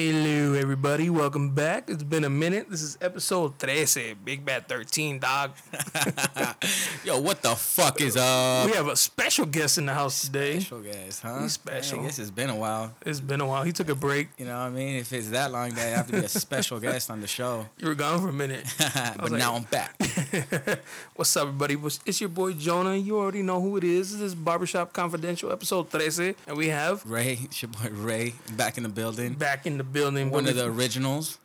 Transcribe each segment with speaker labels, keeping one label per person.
Speaker 1: Hello, everybody. Welcome back. It's been a minute. This is episode 13, Big Bad 13, dog.
Speaker 2: Yo, what the fuck is up?
Speaker 1: We have a special guest in the house today.
Speaker 2: Uh, Special guys, huh?
Speaker 1: We special.
Speaker 2: Dang, this has been a while.
Speaker 1: It's been a while. He took a break.
Speaker 2: You know what I mean? If it's that long, that I have to be a special guest on the show.
Speaker 1: You were gone for a minute.
Speaker 2: but
Speaker 1: was like-
Speaker 2: now I'm back.
Speaker 1: What's up, everybody? What's- It's your boy Jonah. You already know who it is. This is Barbershop Confidential, episode 13. And we have
Speaker 2: Ray, it's your boy Ray, back in the building.
Speaker 1: back in the building.
Speaker 2: One
Speaker 1: When
Speaker 2: of the originals.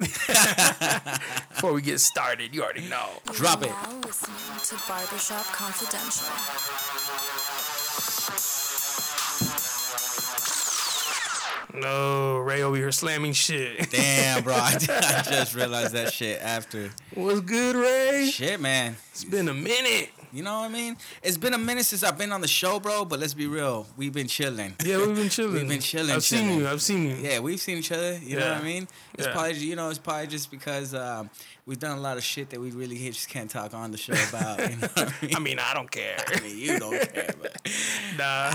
Speaker 1: before we get started, you already know.
Speaker 2: Drop it.
Speaker 3: You're now listening to Barbershop Confidential.
Speaker 1: No, Ray over here slamming shit.
Speaker 2: Damn, bro. I, I just realized that shit after.
Speaker 1: What's good, Ray?
Speaker 2: Shit, man.
Speaker 1: It's been a minute.
Speaker 2: You know what I mean? It's been a minute since I've been on the show, bro, but let's be real. We've been chilling.
Speaker 1: Yeah, we've been chilling.
Speaker 2: We've been chilling,
Speaker 1: I've seen
Speaker 2: chilling.
Speaker 1: you. I've seen you.
Speaker 2: Yeah, we've seen each other. You know what
Speaker 1: Yeah.
Speaker 2: I mean? It's
Speaker 1: Yeah.
Speaker 2: probably you know it's probably just because um, we've done a lot of shit that we really just can't talk on the show about. You know what I mean?
Speaker 1: I mean, I don't care.
Speaker 2: I mean, you don't care, but
Speaker 1: Nah.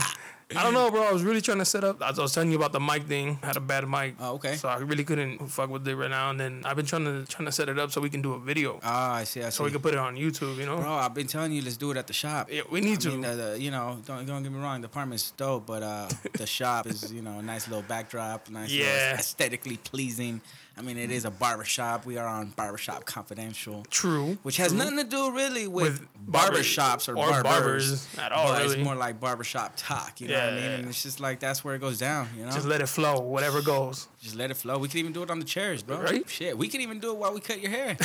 Speaker 1: I don't know, bro. I was really trying to set up. I was telling you about the mic thing. I had a bad mic.
Speaker 2: Oh, okay.
Speaker 1: So I really couldn't fuck with it right now. And then I've been trying to trying to set it up so we can do a video,
Speaker 2: ah, I see, I see.
Speaker 1: so we can put it on YouTube. You know.
Speaker 2: Bro, I've been telling you, let's do it at the shop.
Speaker 1: yeah, we need
Speaker 2: I
Speaker 1: to.
Speaker 2: mean, uh, the- you know, don't, don't get me wrong, the apartment's dope, but uh, the shop is, you know, a nice little backdrop, nice
Speaker 1: Yeah.
Speaker 2: little aesthetically pleasing. I mean, it is a barbershop. We are on Barbershop Confidential.
Speaker 1: True.
Speaker 2: which has
Speaker 1: true.
Speaker 2: nothing to do really with,
Speaker 1: With barber-
Speaker 2: barbershops or,
Speaker 1: or
Speaker 2: barbers,
Speaker 1: barbers at all,
Speaker 2: But
Speaker 1: Oh, really.
Speaker 2: It's more like barbershop talk, you know what I mean?
Speaker 1: Yeah.
Speaker 2: And it's just like that's where it goes down, you know.
Speaker 1: Just
Speaker 2: Just let,
Speaker 1: let it flow. Whatever goes.
Speaker 2: it flow. We could even do it on the chairs, bro.
Speaker 1: Right?
Speaker 2: Shit, we could even do it while we cut your hair.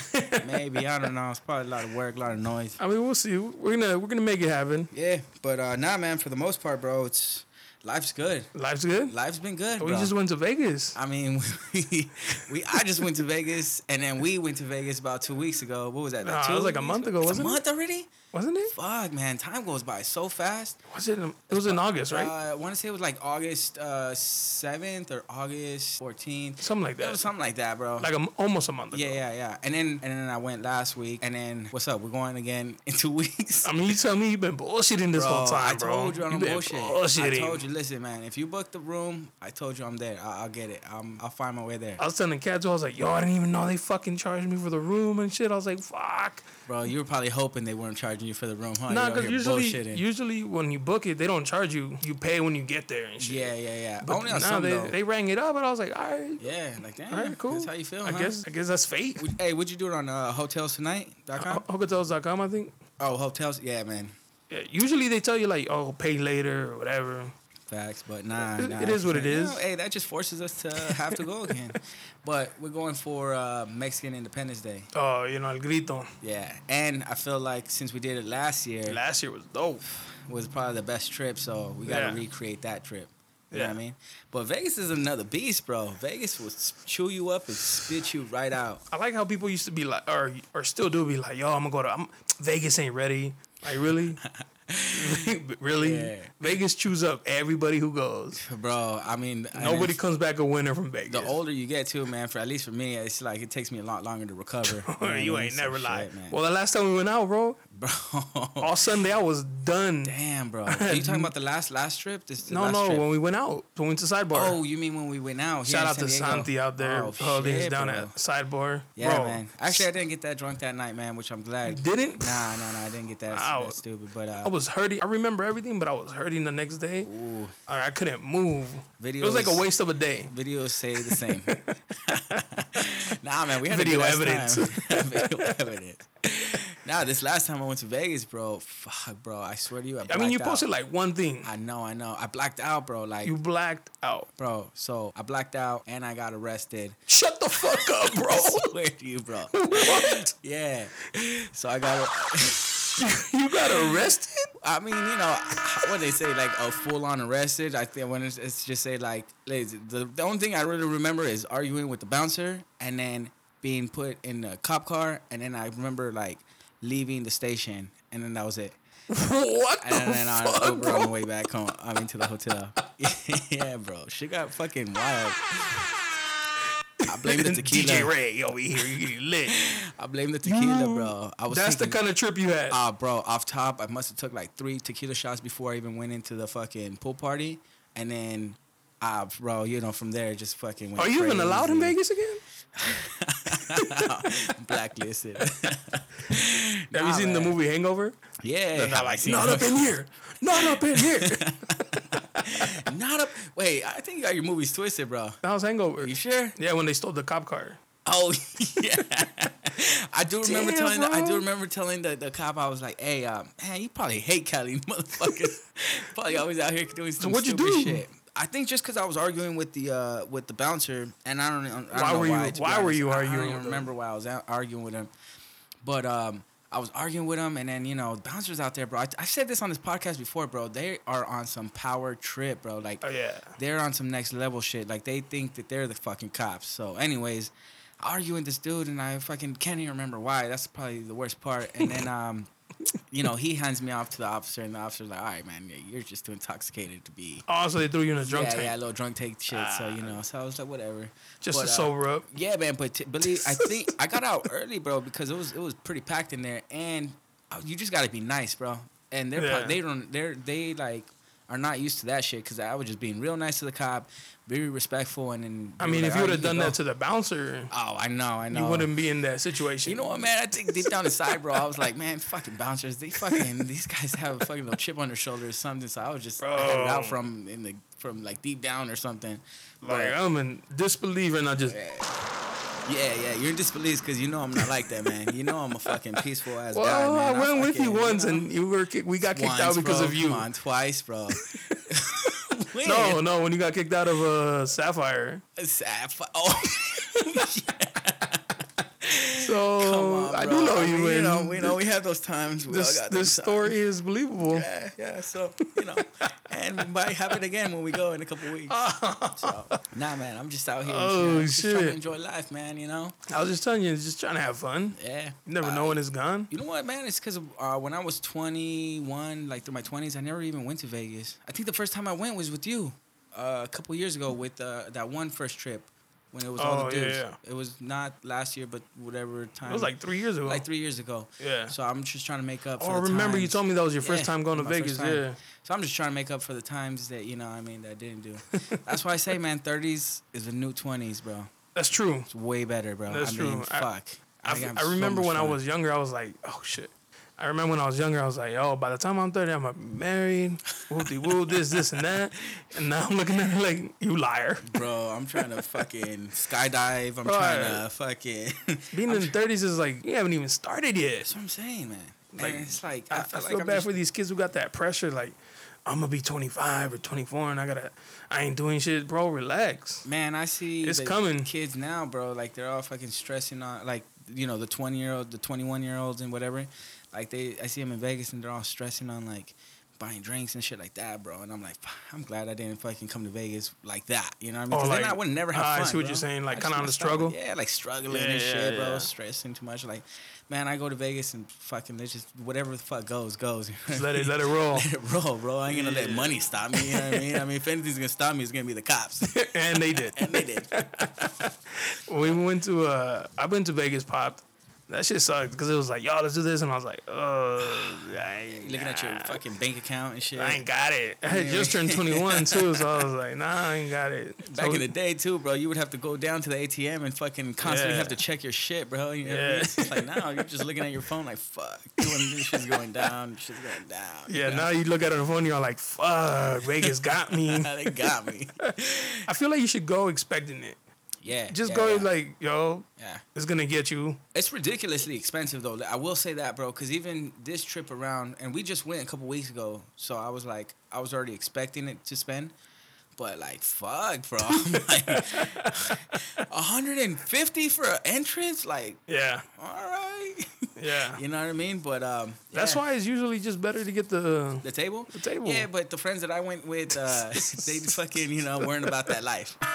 Speaker 2: Maybe I don't know. It's probably a lot of work, a lot of noise.
Speaker 1: I mean, we'll see. We're gonna we're gonna make it happen.
Speaker 2: Yeah, but uh, nah, man. For the most part, bro, it's life's good.
Speaker 1: Life's good.
Speaker 2: Life's been good,
Speaker 1: we
Speaker 2: bro.
Speaker 1: just went to Vegas.
Speaker 2: I mean, we, we I just went to Vegas, and then we went to Vegas about two weeks ago. What was that?
Speaker 1: Nah, it
Speaker 2: two
Speaker 1: was like a
Speaker 2: weeks
Speaker 1: month ago,
Speaker 2: It's
Speaker 1: wasn't it?
Speaker 2: a month already?
Speaker 1: Wasn't it?
Speaker 2: Fuck, man, time goes by so fast.
Speaker 1: Was it? in- It was in August, right?
Speaker 2: Uh, I want to say it was like August uh, seventh or August fourteenth.
Speaker 1: Something like
Speaker 2: It was
Speaker 1: that.
Speaker 2: something like that, bro.
Speaker 1: Like a m almost a month ago.
Speaker 2: yeah, yeah, yeah. And then and then I went last week. And then what's up? We're going again in two weeks.
Speaker 1: I mean, you tell me you've been bullshitting this
Speaker 2: Bro,
Speaker 1: whole time,
Speaker 2: I told
Speaker 1: bro.
Speaker 2: you I'm
Speaker 1: been
Speaker 2: bullshit.
Speaker 1: bullshitting.
Speaker 2: I told you, listen, man. If you book the room, I told you I'm there. I- I'll get it. I'm, I'll find my way there,
Speaker 1: I was telling Cadzo, I was like, yo, I didn't even know they fucking charged me for the room and shit. I was like, fuck.
Speaker 2: bro. You were probably hoping they weren't charging you for the room, huh?
Speaker 1: nah,
Speaker 2: You're out
Speaker 1: because
Speaker 2: here
Speaker 1: usually,
Speaker 2: bullshitting.
Speaker 1: usually when you book it, they don't charge you. You pay when you get there and shit.
Speaker 2: yeah, yeah, yeah.
Speaker 1: But
Speaker 2: Only on
Speaker 1: nah,
Speaker 2: some
Speaker 1: they,
Speaker 2: though.
Speaker 1: they rang it up, and I was like, all right,
Speaker 2: yeah, like damn.
Speaker 1: all right, cool.
Speaker 2: That's how you feel,
Speaker 1: I
Speaker 2: huh?
Speaker 1: guess, I guess that's fate.
Speaker 2: Would- Hey, would you do it on uh, hotelstonight.com?
Speaker 1: Ho- Hotels.com, I think.
Speaker 2: Oh, hotels. Yeah, man.
Speaker 1: Yeah, usually they tell you like, oh, pay later or whatever.
Speaker 2: Facts, but nah,
Speaker 1: It-
Speaker 2: nah,
Speaker 1: it is what it
Speaker 2: you
Speaker 1: is.
Speaker 2: know, hey, that just forces us to have to go again. but we're going for uh, Mexican Independence Day.
Speaker 1: Oh, you know, el grito.
Speaker 2: Yeah, and I feel like since we did it last year,
Speaker 1: Last year was dope.
Speaker 2: was probably the best trip. So we gotta
Speaker 1: Yeah.
Speaker 2: recreate that trip. You know
Speaker 1: Yeah.
Speaker 2: what I mean? But Vegas is another beast, bro. Vegas will s- chew you up and spit you right out.
Speaker 1: I like how people used to be like, or or still do be like, yo, I'm gonna go to I'm, Vegas. Ain't ready. Like really, really.
Speaker 2: Yeah.
Speaker 1: Vegas chews up everybody who goes.
Speaker 2: Bro, I mean, and
Speaker 1: Nobody
Speaker 2: it's-
Speaker 1: comes back a winner from Vegas.
Speaker 2: The older you get, too, man. For at least for me, it's like it takes me a lot longer to recover. know what I
Speaker 1: you
Speaker 2: mean?
Speaker 1: ain't
Speaker 2: So
Speaker 1: never
Speaker 2: shit,
Speaker 1: lied.
Speaker 2: man.
Speaker 1: Well, the last time we went out, bro,
Speaker 2: bro.
Speaker 1: all Sunday I was done.
Speaker 2: Damn, bro. Are you talking about the last last trip? This the
Speaker 1: No,
Speaker 2: last
Speaker 1: no,
Speaker 2: trip?
Speaker 1: when we went out, when we went to Sidebar.
Speaker 2: Oh, you mean when we went out? here
Speaker 1: Shout
Speaker 2: in
Speaker 1: out to
Speaker 2: San Diego?
Speaker 1: Santi out there
Speaker 2: Oh,
Speaker 1: holding us
Speaker 2: shit,
Speaker 1: down
Speaker 2: bro.
Speaker 1: at Sidebar.
Speaker 2: Yeah,
Speaker 1: bro,
Speaker 2: man. Actually, I didn't get that drunk that night, man, which I'm glad.
Speaker 1: You didn't?
Speaker 2: Nah, nah, nah. I didn't get that.
Speaker 1: Ow.
Speaker 2: That's stupid. But uh,
Speaker 1: I was hurting. I remember everything, but I was hurting the next day.
Speaker 2: ooh,
Speaker 1: I I couldn't move. It was
Speaker 2: Videos-
Speaker 1: like a waste of a day.
Speaker 2: videos say the same. nah, man. We had
Speaker 1: Video
Speaker 2: a good
Speaker 1: evidence.
Speaker 2: ass Time. Video evidence. Nah, this last time I went to Vegas, bro. Fuck, bro. I swear to you, I,
Speaker 1: I mean, you
Speaker 2: blacked out.
Speaker 1: posted like one thing.
Speaker 2: I know, I know. I blacked out, bro. Like,
Speaker 1: You blacked out.
Speaker 2: bro. So I blacked out and I got arrested.
Speaker 1: Shut the fuck up, bro.
Speaker 2: I swear to you, bro.
Speaker 1: what?
Speaker 2: Yeah. So I got.
Speaker 1: You got arrested?
Speaker 2: I mean, you know, what they say, like a full-on arrested. I think when it's, it's just say like, ladies, the, the only thing I really remember is arguing with the bouncer and then being put in a cop car, and then I remember like leaving the station, and then that was it.
Speaker 1: What the
Speaker 2: And then
Speaker 1: fuck,
Speaker 2: I Uber
Speaker 1: bro?
Speaker 2: on the way back home. I mean, to the hotel. yeah, bro, she got fucking wild. I blame the
Speaker 1: DJ
Speaker 2: tequila.
Speaker 1: Ray over here, you getting lit.
Speaker 2: I blame the tequila, bro. I was
Speaker 1: That's the
Speaker 2: thinking-
Speaker 1: kind of trip you had.
Speaker 2: Ah, bro, off top, I must have took like three tequila shots before I even went into the fucking pool party, and then ah, bro, you know, from there it just fucking. Went
Speaker 1: Are you even allowed in
Speaker 2: crazy.
Speaker 1: Vegas again?
Speaker 2: Blacklisted.
Speaker 1: Have you
Speaker 2: Nah,
Speaker 1: seen the
Speaker 2: man.
Speaker 1: movie Hangover?
Speaker 2: Yeah,
Speaker 1: Not like not up in here, not up in here. that
Speaker 2: Not up. Wait, I think you got your movies twisted, bro.
Speaker 1: was Hangover.
Speaker 2: You sure?
Speaker 1: Yeah, when they stole the cop car.
Speaker 2: Oh yeah. I do remember
Speaker 1: Damn,
Speaker 2: telling. The, I do
Speaker 1: bro.
Speaker 2: remember telling the, the cop. I was like, "Hey, um, man, you probably hate Cali, motherfuckers. probably always out here doing some
Speaker 1: what'd you
Speaker 2: stupid
Speaker 1: do?
Speaker 2: shit." I think just because I was arguing with the uh, with the bouncer, and I don't, I don't
Speaker 1: Why
Speaker 2: know
Speaker 1: were
Speaker 2: why.
Speaker 1: you-
Speaker 2: to be
Speaker 1: why were
Speaker 2: honest.
Speaker 1: you
Speaker 2: I- I
Speaker 1: arguing
Speaker 2: don't
Speaker 1: with
Speaker 2: even remember why I was out arguing with him, but um, I was arguing with him, and then you know, bouncers out there, bro. I, I said this on this podcast before, bro. They are on some power trip, bro. Like,
Speaker 1: Oh yeah.
Speaker 2: they're on some next level shit. Like they think that they're the fucking cops. So, anyways, I argue with this dude, and I fucking can't even remember why. That's probably the worst part. And then, um, you know, he hands me off to the officer, and the officer's like, "All right, man, yeah, you're just too intoxicated to be."
Speaker 1: Also, Oh, they threw you in a drunk
Speaker 2: yeah,
Speaker 1: tank Ah.
Speaker 2: yeah, a little drunk take shit. so you know, so I was like, whatever.
Speaker 1: just
Speaker 2: But,
Speaker 1: to
Speaker 2: uh,
Speaker 1: sober up.
Speaker 2: yeah, man, but t- believe I think I got out early, bro, because it was it was pretty packed in there, and uh, you just gotta be nice, bro. And they're
Speaker 1: Yeah.
Speaker 2: pro- they don't they're they like are not used to that shit because I was just being real nice to the cop, very respectful, and then
Speaker 1: I
Speaker 2: they were
Speaker 1: mean,
Speaker 2: like,
Speaker 1: if you
Speaker 2: "All
Speaker 1: would
Speaker 2: right,
Speaker 1: have done
Speaker 2: can go."
Speaker 1: that to the bouncer,
Speaker 2: oh, I know, I know.
Speaker 1: you wouldn't be in that situation.
Speaker 2: You know what, man? I think deep down inside, bro, I was like, man, fucking bouncers, they fucking these guys have a fucking little chip on their shoulder or something. So I was just I had it out
Speaker 1: Bro.
Speaker 2: from in the from like deep down or something.
Speaker 1: Like I'm in disbelief and I just
Speaker 2: Yeah, yeah, you're in disbelief because you know I'm not like that, man. You know I'm a fucking peaceful ass guy.
Speaker 1: well,
Speaker 2: man.
Speaker 1: I went with you
Speaker 2: fucking-
Speaker 1: once
Speaker 2: know,
Speaker 1: and you were kick- we got kicked out
Speaker 2: once,
Speaker 1: because
Speaker 2: bro,
Speaker 1: of you.
Speaker 2: Come on, twice, bro. When?
Speaker 1: No, no, when you got kicked out of uh, Sapphire.
Speaker 2: Sapphire. Oh,
Speaker 1: So
Speaker 2: come on,
Speaker 1: Oh, I
Speaker 2: bro.
Speaker 1: do know
Speaker 2: mean,
Speaker 1: you.
Speaker 2: You
Speaker 1: and
Speaker 2: know, we know we have those times. We
Speaker 1: this
Speaker 2: all got
Speaker 1: this
Speaker 2: those
Speaker 1: story is believable.
Speaker 2: Times. Yeah, yeah. So you know, and it might happen again when we go in a couple weeks. So, nah, man, I'm just out here.
Speaker 1: Oh,
Speaker 2: you know, Just trying to
Speaker 1: shit.
Speaker 2: enjoy life, man. You know.
Speaker 1: I was just telling you, just trying to have fun.
Speaker 2: Yeah.
Speaker 1: You never know when it's gone.
Speaker 2: You know what, man? It's because uh, when I was 21, like through my 20s, I never even went to Vegas. I think the first time I went was with you uh, a couple years ago with uh, that one first trip when it was all
Speaker 1: Oh,
Speaker 2: the
Speaker 1: yeah,
Speaker 2: dudes.
Speaker 1: yeah.
Speaker 2: It was not last year, but whatever time.
Speaker 1: It was like three years ago.
Speaker 2: like three years ago.
Speaker 1: Yeah.
Speaker 2: So I'm just trying to make up.
Speaker 1: oh,
Speaker 2: for
Speaker 1: I
Speaker 2: the
Speaker 1: remember you
Speaker 2: times.
Speaker 1: told me that was your first
Speaker 2: Yeah,
Speaker 1: time going to
Speaker 2: my first
Speaker 1: Vegas.
Speaker 2: time.
Speaker 1: Yeah.
Speaker 2: So I'm just trying to make up for the times that you know, I mean, that I didn't do. That's why I say, man, 30s is the new 20s, bro.
Speaker 1: That's true.
Speaker 2: It's way better, bro.
Speaker 1: That's
Speaker 2: I mean,
Speaker 1: true. I-
Speaker 2: fuck.
Speaker 1: I,
Speaker 2: got
Speaker 1: f- I
Speaker 2: so
Speaker 1: remember
Speaker 2: much
Speaker 1: when I
Speaker 2: fun.
Speaker 1: was younger, I was like, oh shit. I remember when I was younger, I was like, oh, by the time I'm 30, I'm gonna be married, whoop de whoop, this, this, and that. And now I'm looking at her like, you liar.
Speaker 2: Bro, I'm trying to fucking skydive. I'm
Speaker 1: Right.
Speaker 2: trying to fucking. That's
Speaker 1: Being in the 30s is like, you haven't even started yet.
Speaker 2: what I'm saying, man.
Speaker 1: Like,
Speaker 2: Like, it's like
Speaker 1: I, I
Speaker 2: feel
Speaker 1: feel
Speaker 2: like I'm
Speaker 1: bad
Speaker 2: just-
Speaker 1: for these kids who got that pressure. Like, I'm gonna be 25 or 24 and I gotta, I ain't doing shit, bro. Relax.
Speaker 2: Man, I see
Speaker 1: It's
Speaker 2: the
Speaker 1: coming.
Speaker 2: Kids now, bro, like they're all fucking stressing on, like you know, the twenty year old, the twenty one year olds, and whatever. Like they, I see them in Vegas, and they're all stressing on like buying drinks and shit like that, bro. And I'm like, "Fuck, I'm glad I didn't fucking come to Vegas like that. You know what I mean?
Speaker 1: Oh,
Speaker 2: 'Cause then
Speaker 1: like-
Speaker 2: I would never have
Speaker 1: ah, I
Speaker 2: fun.
Speaker 1: see what
Speaker 2: bro.
Speaker 1: you're saying, like,
Speaker 2: I just
Speaker 1: kinda on
Speaker 2: wanna
Speaker 1: the
Speaker 2: stop-
Speaker 1: struggle?
Speaker 2: Yeah, like struggling
Speaker 1: Yeah,
Speaker 2: and
Speaker 1: yeah,
Speaker 2: shit, bro.
Speaker 1: yeah.
Speaker 2: Stressing too much. Like, man, I go to Vegas and fucking, it's just whatever the fuck goes goes. you know what I
Speaker 1: Just let it,
Speaker 2: mean?
Speaker 1: let it roll.
Speaker 2: roll, bro. I ain't gonna let
Speaker 1: Yeah.
Speaker 2: money stop me. You know what I mean? I mean, if anything's gonna stop me, it's gonna be the cops.
Speaker 1: and they did.
Speaker 2: and they did.
Speaker 1: we went to uh I went to Vegas popped. That shit sucked because it was like, y'all, let's do this, and I was like, oh, I ain't,
Speaker 2: Looking at your
Speaker 1: nah,
Speaker 2: fucking bank account and shit.
Speaker 1: I ain't got it. I had just turned 21 too, so I was like, nah, I ain't got it.
Speaker 2: Back
Speaker 1: So-
Speaker 2: in the day too, bro, you would have to go down to the ATM and fucking constantly
Speaker 1: Yeah.
Speaker 2: have to check your shit, bro. You know what I mean?
Speaker 1: Yeah.
Speaker 2: It's like now you're just looking at your phone like fuck. Doing this shit's going down, shit's going down.
Speaker 1: yeah, now you look at it on the phone, you're like, fuck, Vegas got me.
Speaker 2: they got me.
Speaker 1: I feel like you should go expecting it.
Speaker 2: Yeah.
Speaker 1: Just
Speaker 2: yeah,
Speaker 1: go
Speaker 2: yeah,
Speaker 1: like, yo,
Speaker 2: yeah.
Speaker 1: it's gonna get you.
Speaker 2: It's ridiculously expensive though. I will say that, bro, because even this trip around, and we just went a couple weeks ago, so I was like, I was already expecting it to spend, but like, fuck, bro, I'm like, 150 for an entrance, like,
Speaker 1: Yeah,
Speaker 2: all right,
Speaker 1: yeah.
Speaker 2: you know what I mean? But um,
Speaker 1: That's
Speaker 2: yeah.
Speaker 1: why it's usually just better to get the.
Speaker 2: The table? The
Speaker 1: table.
Speaker 2: Yeah, but the friends that I went with, uh, they fucking, you know, weren't about that life.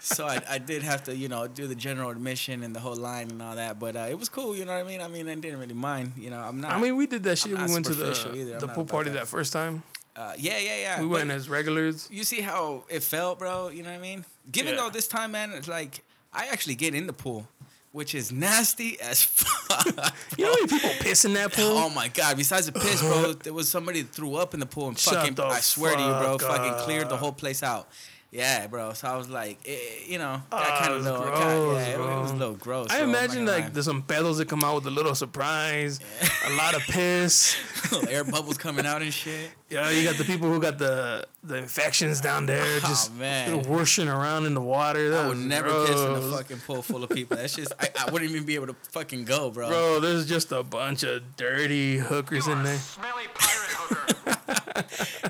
Speaker 2: so I, I did have to, you know, do the general admission and the whole line and all that. But uh, it was cool, you know what I mean? I mean, I didn't really mind. You know, I'm not.
Speaker 1: I mean, we did that shit.
Speaker 2: not
Speaker 1: We went to
Speaker 2: superficial either,
Speaker 1: the
Speaker 2: I'm
Speaker 1: the
Speaker 2: not
Speaker 1: pool
Speaker 2: about
Speaker 1: party
Speaker 2: that.
Speaker 1: that first time.
Speaker 2: uh, yeah, yeah, yeah.
Speaker 1: We
Speaker 2: But
Speaker 1: went as regulars.
Speaker 2: You see how it felt, bro? You know what I mean? Given
Speaker 1: Yeah.
Speaker 2: though this time, man, it's like I actually get in the pool. which is nasty as fuck.
Speaker 1: You know how many people piss in that pool? Uh-huh.
Speaker 2: Oh my god! Besides the piss, bro, there was somebody that threw up in the pool and
Speaker 1: Shut
Speaker 2: fucking.
Speaker 1: the
Speaker 2: I swear to you, bro,
Speaker 1: fuck
Speaker 2: fucking cleared the
Speaker 1: up.
Speaker 2: whole place out. Yeah, bro. So I was like, eh, you know,
Speaker 1: Ah,
Speaker 2: got kind
Speaker 1: it
Speaker 2: of
Speaker 1: was
Speaker 2: little.
Speaker 1: gross,
Speaker 2: yeah, it was- it was a
Speaker 1: bro.
Speaker 2: little gross.
Speaker 1: I
Speaker 2: bro, I'm not
Speaker 1: imagine
Speaker 2: gonna
Speaker 1: like
Speaker 2: lie.
Speaker 1: there's some pedos that come out with a little surprise, a lot of piss.
Speaker 2: Little air bubbles coming out and shit.
Speaker 1: Yeah, you got the people who got the the infections down there,
Speaker 2: Oh,
Speaker 1: just
Speaker 2: man.
Speaker 1: whooshing around in the water. That
Speaker 2: I would
Speaker 1: was
Speaker 2: never piss in a
Speaker 1: gross.
Speaker 2: fucking pool full of people. That's just I, I wouldn't even be able to fucking go, bro.
Speaker 1: Bro, there's just a bunch of dirty hookers in there.
Speaker 4: Smelly pirate hooker.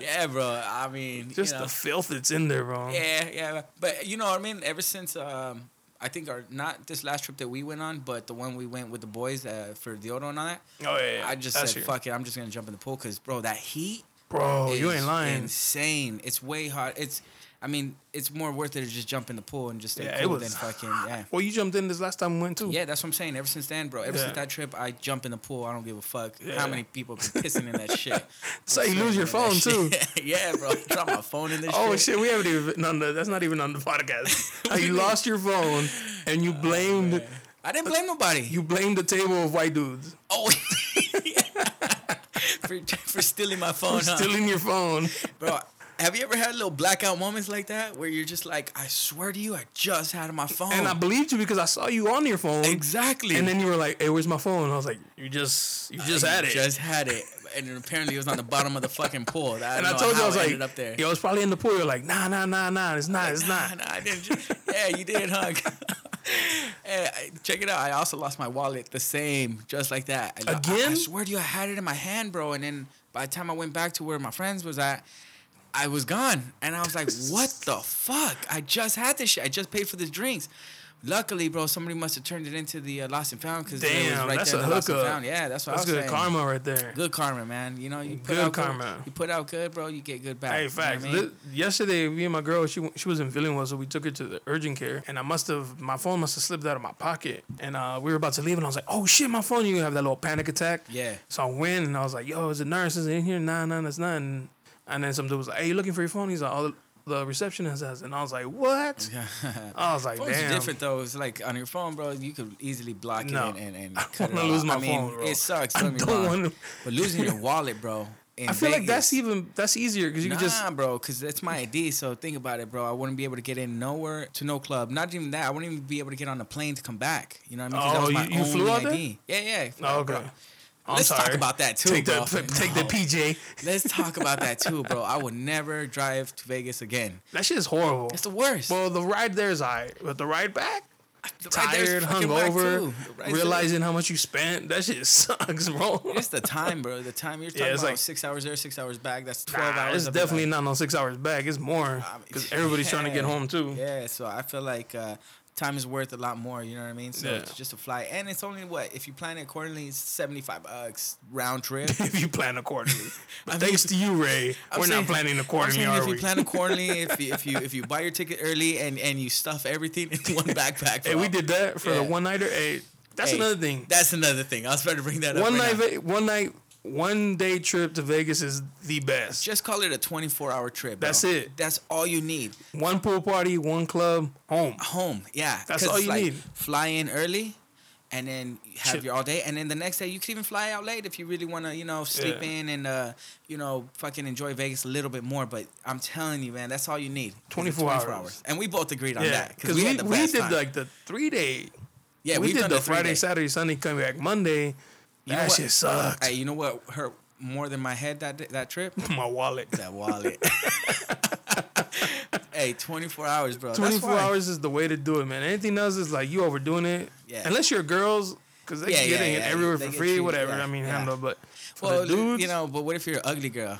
Speaker 2: Yeah, bro. I mean,
Speaker 1: Just
Speaker 2: you know,
Speaker 1: the filth that's in there, bro.
Speaker 2: yeah, yeah. But you know what I mean. Ever since um, I think our not this last trip that we went on, but the one we went with the boys uh, for the auto and all that.
Speaker 1: Oh yeah, yeah.
Speaker 2: I just
Speaker 1: That's
Speaker 2: said,
Speaker 1: your-
Speaker 2: fuck it. I'm just gonna jump in the pool because, bro, that heat.
Speaker 1: Bro, Oh, you
Speaker 2: is
Speaker 1: ain't lying.
Speaker 2: Insane. It's way hot. It's, I mean, it's more worth it to just jump in the pool and just stay
Speaker 1: Yeah, it
Speaker 2: cool
Speaker 1: was
Speaker 2: than fucking yeah.
Speaker 1: Well, you jumped in this last time we went too.
Speaker 2: Yeah, that's what I'm saying. Ever since then, bro. Ever
Speaker 1: Yeah.
Speaker 2: since that trip, I jump in the pool. I don't give a fuck
Speaker 1: Yeah.
Speaker 2: how many people have been pissing in that shit.
Speaker 1: So you lose your phone too.
Speaker 2: yeah, bro. I dropped my phone in this.
Speaker 1: Oh
Speaker 2: shit.
Speaker 1: shit, we haven't even. On the, that's not even on the podcast. How you lost your phone and
Speaker 2: Oh,
Speaker 1: you blamed
Speaker 2: I didn't blame nobody.
Speaker 1: you blamed the table of white dudes
Speaker 2: oh. for, for stealing my phone,
Speaker 1: for
Speaker 2: huh?
Speaker 1: stealing your phone.
Speaker 2: Bro, have you ever had little blackout moments like that where you're just like, I swear to you, I just had my phone.
Speaker 1: And I believed you because I saw you on your phone.
Speaker 2: Oh. exactly.
Speaker 1: And then you were like, "Hey, where's my phone?" I was like, "You just, you just
Speaker 2: I
Speaker 1: had it."
Speaker 2: Just had it. And then apparently it was on the bottom of the fucking pool. I
Speaker 1: and
Speaker 2: don't
Speaker 1: I
Speaker 2: know
Speaker 1: told you,
Speaker 2: how
Speaker 1: I was
Speaker 2: it
Speaker 1: like,
Speaker 2: ended up there.
Speaker 1: "Yo, it's probably in the pool." You're like, "Nah, nah, nah, nah, it's not, it's
Speaker 2: Nah,
Speaker 1: not."
Speaker 2: nah, I didn't. ju- yeah, you did, huh? hey, I- check it out. I also lost my wallet the same, just like that. I, I- I,
Speaker 1: Again?
Speaker 2: swear to you, I had it in my hand, bro. And then by the time I went back to where my friends was at, I was gone. And I was like, what the fuck? I just had this shit. I just paid for the drinks. Luckily, bro, somebody must have turned it into the uh, lost and found because it was
Speaker 1: Damn,
Speaker 2: right
Speaker 1: that's
Speaker 2: there.
Speaker 1: a
Speaker 2: in the lost and
Speaker 1: hookup.
Speaker 2: found. Yeah, that's what
Speaker 1: That's
Speaker 2: I was
Speaker 1: good
Speaker 2: saying.
Speaker 1: karma right there.
Speaker 2: Good karma, man. You know, you put
Speaker 1: Good
Speaker 2: out good-
Speaker 1: karma.
Speaker 2: you put out good, bro. You get good back.
Speaker 1: Hey,
Speaker 2: You know what
Speaker 1: facts.
Speaker 2: I mean?
Speaker 1: Li- yesterday, me and my girl, she w- she was in Villainwell, so we took her to the urgent care, and I must have my phone must have slipped out of my pocket, and uh, we were about to leave, and I was like, "Oh shit, my phone!" You have that little panic attack.
Speaker 2: Yeah.
Speaker 1: So I went, and I was like, "Yo, is the nurse is it in here?" Nah, nah, that's not. And, and then some dude was like, "Hey, you looking for your phone?" He's like, "Oh." The receptionist has, it." and I was like, "What?" I was like,
Speaker 2: Phones
Speaker 1: "Damn."
Speaker 2: are different though. It's like on your phone, bro. You could easily block
Speaker 1: No.
Speaker 2: it and, and, and
Speaker 1: I
Speaker 2: cut
Speaker 1: wanna
Speaker 2: it
Speaker 1: lose
Speaker 2: off.
Speaker 1: my
Speaker 2: I mean,
Speaker 1: phone, bro.
Speaker 2: It sucks.
Speaker 1: I
Speaker 2: Don't, get me
Speaker 1: don't
Speaker 2: wrong.
Speaker 1: wanna-
Speaker 2: But losing your wallet, bro. In
Speaker 1: I feel like that's
Speaker 2: Vegas,
Speaker 1: even that's easier because you
Speaker 2: nah,
Speaker 1: can just
Speaker 2: bro, because that's my ID. So think about it, bro. I wouldn't be able to get in nowhere to no club. Not even that. I wouldn't even be able to get on a plane to come back. You know what I mean? 'Cause
Speaker 1: Oh,
Speaker 2: that was my
Speaker 1: you- you flew
Speaker 2: only
Speaker 1: out
Speaker 2: ID. Yeah, yeah. I flew
Speaker 1: Oh,
Speaker 2: out, bro.
Speaker 1: okay. I'm
Speaker 2: Let's talk
Speaker 1: sorry.
Speaker 2: about that too,
Speaker 1: take
Speaker 2: bro.
Speaker 1: the take the
Speaker 2: No.
Speaker 1: PJ.
Speaker 2: Let's talk about that too, bro. I would never drive to Vegas again.
Speaker 1: That shit is horrible.
Speaker 2: It's the worst.
Speaker 1: Well, the ride there is alright, but the ride back,
Speaker 2: The ride there is
Speaker 1: tired,
Speaker 2: fucking whack,
Speaker 1: hungover,
Speaker 2: too. The ride there-
Speaker 1: realizing how much you spent. That shit sucks, bro.
Speaker 2: It's the time, bro. The time you're talking
Speaker 1: it's
Speaker 2: about
Speaker 1: like-
Speaker 2: six hours there, six hours back. That's twelve
Speaker 1: Nah,
Speaker 2: hours.
Speaker 1: it's
Speaker 2: I'd be
Speaker 1: definitely
Speaker 2: like-
Speaker 1: not no six hours back. It's more
Speaker 2: I mean,
Speaker 1: because everybody's trying to get
Speaker 2: yeah.
Speaker 1: home too.
Speaker 2: Yeah, so I feel like uh, time is worth a lot more. You know what I mean? So
Speaker 1: Yeah.
Speaker 2: it's just a flight, and it's only what if you plan it accordingly, it's seventy five bucks round trip.
Speaker 1: If you plan accordingly, but
Speaker 2: I mean,
Speaker 1: thanks to you, Ray,
Speaker 2: I'm
Speaker 1: we're
Speaker 2: saying-
Speaker 1: not planning accordingly,
Speaker 2: I'm saying
Speaker 1: are
Speaker 2: if
Speaker 1: we?
Speaker 2: you plan accordingly, if you, if you if you buy your ticket early and and you stuff everything in one backpack.
Speaker 1: hey,
Speaker 2: bro.
Speaker 1: we did that for the
Speaker 2: Yeah.
Speaker 1: one nighter. Hey, that's
Speaker 2: Hey,
Speaker 1: another thing.
Speaker 2: That's another thing. I was about to bring that up.
Speaker 1: one
Speaker 2: right
Speaker 1: night,
Speaker 2: now.
Speaker 1: va- one night, one day trip to Vegas is the best.
Speaker 2: Just call it a twenty four hour trip. bro.
Speaker 1: That's it.
Speaker 2: That's all you need.
Speaker 1: One pool party, one club, home.
Speaker 2: home. Yeah,
Speaker 1: That's
Speaker 2: 'cause
Speaker 1: all
Speaker 2: it's
Speaker 1: you need.
Speaker 2: Fly in early, and then have
Speaker 1: Shit.
Speaker 2: your all day, and then the next day you could even fly out late if you really want to, you know, sleep
Speaker 1: Yeah.
Speaker 2: in and uh, you know, fucking enjoy Vegas a little bit more. But I'm telling you, man, that's all you need.
Speaker 1: 24 hours.
Speaker 2: and we both agreed on
Speaker 1: Yeah,
Speaker 2: that
Speaker 1: because we,
Speaker 2: had the
Speaker 1: we,
Speaker 2: best
Speaker 1: did
Speaker 2: time.
Speaker 1: like the three day.
Speaker 2: yeah,
Speaker 1: we
Speaker 2: we've
Speaker 1: did
Speaker 2: done
Speaker 1: the
Speaker 2: three
Speaker 1: Friday,
Speaker 2: day.
Speaker 1: Saturday, Sunday, coming back Monday.
Speaker 2: You know
Speaker 1: that
Speaker 2: what?
Speaker 1: shit sucked.
Speaker 2: Hey, you know what hurt more than my head that that trip?
Speaker 1: My wallet.
Speaker 2: That wallet. hey, 24 hours, bro. That's
Speaker 1: 24
Speaker 2: why.
Speaker 1: hours is the way to do it, man. Anything else is like you overdoing it.
Speaker 2: Yeah.
Speaker 1: Unless you're girls, because they
Speaker 2: Yeah,
Speaker 1: can get
Speaker 2: yeah,
Speaker 1: in
Speaker 2: yeah.
Speaker 1: everywhere
Speaker 2: They
Speaker 1: for
Speaker 2: get
Speaker 1: free,
Speaker 2: you-
Speaker 1: whatever.
Speaker 2: yeah,
Speaker 1: I mean,
Speaker 2: yeah.
Speaker 1: handle. But for
Speaker 2: Well,
Speaker 1: the dudes,
Speaker 2: you know, but what if you're an ugly girl?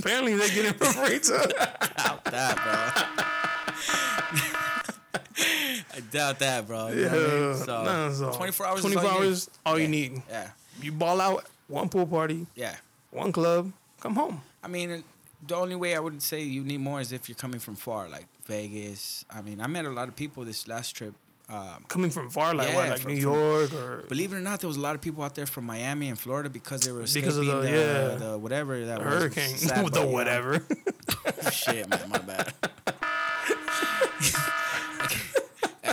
Speaker 1: apparently they get in for free too.
Speaker 2: doubt that, bro. I doubt that, bro. You know what I mean?
Speaker 1: Yeah.
Speaker 2: So,
Speaker 1: Nah, so
Speaker 2: 24 hours.
Speaker 1: 24
Speaker 2: is all you need.
Speaker 1: hours, all you need.
Speaker 2: Yeah.
Speaker 1: You ball out, one pool party,
Speaker 2: Yeah.
Speaker 1: one club, come home.
Speaker 2: I mean, the only way I would say you need more is if you're coming from far, like Vegas. I mean, I met a lot of people this last trip. Um,
Speaker 1: Coming from far, like
Speaker 2: Yeah,
Speaker 1: what, like
Speaker 2: from-
Speaker 1: New
Speaker 2: from-
Speaker 1: York or
Speaker 2: believe it or not, there was a lot of people out there from Miami and Florida because they were escaping
Speaker 1: Because of
Speaker 2: the,
Speaker 1: the- yeah.
Speaker 2: the whatever that was.
Speaker 1: hurricane,
Speaker 2: Sad, but,
Speaker 1: the
Speaker 2: you know,
Speaker 1: whatever.
Speaker 2: Shit, man, my bad.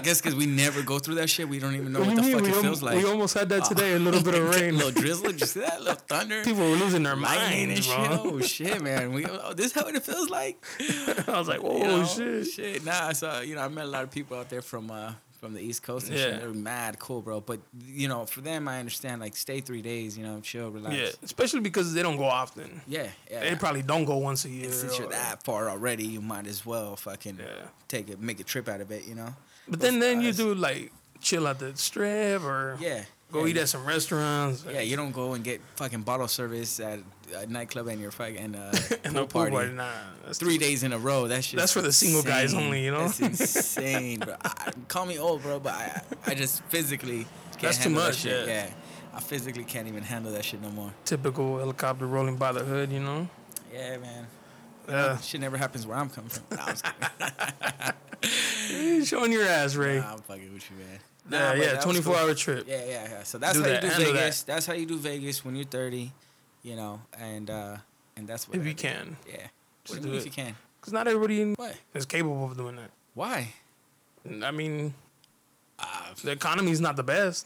Speaker 2: guess because we never go through that shit, we don't even know
Speaker 1: What
Speaker 2: what
Speaker 1: do
Speaker 2: the
Speaker 1: you
Speaker 2: fuck
Speaker 1: mean?
Speaker 2: it
Speaker 1: We,
Speaker 2: feels
Speaker 1: al-
Speaker 2: like. Uh,
Speaker 1: we almost had that today. A little bit of rain.
Speaker 2: little drizzle. Did you see that? little thunder.
Speaker 1: People were losing their
Speaker 2: lightning and
Speaker 1: minds,
Speaker 2: shit.
Speaker 1: bro.
Speaker 2: Oh shit, man. We oh, this is how it feels like.
Speaker 1: I was like, whoa,
Speaker 2: You know?
Speaker 1: Oh, shit.
Speaker 2: Shit. Nah, so you know, I met a lot of people out there from uh from the East Coast and
Speaker 1: Yeah.
Speaker 2: shit. They're mad cool, bro. But you know, for them I understand, like stay three days, you know, chill, relax.
Speaker 1: Yeah, especially because they don't go often.
Speaker 2: Yeah, yeah.
Speaker 1: They probably don't go once a year.
Speaker 2: And since you're
Speaker 1: or-
Speaker 2: that far already, you might as well fucking
Speaker 1: Yeah.
Speaker 2: take it, make a trip out of it, you know?
Speaker 1: But then,
Speaker 2: for
Speaker 1: then you
Speaker 2: us-
Speaker 1: do like chill at the strip or
Speaker 2: Yeah.
Speaker 1: go
Speaker 2: yeah,
Speaker 1: eat at some restaurants.
Speaker 2: Yeah, you don't go and get fucking bottle service at a nightclub and your fucking uh,
Speaker 1: and
Speaker 2: pool
Speaker 1: a pool
Speaker 2: party.
Speaker 1: party. Nah, that's
Speaker 2: Three
Speaker 1: too-
Speaker 2: days in a row. That's just
Speaker 1: That's for the single guys only, you know?
Speaker 2: That's insane, bro. I, call me old, bro, but I, I just physically can't
Speaker 1: That's too
Speaker 2: handle
Speaker 1: much,
Speaker 2: That shit.
Speaker 1: yeah.
Speaker 2: I physically can't even handle that shit no more.
Speaker 1: Typical helicopter rolling by the hood, you know.
Speaker 2: Yeah, man.
Speaker 1: Yeah,
Speaker 2: Shit never happens where I'm coming from. Nah, I'm, just kidding.
Speaker 1: Eh, showing your ass, Ray.
Speaker 2: Nah, I'm fucking with you, man. Nah,
Speaker 1: yeah,
Speaker 2: but
Speaker 1: yeah,
Speaker 2: that was
Speaker 1: 24
Speaker 2: cool.
Speaker 1: hour trip.
Speaker 2: Yeah, yeah, yeah. So that's
Speaker 1: Do
Speaker 2: how
Speaker 1: that.
Speaker 2: you do
Speaker 1: Handle
Speaker 2: Vegas. That's how you do Vegas when you're 30, you know, and uh and that's what
Speaker 1: If
Speaker 2: I
Speaker 1: you
Speaker 2: did.
Speaker 1: can.
Speaker 2: Yeah. What
Speaker 1: Just
Speaker 2: do
Speaker 1: do
Speaker 2: you mean if
Speaker 1: it.
Speaker 2: you can?
Speaker 1: because not everybody in-
Speaker 2: What?
Speaker 1: is capable of doing that.
Speaker 2: Why?
Speaker 1: I mean,
Speaker 2: Ah.
Speaker 1: the economy's not the best.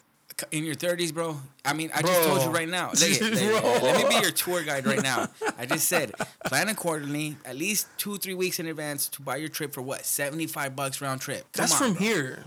Speaker 2: In your 30s, bro. I mean, I just told you
Speaker 1: Bro.
Speaker 2: right now. Look at- let-
Speaker 1: Bro.
Speaker 2: let me be your tour guide right now. I just said plan accordingly, at least two, three weeks in advance to buy your trip for what? 75 bucks round trip. Come
Speaker 1: That's
Speaker 2: on,
Speaker 1: from
Speaker 2: bro.
Speaker 1: here.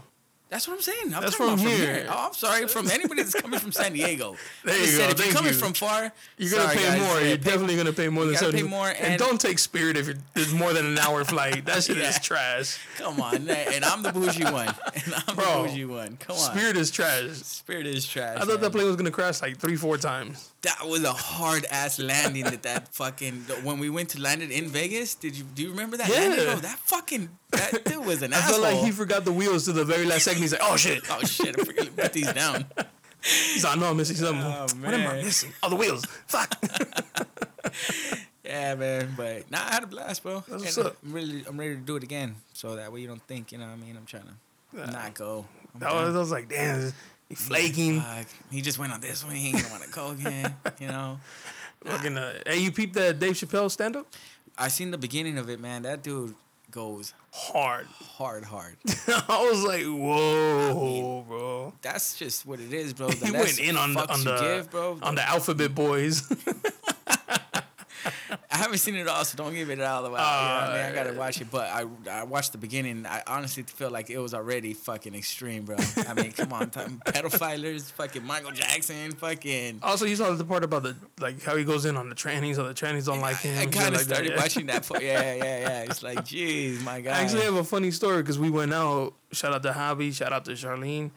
Speaker 2: That's what I'm saying. I'm
Speaker 1: That's
Speaker 2: talking about
Speaker 1: from
Speaker 2: from
Speaker 1: here.
Speaker 2: here. Oh, I'm sorry. From anybody that's coming from San Diego.
Speaker 1: There
Speaker 2: I
Speaker 1: you
Speaker 2: just
Speaker 1: go.
Speaker 2: Said, if
Speaker 1: Thank
Speaker 2: you're coming
Speaker 1: you.
Speaker 2: from far,
Speaker 1: You're gonna
Speaker 2: sorry,
Speaker 1: pay
Speaker 2: guys.
Speaker 1: more.
Speaker 2: Yeah,
Speaker 1: You're
Speaker 2: pay-
Speaker 1: definitely gonna pay more than
Speaker 2: gotta pay
Speaker 1: 70.
Speaker 2: more
Speaker 1: and,
Speaker 2: and-
Speaker 1: don't take Spirit if you're, it's more than an hour flight. That shit
Speaker 2: Yeah.
Speaker 1: is trash.
Speaker 2: Come on, and I'm the bougie one, and I'm
Speaker 1: Bro,
Speaker 2: the bougie one. Come on, spirit,
Speaker 1: Spirit is trash.
Speaker 2: is trash.
Speaker 1: I thought
Speaker 2: man.
Speaker 1: that plane was gonna crash like three, four times.
Speaker 2: That was a hard ass landing. That that fucking when we went to land it in Vegas. Did you do you remember that?
Speaker 1: Yeah.
Speaker 2: landing? Bro, that fucking that dude was an
Speaker 1: I
Speaker 2: asshole.
Speaker 1: felt like he forgot the wheels to the very last second. He's like, "Oh shit!"
Speaker 2: oh shit! I forgot to put these down.
Speaker 1: He's like, "I know I'm missing something.
Speaker 2: Oh,
Speaker 1: what am I
Speaker 2: man.
Speaker 1: missing? Oh, the wheels. Fuck."
Speaker 2: Yeah, man. But nah, I had a blast, bro.
Speaker 1: That's what's
Speaker 2: And
Speaker 1: up.
Speaker 2: I'm really, I'm ready to do it again. So that way you don't think. You know, what I mean, I'm trying to not go. I'm
Speaker 1: That was,
Speaker 2: done.
Speaker 1: I was like, "Damn, he flaking."
Speaker 2: Fuck. He just went on this one. He ain't gonna want to go again. You know.
Speaker 1: Fucking, uh, hey, you peeped that Dave Chappelle stand up?
Speaker 2: I seen the beginning of it, man. That dude goes
Speaker 1: Hard.
Speaker 2: hard, hard.
Speaker 1: I was like, "Whoa, bro."
Speaker 2: That's just what it is, bro. The
Speaker 1: He
Speaker 2: less
Speaker 1: went in on the
Speaker 2: fucks
Speaker 1: on
Speaker 2: you
Speaker 1: the,
Speaker 2: give, bro.
Speaker 1: on the Alphabet Boys.
Speaker 2: I haven't seen it all, so don't give it all the way. you know what I mean, I gotta watch it, but I I watched the beginning. I honestly feel like it was already fucking extreme, bro. I mean, come on, time, pedophiles, fucking Michael Jackson, fucking.
Speaker 1: also, you saw the part about the like how he goes in on the trannies, how the trannies don't like him.
Speaker 2: I
Speaker 1: shit
Speaker 2: kind of
Speaker 1: like that.
Speaker 2: started
Speaker 1: Yeah.
Speaker 2: watching that. For, yeah, yeah, yeah. It's like, jeez, my god.
Speaker 1: I actually have a funny story because we went out. Shout out to Hobby. Shout out to Charlene.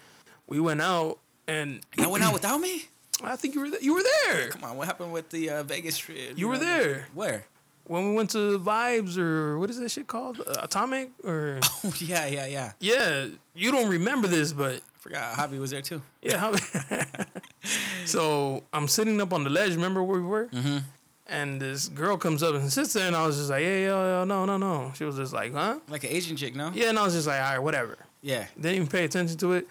Speaker 1: We went out and
Speaker 2: you went out without me.
Speaker 1: I think you were th- you were there
Speaker 2: Come on, what happened with the uh, Vegas trip?
Speaker 1: You were
Speaker 2: know,
Speaker 1: there.
Speaker 2: Where?
Speaker 1: when we went to Vibes or what is that shit called? Uh, Atomic or
Speaker 2: Oh yeah, yeah, yeah.
Speaker 1: yeah. You don't remember this, but
Speaker 2: I forgot. Hobby was there too.
Speaker 1: yeah. Hobby. so I'm sitting up on the ledge. Remember where we were? Mm-hmm. And this girl comes up and sits there, and I was just like, yeah, yeah, yeah, no, no, no. She was just like, huh?
Speaker 2: Like an Asian chick, no?
Speaker 1: Yeah, and I was just like, all right, whatever.
Speaker 2: Yeah.
Speaker 1: Didn't even pay attention to it.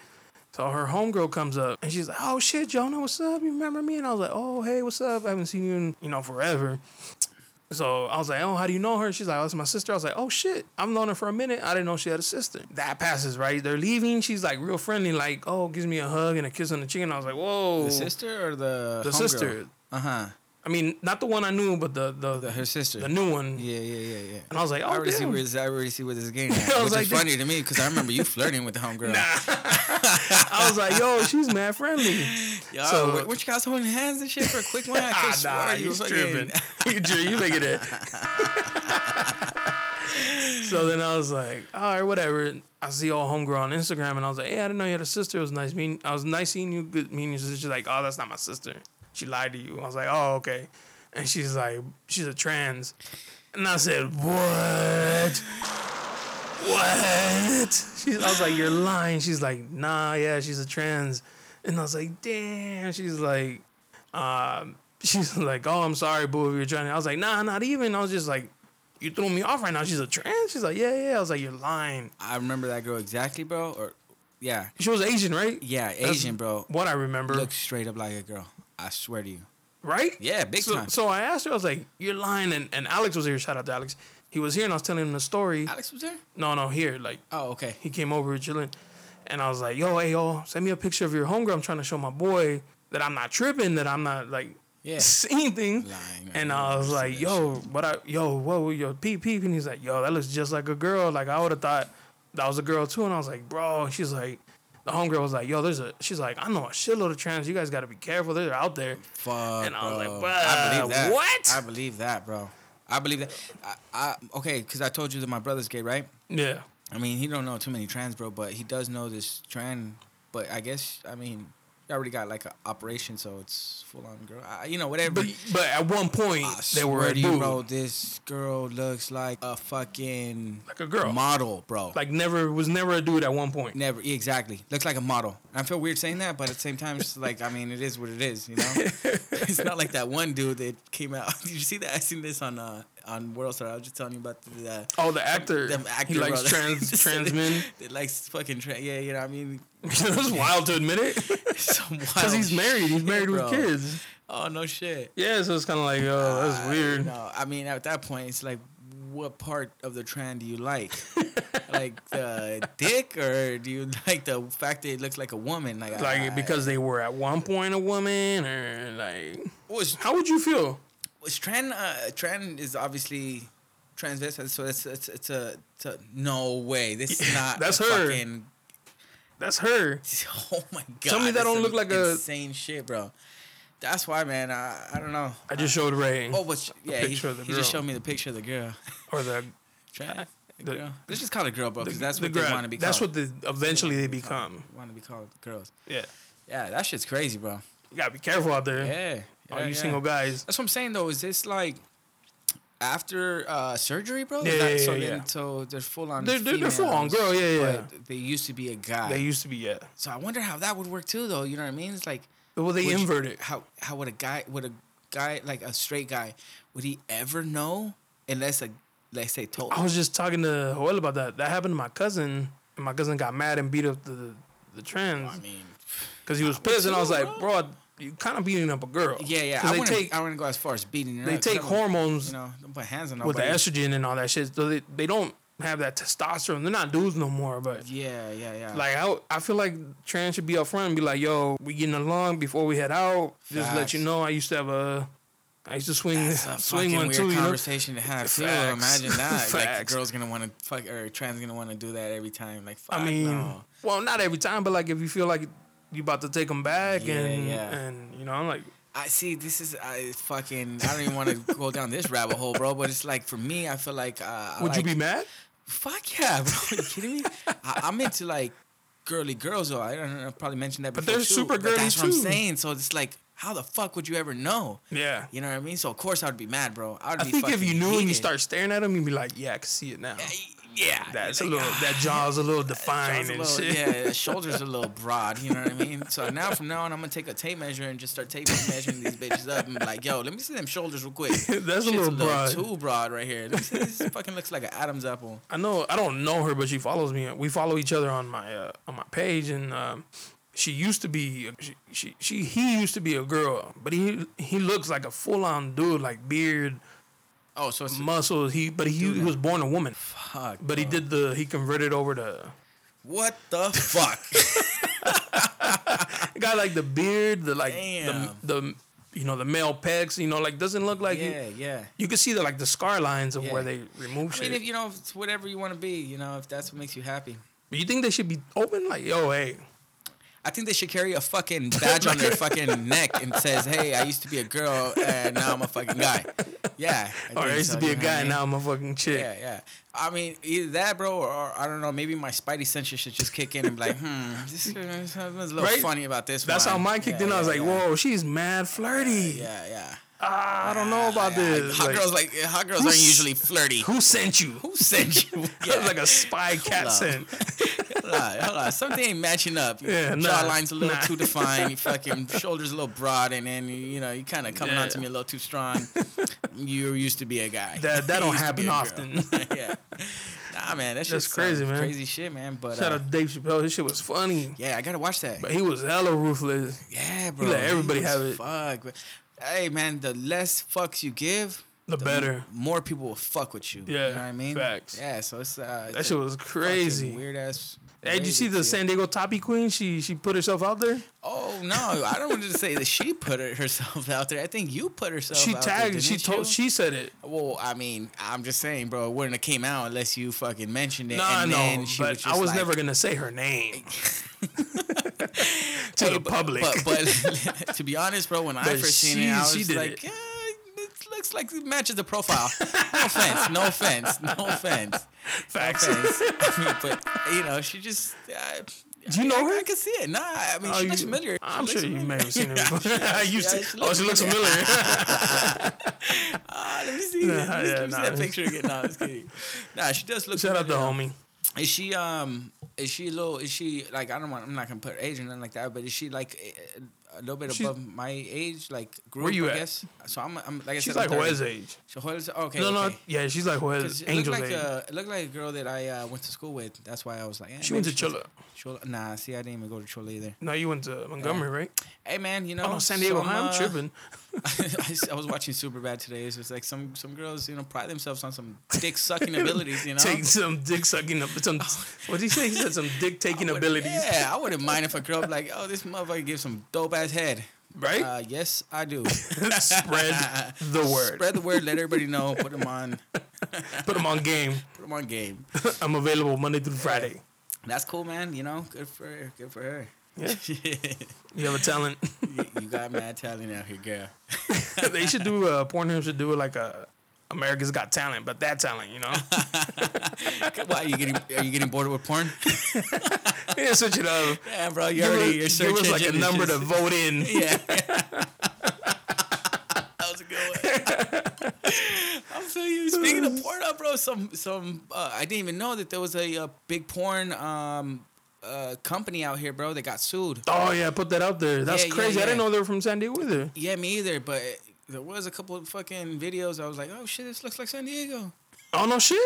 Speaker 1: So her homegirl comes up and she's like, "Oh shit, Jonah, what's up? You remember me?" And I was like, "Oh hey, what's up? I haven't seen you in you know forever." So I was like, "Oh, how do you know her?" She's like, "Oh, it's my sister." I was like, "Oh shit, I've known her for a minute. I didn't know she had a sister." That passes right. They're leaving. She's like real friendly, like, "Oh, gives me a hug and a kiss on the cheek." And I was like, "Whoa,
Speaker 2: The sister or the
Speaker 1: The sister.
Speaker 2: Uh huh.
Speaker 1: I mean, not the one I knew, but the the
Speaker 2: The her sister.
Speaker 1: the new one."
Speaker 2: yeah, yeah, yeah, yeah.
Speaker 1: And I was like, "Oh
Speaker 2: I already see
Speaker 1: damn."
Speaker 2: where this, I already see where this is getting at,
Speaker 1: I was
Speaker 2: which
Speaker 1: like,
Speaker 2: is funny to me because I remember you flirting with the homegirl.
Speaker 1: I was like, "Yo, she's mad friendly."
Speaker 2: Yo,
Speaker 1: So-
Speaker 2: weren't you guys holding hands and shit for a quick one? I
Speaker 1: Ah,
Speaker 2: could've
Speaker 1: nah,
Speaker 2: swore you
Speaker 1: you
Speaker 2: fucking-
Speaker 1: tripping. you tripping. You making it. so then I was like, all right, whatever. I see old homegirl on Instagram, and I was like, hey, I didn't know you had a sister. It was nice meeting. I was nice seeing you. Good meeting your sister. She's like, oh, that's not my sister. She lied to you. I was like, oh, okay. And she's like, she's a trans. And I said, what? What? She's, I was like, you're lying. She's like, nah, yeah, she's a trans. And I was like, damn. She's like, um, she's like, "Oh, I'm sorry, boo, if you're trying." to-" I was like, "Nah, not even." I was just like, "You threw me off right now." She's a trans. She's like, "Yeah, yeah." I was like, "You're lying."
Speaker 2: I remember that girl exactly, bro. Or yeah,
Speaker 1: She was Asian, right?
Speaker 2: yeah,
Speaker 1: That's
Speaker 2: Asian, bro.
Speaker 1: What I remember,
Speaker 2: Looks straight up like a girl. I swear to you.
Speaker 1: right?
Speaker 2: Yeah, big
Speaker 1: so,
Speaker 2: time.
Speaker 1: So I asked her. I was like, "You're lying," and, and Alex was here. Shout out to Alex. He was here, and I was telling him the story.
Speaker 2: Alex was there.
Speaker 1: No, no, here, like
Speaker 2: Oh, okay.
Speaker 1: he came over with Jalen, And I was like, yo, hey, yo, send me a picture of your homegirl. I'm trying to show my boy that I'm not tripping, that I'm not like
Speaker 2: Yeah.
Speaker 1: seeing things.
Speaker 2: Lying, man.
Speaker 1: and I was
Speaker 2: I've
Speaker 1: like,
Speaker 2: seen that
Speaker 1: yo, but I, yo, whoa, yo, peep, peep. And he's like, yo, that looks just like a girl. Like, I would have thought that was a girl too. And I was like, bro. And she's like, the homegirl was like, yo, there's a, she's like, I know a shitload of trans. You guys got to be careful. They're out there.
Speaker 2: Fuck.
Speaker 1: And I was like,
Speaker 2: bro.
Speaker 1: "Bruh,
Speaker 2: that.
Speaker 1: what?"
Speaker 2: I believe that, bro. I believe that. I, I okay, because I told you that my brother's gay, right?
Speaker 1: Yeah.
Speaker 2: I mean, he don't know too many trans, bro, but he does know this trans. But I guess, I mean, he already got like an operation, so it's full on girl. I, you know, whatever.
Speaker 1: But, but at one point,
Speaker 2: I
Speaker 1: they were
Speaker 2: swear
Speaker 1: a
Speaker 2: to you,
Speaker 1: dude.
Speaker 2: Ah, bro. This girl looks like a fucking
Speaker 1: Like a girl.
Speaker 2: model, bro.
Speaker 1: Like, never, was never a dude at one point.
Speaker 2: Never, yeah, exactly. Looks like a model. I feel weird saying that, but at the same time, it's like I mean, it is what it is, you know. it's not like that one dude that came out. Did you see that? I seen this on uh on World Star. I was just telling you about the uh,
Speaker 1: Oh, the actor.
Speaker 2: them actor.
Speaker 1: he likes
Speaker 2: brother.
Speaker 1: trans trans men.
Speaker 2: That likes fucking trans. Yeah, you know what I mean.
Speaker 1: That's wild to admit it.
Speaker 2: Because
Speaker 1: Because he's married. He's married with kids.
Speaker 2: Oh no shit.
Speaker 1: Yeah, so it's kind of like, oh, that's
Speaker 2: I-
Speaker 1: weird.
Speaker 2: No, I mean at that point it's like, what part of the trend do you like? like the dick, or do you like the fact that it looks like a woman? Like,
Speaker 1: Like
Speaker 2: I-
Speaker 1: because they were at one point a woman, or like,
Speaker 2: was
Speaker 1: how would you feel?
Speaker 2: was trend. Uh, trend is obviously transvestite, so it's it's it's a, it's a no way. This is not.
Speaker 1: that's
Speaker 2: a
Speaker 1: her.
Speaker 2: Fucking,
Speaker 1: That's her.
Speaker 2: oh my god.
Speaker 1: Tell me that
Speaker 2: that's
Speaker 1: don't
Speaker 2: some
Speaker 1: look like a-
Speaker 2: insane shit, bro. That's why, man. I, I don't know.
Speaker 1: I just showed Ray
Speaker 2: Oh, but sh- yeah, he,
Speaker 1: picture of the
Speaker 2: he just
Speaker 1: girl.
Speaker 2: showed me the picture of the girl.
Speaker 1: or the
Speaker 2: Try
Speaker 1: The-
Speaker 2: girl. Let's just call it girl, bro,
Speaker 1: the,
Speaker 2: because that's
Speaker 1: the
Speaker 2: what they
Speaker 1: grab.
Speaker 2: want to be called.
Speaker 1: That's what they eventually they become.
Speaker 2: want to be called girls.
Speaker 1: Yeah,
Speaker 2: Yeah, that shit's crazy, bro.
Speaker 1: you gotta be careful out there.
Speaker 2: Yeah. yeah
Speaker 1: All you
Speaker 2: yeah.
Speaker 1: single guys.
Speaker 2: That's what I'm saying though. Is this like after uh, surgery, bro?
Speaker 1: Yeah, yeah,
Speaker 2: so
Speaker 1: yeah,
Speaker 2: then-
Speaker 1: yeah.
Speaker 2: so they're full on.
Speaker 1: They're- they're- they're full on
Speaker 2: females,
Speaker 1: girl, yeah, yeah,
Speaker 2: but They used to be a guy.
Speaker 1: They used to be yeah.
Speaker 2: so I wonder how that would work too, though. You know what I mean? It's like
Speaker 1: Well, they
Speaker 2: would you-
Speaker 1: invert it.
Speaker 2: How how would a guy would a guy like a straight guy would he ever know unless a let's say told
Speaker 1: I was just talking to Joel about that. That happened to my cousin, and my cousin got mad and beat up the the trans
Speaker 2: I mean,
Speaker 1: because he was pissed, and I was like, bro, you kind of beating up a girl.
Speaker 2: yeah, yeah.
Speaker 1: 'Cause
Speaker 2: I
Speaker 1: They
Speaker 2: wouldn't.
Speaker 1: take
Speaker 2: I wouldn't go as far as beating. her
Speaker 1: they
Speaker 2: up, 'cause
Speaker 1: take
Speaker 2: I wouldn't,
Speaker 1: hormones
Speaker 2: You know, don't put hands on
Speaker 1: with the
Speaker 2: nobody.
Speaker 1: estrogen and all that shit. So they, they don't have that testosterone. They're not dudes no more. But
Speaker 2: yeah, yeah, yeah.
Speaker 1: like I, I feel like trans should be upfront and be like, yo, we getting along before we head out. Just let
Speaker 2: Facts.
Speaker 1: you know I used to have a I used to swing
Speaker 2: That's a
Speaker 1: swing
Speaker 2: fucking
Speaker 1: one
Speaker 2: weird
Speaker 1: too, you know.
Speaker 2: conversation to have. Too.
Speaker 1: Facts.
Speaker 2: Imagine that. Like,
Speaker 1: Facts.
Speaker 2: the girl's gonna want to fuck or trans gonna want to do that every time. Like, fuck,
Speaker 1: I mean,
Speaker 2: no.
Speaker 1: well, not every time, but like if you feel like you about to take them back
Speaker 2: Yeah,
Speaker 1: and
Speaker 2: yeah.
Speaker 1: and you know, I'm like
Speaker 2: I see. This is I fucking. I don't even want to go down this rabbit hole, bro. But it's like for me, I feel like. Uh, I
Speaker 1: would
Speaker 2: like-
Speaker 1: you be mad?
Speaker 2: Fuck yeah, bro. Are you kidding me? I, I'm into like girly girls, though. I don't know. I probably mentioned that.
Speaker 1: But
Speaker 2: before,
Speaker 1: they're
Speaker 2: too.
Speaker 1: super
Speaker 2: But That's
Speaker 1: girly,
Speaker 2: what
Speaker 1: too.
Speaker 2: I'm saying. So it's like, how the fuck would you ever know?
Speaker 1: Yeah.
Speaker 2: You know what I mean? So of course I'd be mad, bro. I'd
Speaker 1: I
Speaker 2: be
Speaker 1: think if
Speaker 2: fucking
Speaker 1: you knew and you
Speaker 2: heated.
Speaker 1: start staring at them, you'd be like, "Yeah, I can see it now."
Speaker 2: yeah,
Speaker 1: That's a
Speaker 2: like,
Speaker 1: little.
Speaker 2: ah.
Speaker 1: That jaw's a little defined
Speaker 2: Jaw's a
Speaker 1: and
Speaker 2: little-
Speaker 1: shit.
Speaker 2: Yeah, the shoulders a little broad. You know what I mean? So now from now on, I'm gonna take a tape measure and just start taping measuring these bitches up and be like, yo, let me see them shoulders real quick. Shit's
Speaker 1: That's a little broad.
Speaker 2: too broad right here. Let me see, this fucking looks like an Adam's apple.
Speaker 1: I know I don't know her, but she follows me. We follow each other on my uh, on my page, and um, she used to be she, she she he used to be a girl, but he he looks like a full on dude, like beard,
Speaker 2: Oh, so it's
Speaker 1: muscles. He but he, he was born a woman,
Speaker 2: fuck.
Speaker 1: but he
Speaker 2: bro.
Speaker 1: did the he converted over to
Speaker 2: What the fuck?
Speaker 1: got like the beard, the like the,
Speaker 2: Damn.
Speaker 1: the you know the male pecs, you know like doesn't look like
Speaker 2: yeah,
Speaker 1: you.
Speaker 2: yeah.
Speaker 1: You can see the like the scar lines of
Speaker 2: Yeah.
Speaker 1: where they remove
Speaker 2: I
Speaker 1: shit.
Speaker 2: mean, if you know, it's whatever you want to be, you know, if that's what makes you happy.
Speaker 1: But you think they should be open? Like yo, hey,
Speaker 2: I think they should carry a fucking badge on their fucking neck and says, "Hey, I used to be a girl and now I'm a fucking guy." Yeah. I
Speaker 1: or I
Speaker 2: think
Speaker 1: used
Speaker 2: so,
Speaker 1: to be
Speaker 2: you
Speaker 1: a
Speaker 2: know what I
Speaker 1: guy,
Speaker 2: mean?
Speaker 1: now I'm a fucking chick.
Speaker 2: Yeah, yeah. I mean, either that, bro, or, or I don't know. Maybe my spidey senses should just kick in and be like, "Hmm, this is there's something a little
Speaker 1: Right?
Speaker 2: funny about this."
Speaker 1: That's
Speaker 2: one.
Speaker 1: how mine kicked
Speaker 2: Yeah,
Speaker 1: in. I was like,
Speaker 2: yeah, yeah.
Speaker 1: whoa, she's mad flirty.
Speaker 2: Yeah, yeah.
Speaker 1: Ah, I don't know about
Speaker 2: Yeah,
Speaker 1: this.
Speaker 2: Hot
Speaker 1: Like,
Speaker 2: girls like yeah, hot girls
Speaker 1: who
Speaker 2: aren't
Speaker 1: s-
Speaker 2: usually flirty.
Speaker 1: who sent you?
Speaker 2: Who sent you?
Speaker 1: Yeah. like a spy cat
Speaker 2: up.
Speaker 1: sent.
Speaker 2: hold on, hold on. Something ain't matching up.
Speaker 1: Yeah, nah,
Speaker 2: Jawline's a little
Speaker 1: nah.
Speaker 2: too defined. Your fucking shoulders a little broad, and then you know you kind of coming
Speaker 1: Yeah.
Speaker 2: on to me a little too strong. you used to be a guy.
Speaker 1: That that
Speaker 2: You
Speaker 1: don't
Speaker 2: used to be
Speaker 1: happen
Speaker 2: a girl.
Speaker 1: often.
Speaker 2: yeah. Nah, man, that's
Speaker 1: That's
Speaker 2: just
Speaker 1: crazy, man.
Speaker 2: Crazy shit, man. But
Speaker 1: Shout
Speaker 2: uh,
Speaker 1: out to Dave Chappelle. His shit was funny,
Speaker 2: yeah, I gotta watch that.
Speaker 1: but he was hella ruthless.
Speaker 2: Yeah, bro.
Speaker 1: let everybody
Speaker 2: was
Speaker 1: have it.
Speaker 2: Fuck. bro. Hey, man, the less fucks you give,
Speaker 1: The The better.
Speaker 2: more people will fuck with you.
Speaker 1: Yeah,
Speaker 2: you know what I mean.
Speaker 1: facts.
Speaker 2: Yeah, so it's uh, it's
Speaker 1: That
Speaker 2: a
Speaker 1: shit was
Speaker 2: fucking
Speaker 1: crazy.
Speaker 2: Weird ass.
Speaker 1: Hey, did you see the San Diego Toppy Queen? She she put herself out there.
Speaker 2: Oh no, I don't want to say that she put her- herself out there. I think you put herself.
Speaker 1: She
Speaker 2: out
Speaker 1: tagged.
Speaker 2: There,
Speaker 1: she
Speaker 2: didn't
Speaker 1: told.
Speaker 2: you?
Speaker 1: She said it.
Speaker 2: Well, I mean, I'm just saying, bro. It wouldn't have came out unless you fucking mentioned it.
Speaker 1: No, I
Speaker 2: and then
Speaker 1: know,
Speaker 2: she
Speaker 1: but
Speaker 2: was
Speaker 1: I
Speaker 2: just
Speaker 1: was
Speaker 2: like-
Speaker 1: never gonna say her name to
Speaker 2: Hey,
Speaker 1: the
Speaker 2: but-
Speaker 1: public.
Speaker 2: But, but to be honest, bro, when I
Speaker 1: But
Speaker 2: first seen
Speaker 1: she-
Speaker 2: it, I
Speaker 1: she
Speaker 2: was
Speaker 1: did
Speaker 2: like,
Speaker 1: it.
Speaker 2: yeah, it looks like it matches the profile. No offense, no offense, no offense,
Speaker 1: Facts.
Speaker 2: offense. I mean, but you know, she just. I,
Speaker 1: Do you
Speaker 2: I-
Speaker 1: know
Speaker 2: I,
Speaker 1: her?
Speaker 2: I can see it. Nah, I mean,
Speaker 1: Oh,
Speaker 2: she
Speaker 1: you-
Speaker 2: looks familiar. She
Speaker 1: I'm
Speaker 2: looks
Speaker 1: sure you
Speaker 2: familiar.
Speaker 1: may have seen her. Before. I used
Speaker 2: yeah,
Speaker 1: to-
Speaker 2: she
Speaker 1: oh,
Speaker 2: looks
Speaker 1: she looks familiar.
Speaker 2: Ah, let me see, that.
Speaker 1: Nah,
Speaker 2: let me,
Speaker 1: yeah,
Speaker 2: let me see
Speaker 1: nah.
Speaker 2: that picture again. Nah, just kidding. Nah, she does look.
Speaker 1: Shout out to
Speaker 2: familiar.
Speaker 1: homie.
Speaker 2: Is she um? Is she a little? Is she like? I don't want. I'm not gonna put her age or nothing like that. But is she like a, a little bit
Speaker 1: She's-
Speaker 2: above my age? Like group,
Speaker 1: you
Speaker 2: I
Speaker 1: at?
Speaker 2: guess. So I'm. I'm like I
Speaker 1: She's
Speaker 2: said.
Speaker 1: like
Speaker 2: I'm 30.
Speaker 1: Juez age.
Speaker 2: So Juez. Okay.
Speaker 1: No, no,
Speaker 2: okay.
Speaker 1: yeah, she's like Juez.
Speaker 2: 'Cause It looked
Speaker 1: Angel's
Speaker 2: like
Speaker 1: age.
Speaker 2: uh, a it looked like a girl that I uh, went to school with. That's why I was like, eh,
Speaker 1: She
Speaker 2: maybe
Speaker 1: went to
Speaker 2: was-
Speaker 1: Chola.
Speaker 2: Chola. Nah, see, I didn't even go to Chola either.
Speaker 1: No, you went to Montgomery, right?
Speaker 2: Hey man, you know,
Speaker 1: Oh, San Diego.
Speaker 2: some,
Speaker 1: High. I'm
Speaker 2: uh,
Speaker 1: tripping.
Speaker 2: I, s- I was watching Superbad today. So it's like some some girls, you know, pride themselves on some dick sucking abilities. You know,
Speaker 1: Take some dick sucking up. Some what did he say? He said some dick taking
Speaker 2: I wouldn't-
Speaker 1: abilities.
Speaker 2: Yeah, I wouldn't mind if a girl be like, oh, this motherfucker gives some dope ass head.
Speaker 1: Right?
Speaker 2: Uh, yes, I do.
Speaker 1: Spread the word.
Speaker 2: Spread the word. Let everybody know. Put them on.
Speaker 1: Put them on game.
Speaker 2: Put them on game.
Speaker 1: I'm available Monday through Friday.
Speaker 2: That's cool, man. You know, good for her. Good for her.
Speaker 1: Yeah.
Speaker 2: you,
Speaker 1: You have a talent.
Speaker 2: you got mad talent out here, girl.
Speaker 1: they should do. Uh, Pornhub should do like a America's Got Talent, but that talent, you know.
Speaker 2: Why are you getting are you getting bored with porn?
Speaker 1: yeah, switch it up.
Speaker 2: Yeah, bro. You
Speaker 1: Give
Speaker 2: already
Speaker 1: us-
Speaker 2: your
Speaker 1: give
Speaker 2: search
Speaker 1: us like a
Speaker 2: engine is
Speaker 1: number to
Speaker 2: just-
Speaker 1: vote in.
Speaker 2: Yeah. that was a good one. I'm feeling you. Speaking of porn, up, bro, some some uh, I didn't even know that there was a, uh big porn um uh company out here, bro. That got sued.
Speaker 1: Oh yeah, put that out there. That's
Speaker 2: Yeah, yeah,
Speaker 1: crazy. I didn't
Speaker 2: yeah.
Speaker 1: know they were from San Diego either.
Speaker 2: Yeah, me either. But there was a couple of fucking videos. I was like, oh shit, this looks like San Diego.
Speaker 1: Oh no shit.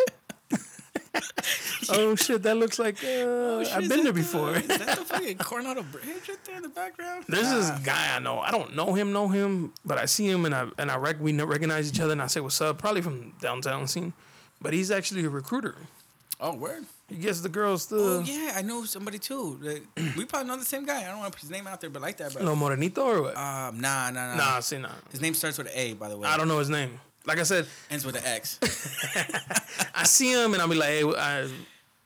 Speaker 1: oh shit, that looks like uh,
Speaker 2: Oh, Shit,
Speaker 1: I've
Speaker 2: is
Speaker 1: been there
Speaker 2: that the-
Speaker 1: before.
Speaker 2: Is that the fucking Coronado Bridge right there in the background?
Speaker 1: There's this
Speaker 2: Nah.
Speaker 1: guy I know. I don't know him, know him, but I see him and I and I rec- we kn- recognize each other and I say what's up, probably from downtown scene. But he's actually a recruiter.
Speaker 2: Oh, word.
Speaker 1: He gets the girls to
Speaker 2: Oh yeah, I know somebody too. Like, we probably know the same guy. I don't want to put his name out there, but like that, bro.
Speaker 1: no morenito or what?
Speaker 2: Um, nah, nah, nah.
Speaker 1: nah, see, nah.
Speaker 2: His name starts with an A, by the way.
Speaker 1: I don't know his name. Like I said,
Speaker 2: Ends with an X.
Speaker 1: I see him and I'll be like, hey, I,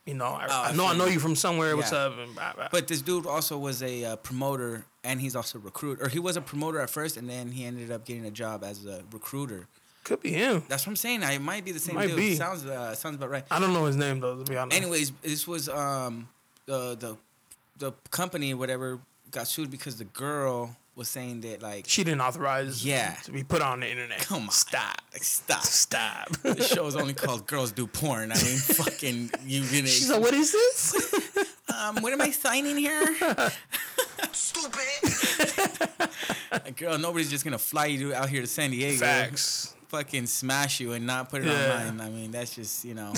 Speaker 1: you know, I,
Speaker 2: Oh,
Speaker 1: I know I
Speaker 2: so-
Speaker 1: know you from somewhere. What's
Speaker 2: yeah.
Speaker 1: up? And blah, blah.
Speaker 2: but this dude also was a uh, promoter, and he's also a recruit. Or he was a promoter at first, and then he ended up getting a job as a recruiter.
Speaker 1: could be him.
Speaker 2: That's what I'm saying. I it might be the same
Speaker 1: Might
Speaker 2: dude.
Speaker 1: be.
Speaker 2: Sounds uh, sounds about right.
Speaker 1: I don't know his name though. To be honest.
Speaker 2: Anyways, this was um the the the company whatever got sued because the girl was saying that like
Speaker 1: she didn't authorize.
Speaker 2: Yeah.
Speaker 1: To be put on the internet.
Speaker 2: come on
Speaker 1: Stop.
Speaker 2: like stop.
Speaker 1: Stop.
Speaker 2: the show is only called Girls Do Porn. I mean, fucking you gonna
Speaker 1: She's like, what is this?
Speaker 2: um, what am I signing here?
Speaker 3: Stupid.
Speaker 2: Like, Girl, nobody's just gonna fly you out here to San Diego,
Speaker 1: Facts.
Speaker 2: fucking smash you, and not put it
Speaker 1: Yeah.
Speaker 2: online. I mean, that's just you know,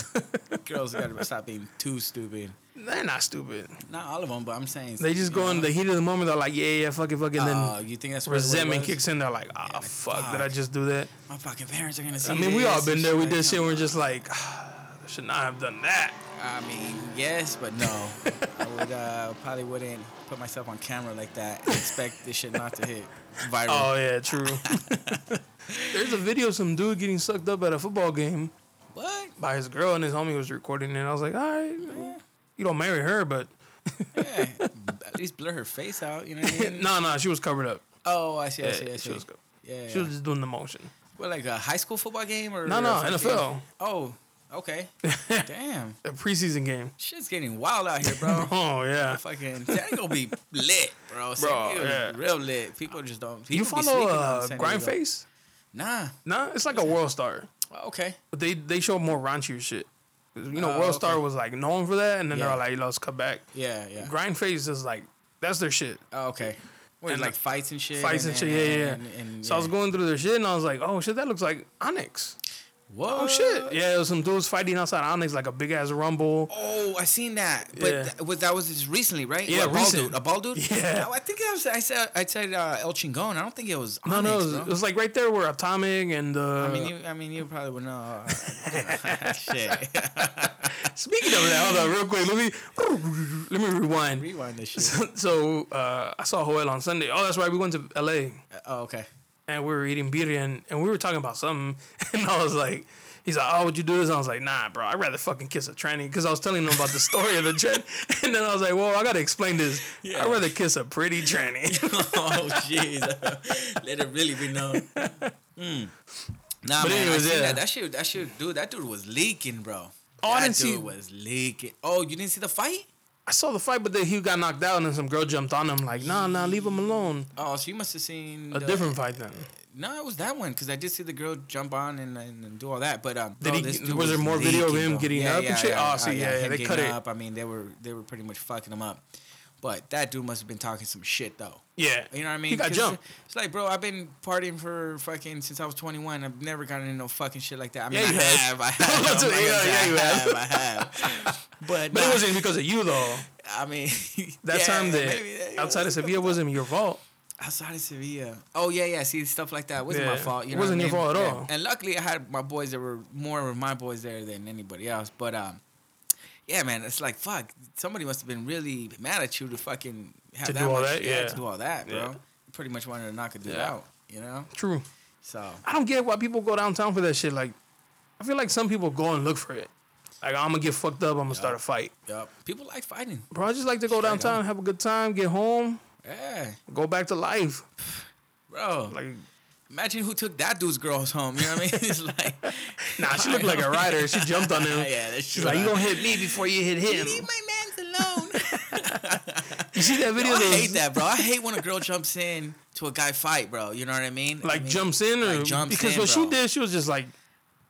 Speaker 2: girls gotta stop being too stupid.
Speaker 1: They're not stupid.
Speaker 2: Not all of them, but I'm saying
Speaker 1: They just
Speaker 2: you
Speaker 1: go in
Speaker 2: know,
Speaker 1: the heat of the moment. They're like, yeah, yeah, fuck it, fuck it. And then
Speaker 2: uh, you think that's what it
Speaker 1: resentment
Speaker 2: was?
Speaker 1: kicks in. They're like, ah, fuck, did I
Speaker 2: fuck.
Speaker 1: just do that?
Speaker 2: My fucking parents are gonna see.
Speaker 1: I mean, we
Speaker 2: this
Speaker 1: all
Speaker 2: and
Speaker 1: been
Speaker 2: shit
Speaker 1: there. We
Speaker 2: like
Speaker 1: did
Speaker 2: that.
Speaker 1: shit. and We're just like, ah, I should not have done that.
Speaker 2: I mean, yes, but no. I would uh, probably wouldn't put myself on camera like that and expect this shit not to hit viral.
Speaker 1: Oh yeah, true. There's a video of some dude getting sucked up at a football game
Speaker 2: What?
Speaker 1: by his girl, and his homie was recording it. And I was like, all right, you don't marry her, but
Speaker 2: Yeah. At least blur her face out. You know what I
Speaker 1: no,
Speaker 2: mean?
Speaker 1: no, she was covered up.
Speaker 2: Oh, I see. I
Speaker 1: Yeah,
Speaker 2: see. I see.
Speaker 1: she was good.
Speaker 2: Yeah.
Speaker 1: She was just doing the motion.
Speaker 2: What, like a high school football game or
Speaker 1: No, no,
Speaker 2: a fucking-
Speaker 1: NFL.
Speaker 2: Oh, okay. Damn,
Speaker 1: A preseason game.
Speaker 2: shit's getting wild out here, bro.
Speaker 1: Oh yeah.
Speaker 2: Fucking, that ain't gonna be lit, bro. San
Speaker 1: Bro,
Speaker 2: Diego's
Speaker 1: yeah.
Speaker 2: real lit. People just don't. People
Speaker 1: You
Speaker 2: be
Speaker 1: follow
Speaker 2: sleeping on
Speaker 1: uh,
Speaker 2: San Diego.
Speaker 1: Grindface?
Speaker 2: Nah.
Speaker 1: Nah, it's like a world star.
Speaker 2: Oh, okay.
Speaker 1: But they they show more raunchier shit. 'Cause, You know,
Speaker 2: Oh,
Speaker 1: World
Speaker 2: okay.
Speaker 1: Star was like known for that, and then
Speaker 2: Yeah.
Speaker 1: they're like, "Let's cut back."
Speaker 2: Yeah, yeah.
Speaker 1: Grindface is like that's their shit.
Speaker 2: Oh, okay. What,
Speaker 1: And
Speaker 2: like
Speaker 1: the-
Speaker 2: fights and shit.
Speaker 1: Fights and shit, yeah, yeah.
Speaker 2: and- and-
Speaker 1: so I was
Speaker 2: yeah.
Speaker 1: going through their shit, and I was like, "Oh shit, that looks like Onyx."
Speaker 2: What?
Speaker 1: Oh shit! Yeah, it was some dudes fighting outside Onyx like a big ass rumble.
Speaker 2: Oh, I seen that. But
Speaker 1: Yeah.
Speaker 2: th- was- that was just recently, right?
Speaker 1: Yeah,
Speaker 2: What, a bald
Speaker 1: recent.
Speaker 2: dude. A bald dude.
Speaker 1: Yeah.
Speaker 2: No, I think I was. I said. I said uh, El Chingon. I don't think it was.
Speaker 1: No,
Speaker 2: Onyx,
Speaker 1: no, it was,
Speaker 2: bro.
Speaker 1: it was like right there where Atomic and uh,
Speaker 2: I mean, you, I mean, you probably would know. shit.
Speaker 1: speaking of that, hold on, real quick, let me let me rewind.
Speaker 2: Rewind this shit.
Speaker 1: So, so uh, I saw Joel on Sunday. Oh, that's right, we went to L.A.
Speaker 2: Oh, okay.
Speaker 1: and we were eating birria and, and we were talking about something and I was like he's like oh would you do this and I was like nah bro I'd rather fucking kiss a tranny because I was telling him about the story of the tranny and then I was like well I gotta explain this
Speaker 2: Yeah.
Speaker 1: I'd rather kiss a pretty tranny
Speaker 2: oh, jeez. Let it really be known. Mm. Nah,
Speaker 1: But
Speaker 2: man,
Speaker 1: anyways,
Speaker 2: I seen
Speaker 1: yeah.
Speaker 2: that. that shit, that shit, dude, that dude was leaking, bro.
Speaker 1: Oh, I
Speaker 2: that
Speaker 1: didn't
Speaker 2: dude
Speaker 1: see-
Speaker 2: was leaking. Oh, you didn't see the fight?
Speaker 1: I saw the fight but then he got knocked out and then some girl jumped on him like nah nah leave him alone
Speaker 2: Oh, so you must have seen
Speaker 1: a
Speaker 2: the-
Speaker 1: different fight then
Speaker 2: No, it was that one because I did see the girl jump on and, and, and do all that. But um,
Speaker 1: Did
Speaker 2: bro,
Speaker 1: he-
Speaker 2: this dude
Speaker 1: was there more video of
Speaker 2: leaking,
Speaker 1: him
Speaker 2: bro.
Speaker 1: getting up and shit? Oh, see, yeah, yeah,
Speaker 2: Uh, him
Speaker 1: they
Speaker 2: getting
Speaker 1: cut it.
Speaker 2: up. I mean, they were they were pretty much fucking him up. But that dude must have been talking some shit though.
Speaker 1: yeah
Speaker 2: You know what I mean?
Speaker 1: he got
Speaker 2: 'Cause
Speaker 1: jumped
Speaker 2: It's, it's like, bro, I've been partying for fucking since I was 21. I've never gotten into no fucking shit like that. I mean,
Speaker 1: Yeah,
Speaker 2: I
Speaker 1: you have.
Speaker 2: have. I have. I'm
Speaker 1: That's what-
Speaker 2: not gonna
Speaker 1: yeah,
Speaker 2: say
Speaker 1: yeah, you
Speaker 2: I
Speaker 1: have.
Speaker 2: I have. But,
Speaker 1: but
Speaker 2: nah,
Speaker 1: it wasn't because of you though
Speaker 2: I mean,
Speaker 1: that
Speaker 2: yeah,
Speaker 1: time that
Speaker 2: maybe, yeah,
Speaker 1: outside of Sevilla wasn't your fault
Speaker 2: Outside of Sevilla. Oh yeah, yeah. See stuff like that wasn't my
Speaker 1: Yeah.
Speaker 2: fault. You
Speaker 1: It
Speaker 2: know
Speaker 1: wasn't
Speaker 2: what I
Speaker 1: your
Speaker 2: mean?
Speaker 1: fault at
Speaker 2: Yeah.
Speaker 1: all.
Speaker 2: And luckily, I had my boys that were more of my boys there than anybody else. But um, yeah, man, it's like fuck. Somebody must have been really mad at you to fucking have
Speaker 1: To
Speaker 2: that
Speaker 1: do all
Speaker 2: much-
Speaker 1: that? Yeah.
Speaker 2: to do all that, bro.
Speaker 1: Yeah.
Speaker 2: You pretty much wanted to knock a dude
Speaker 1: Yeah.
Speaker 2: out. You know,
Speaker 1: true
Speaker 2: so
Speaker 1: I don't get why people go downtown for that shit. Like, I feel like some people go and look for it. Like, I'm gonna get fucked up. I'm gonna start a fight.
Speaker 2: yup. people like fighting.
Speaker 1: Bro, I just like to go
Speaker 2: Straight
Speaker 1: downtown, have a good time, get home,
Speaker 2: Yeah,
Speaker 1: go back to life.
Speaker 2: bro. Like,
Speaker 1: Like,
Speaker 2: imagine who took that dude's girls home. You know what I mean? It's like,
Speaker 1: nah, she looked like a rider. She jumped on him.
Speaker 2: yeah, that's
Speaker 1: She's like, you gonna hit me before you hit him.
Speaker 2: leave my man's alone.
Speaker 1: You see that video?
Speaker 2: I
Speaker 1: that was-
Speaker 2: hate that, bro. I hate when a girl jumps in to a guy fight, bro. You know what I mean? I
Speaker 1: Like,
Speaker 2: mean,
Speaker 1: jumps in or
Speaker 2: like, jumps
Speaker 1: because
Speaker 2: in,
Speaker 1: what
Speaker 2: bro.
Speaker 1: she did, she was just like,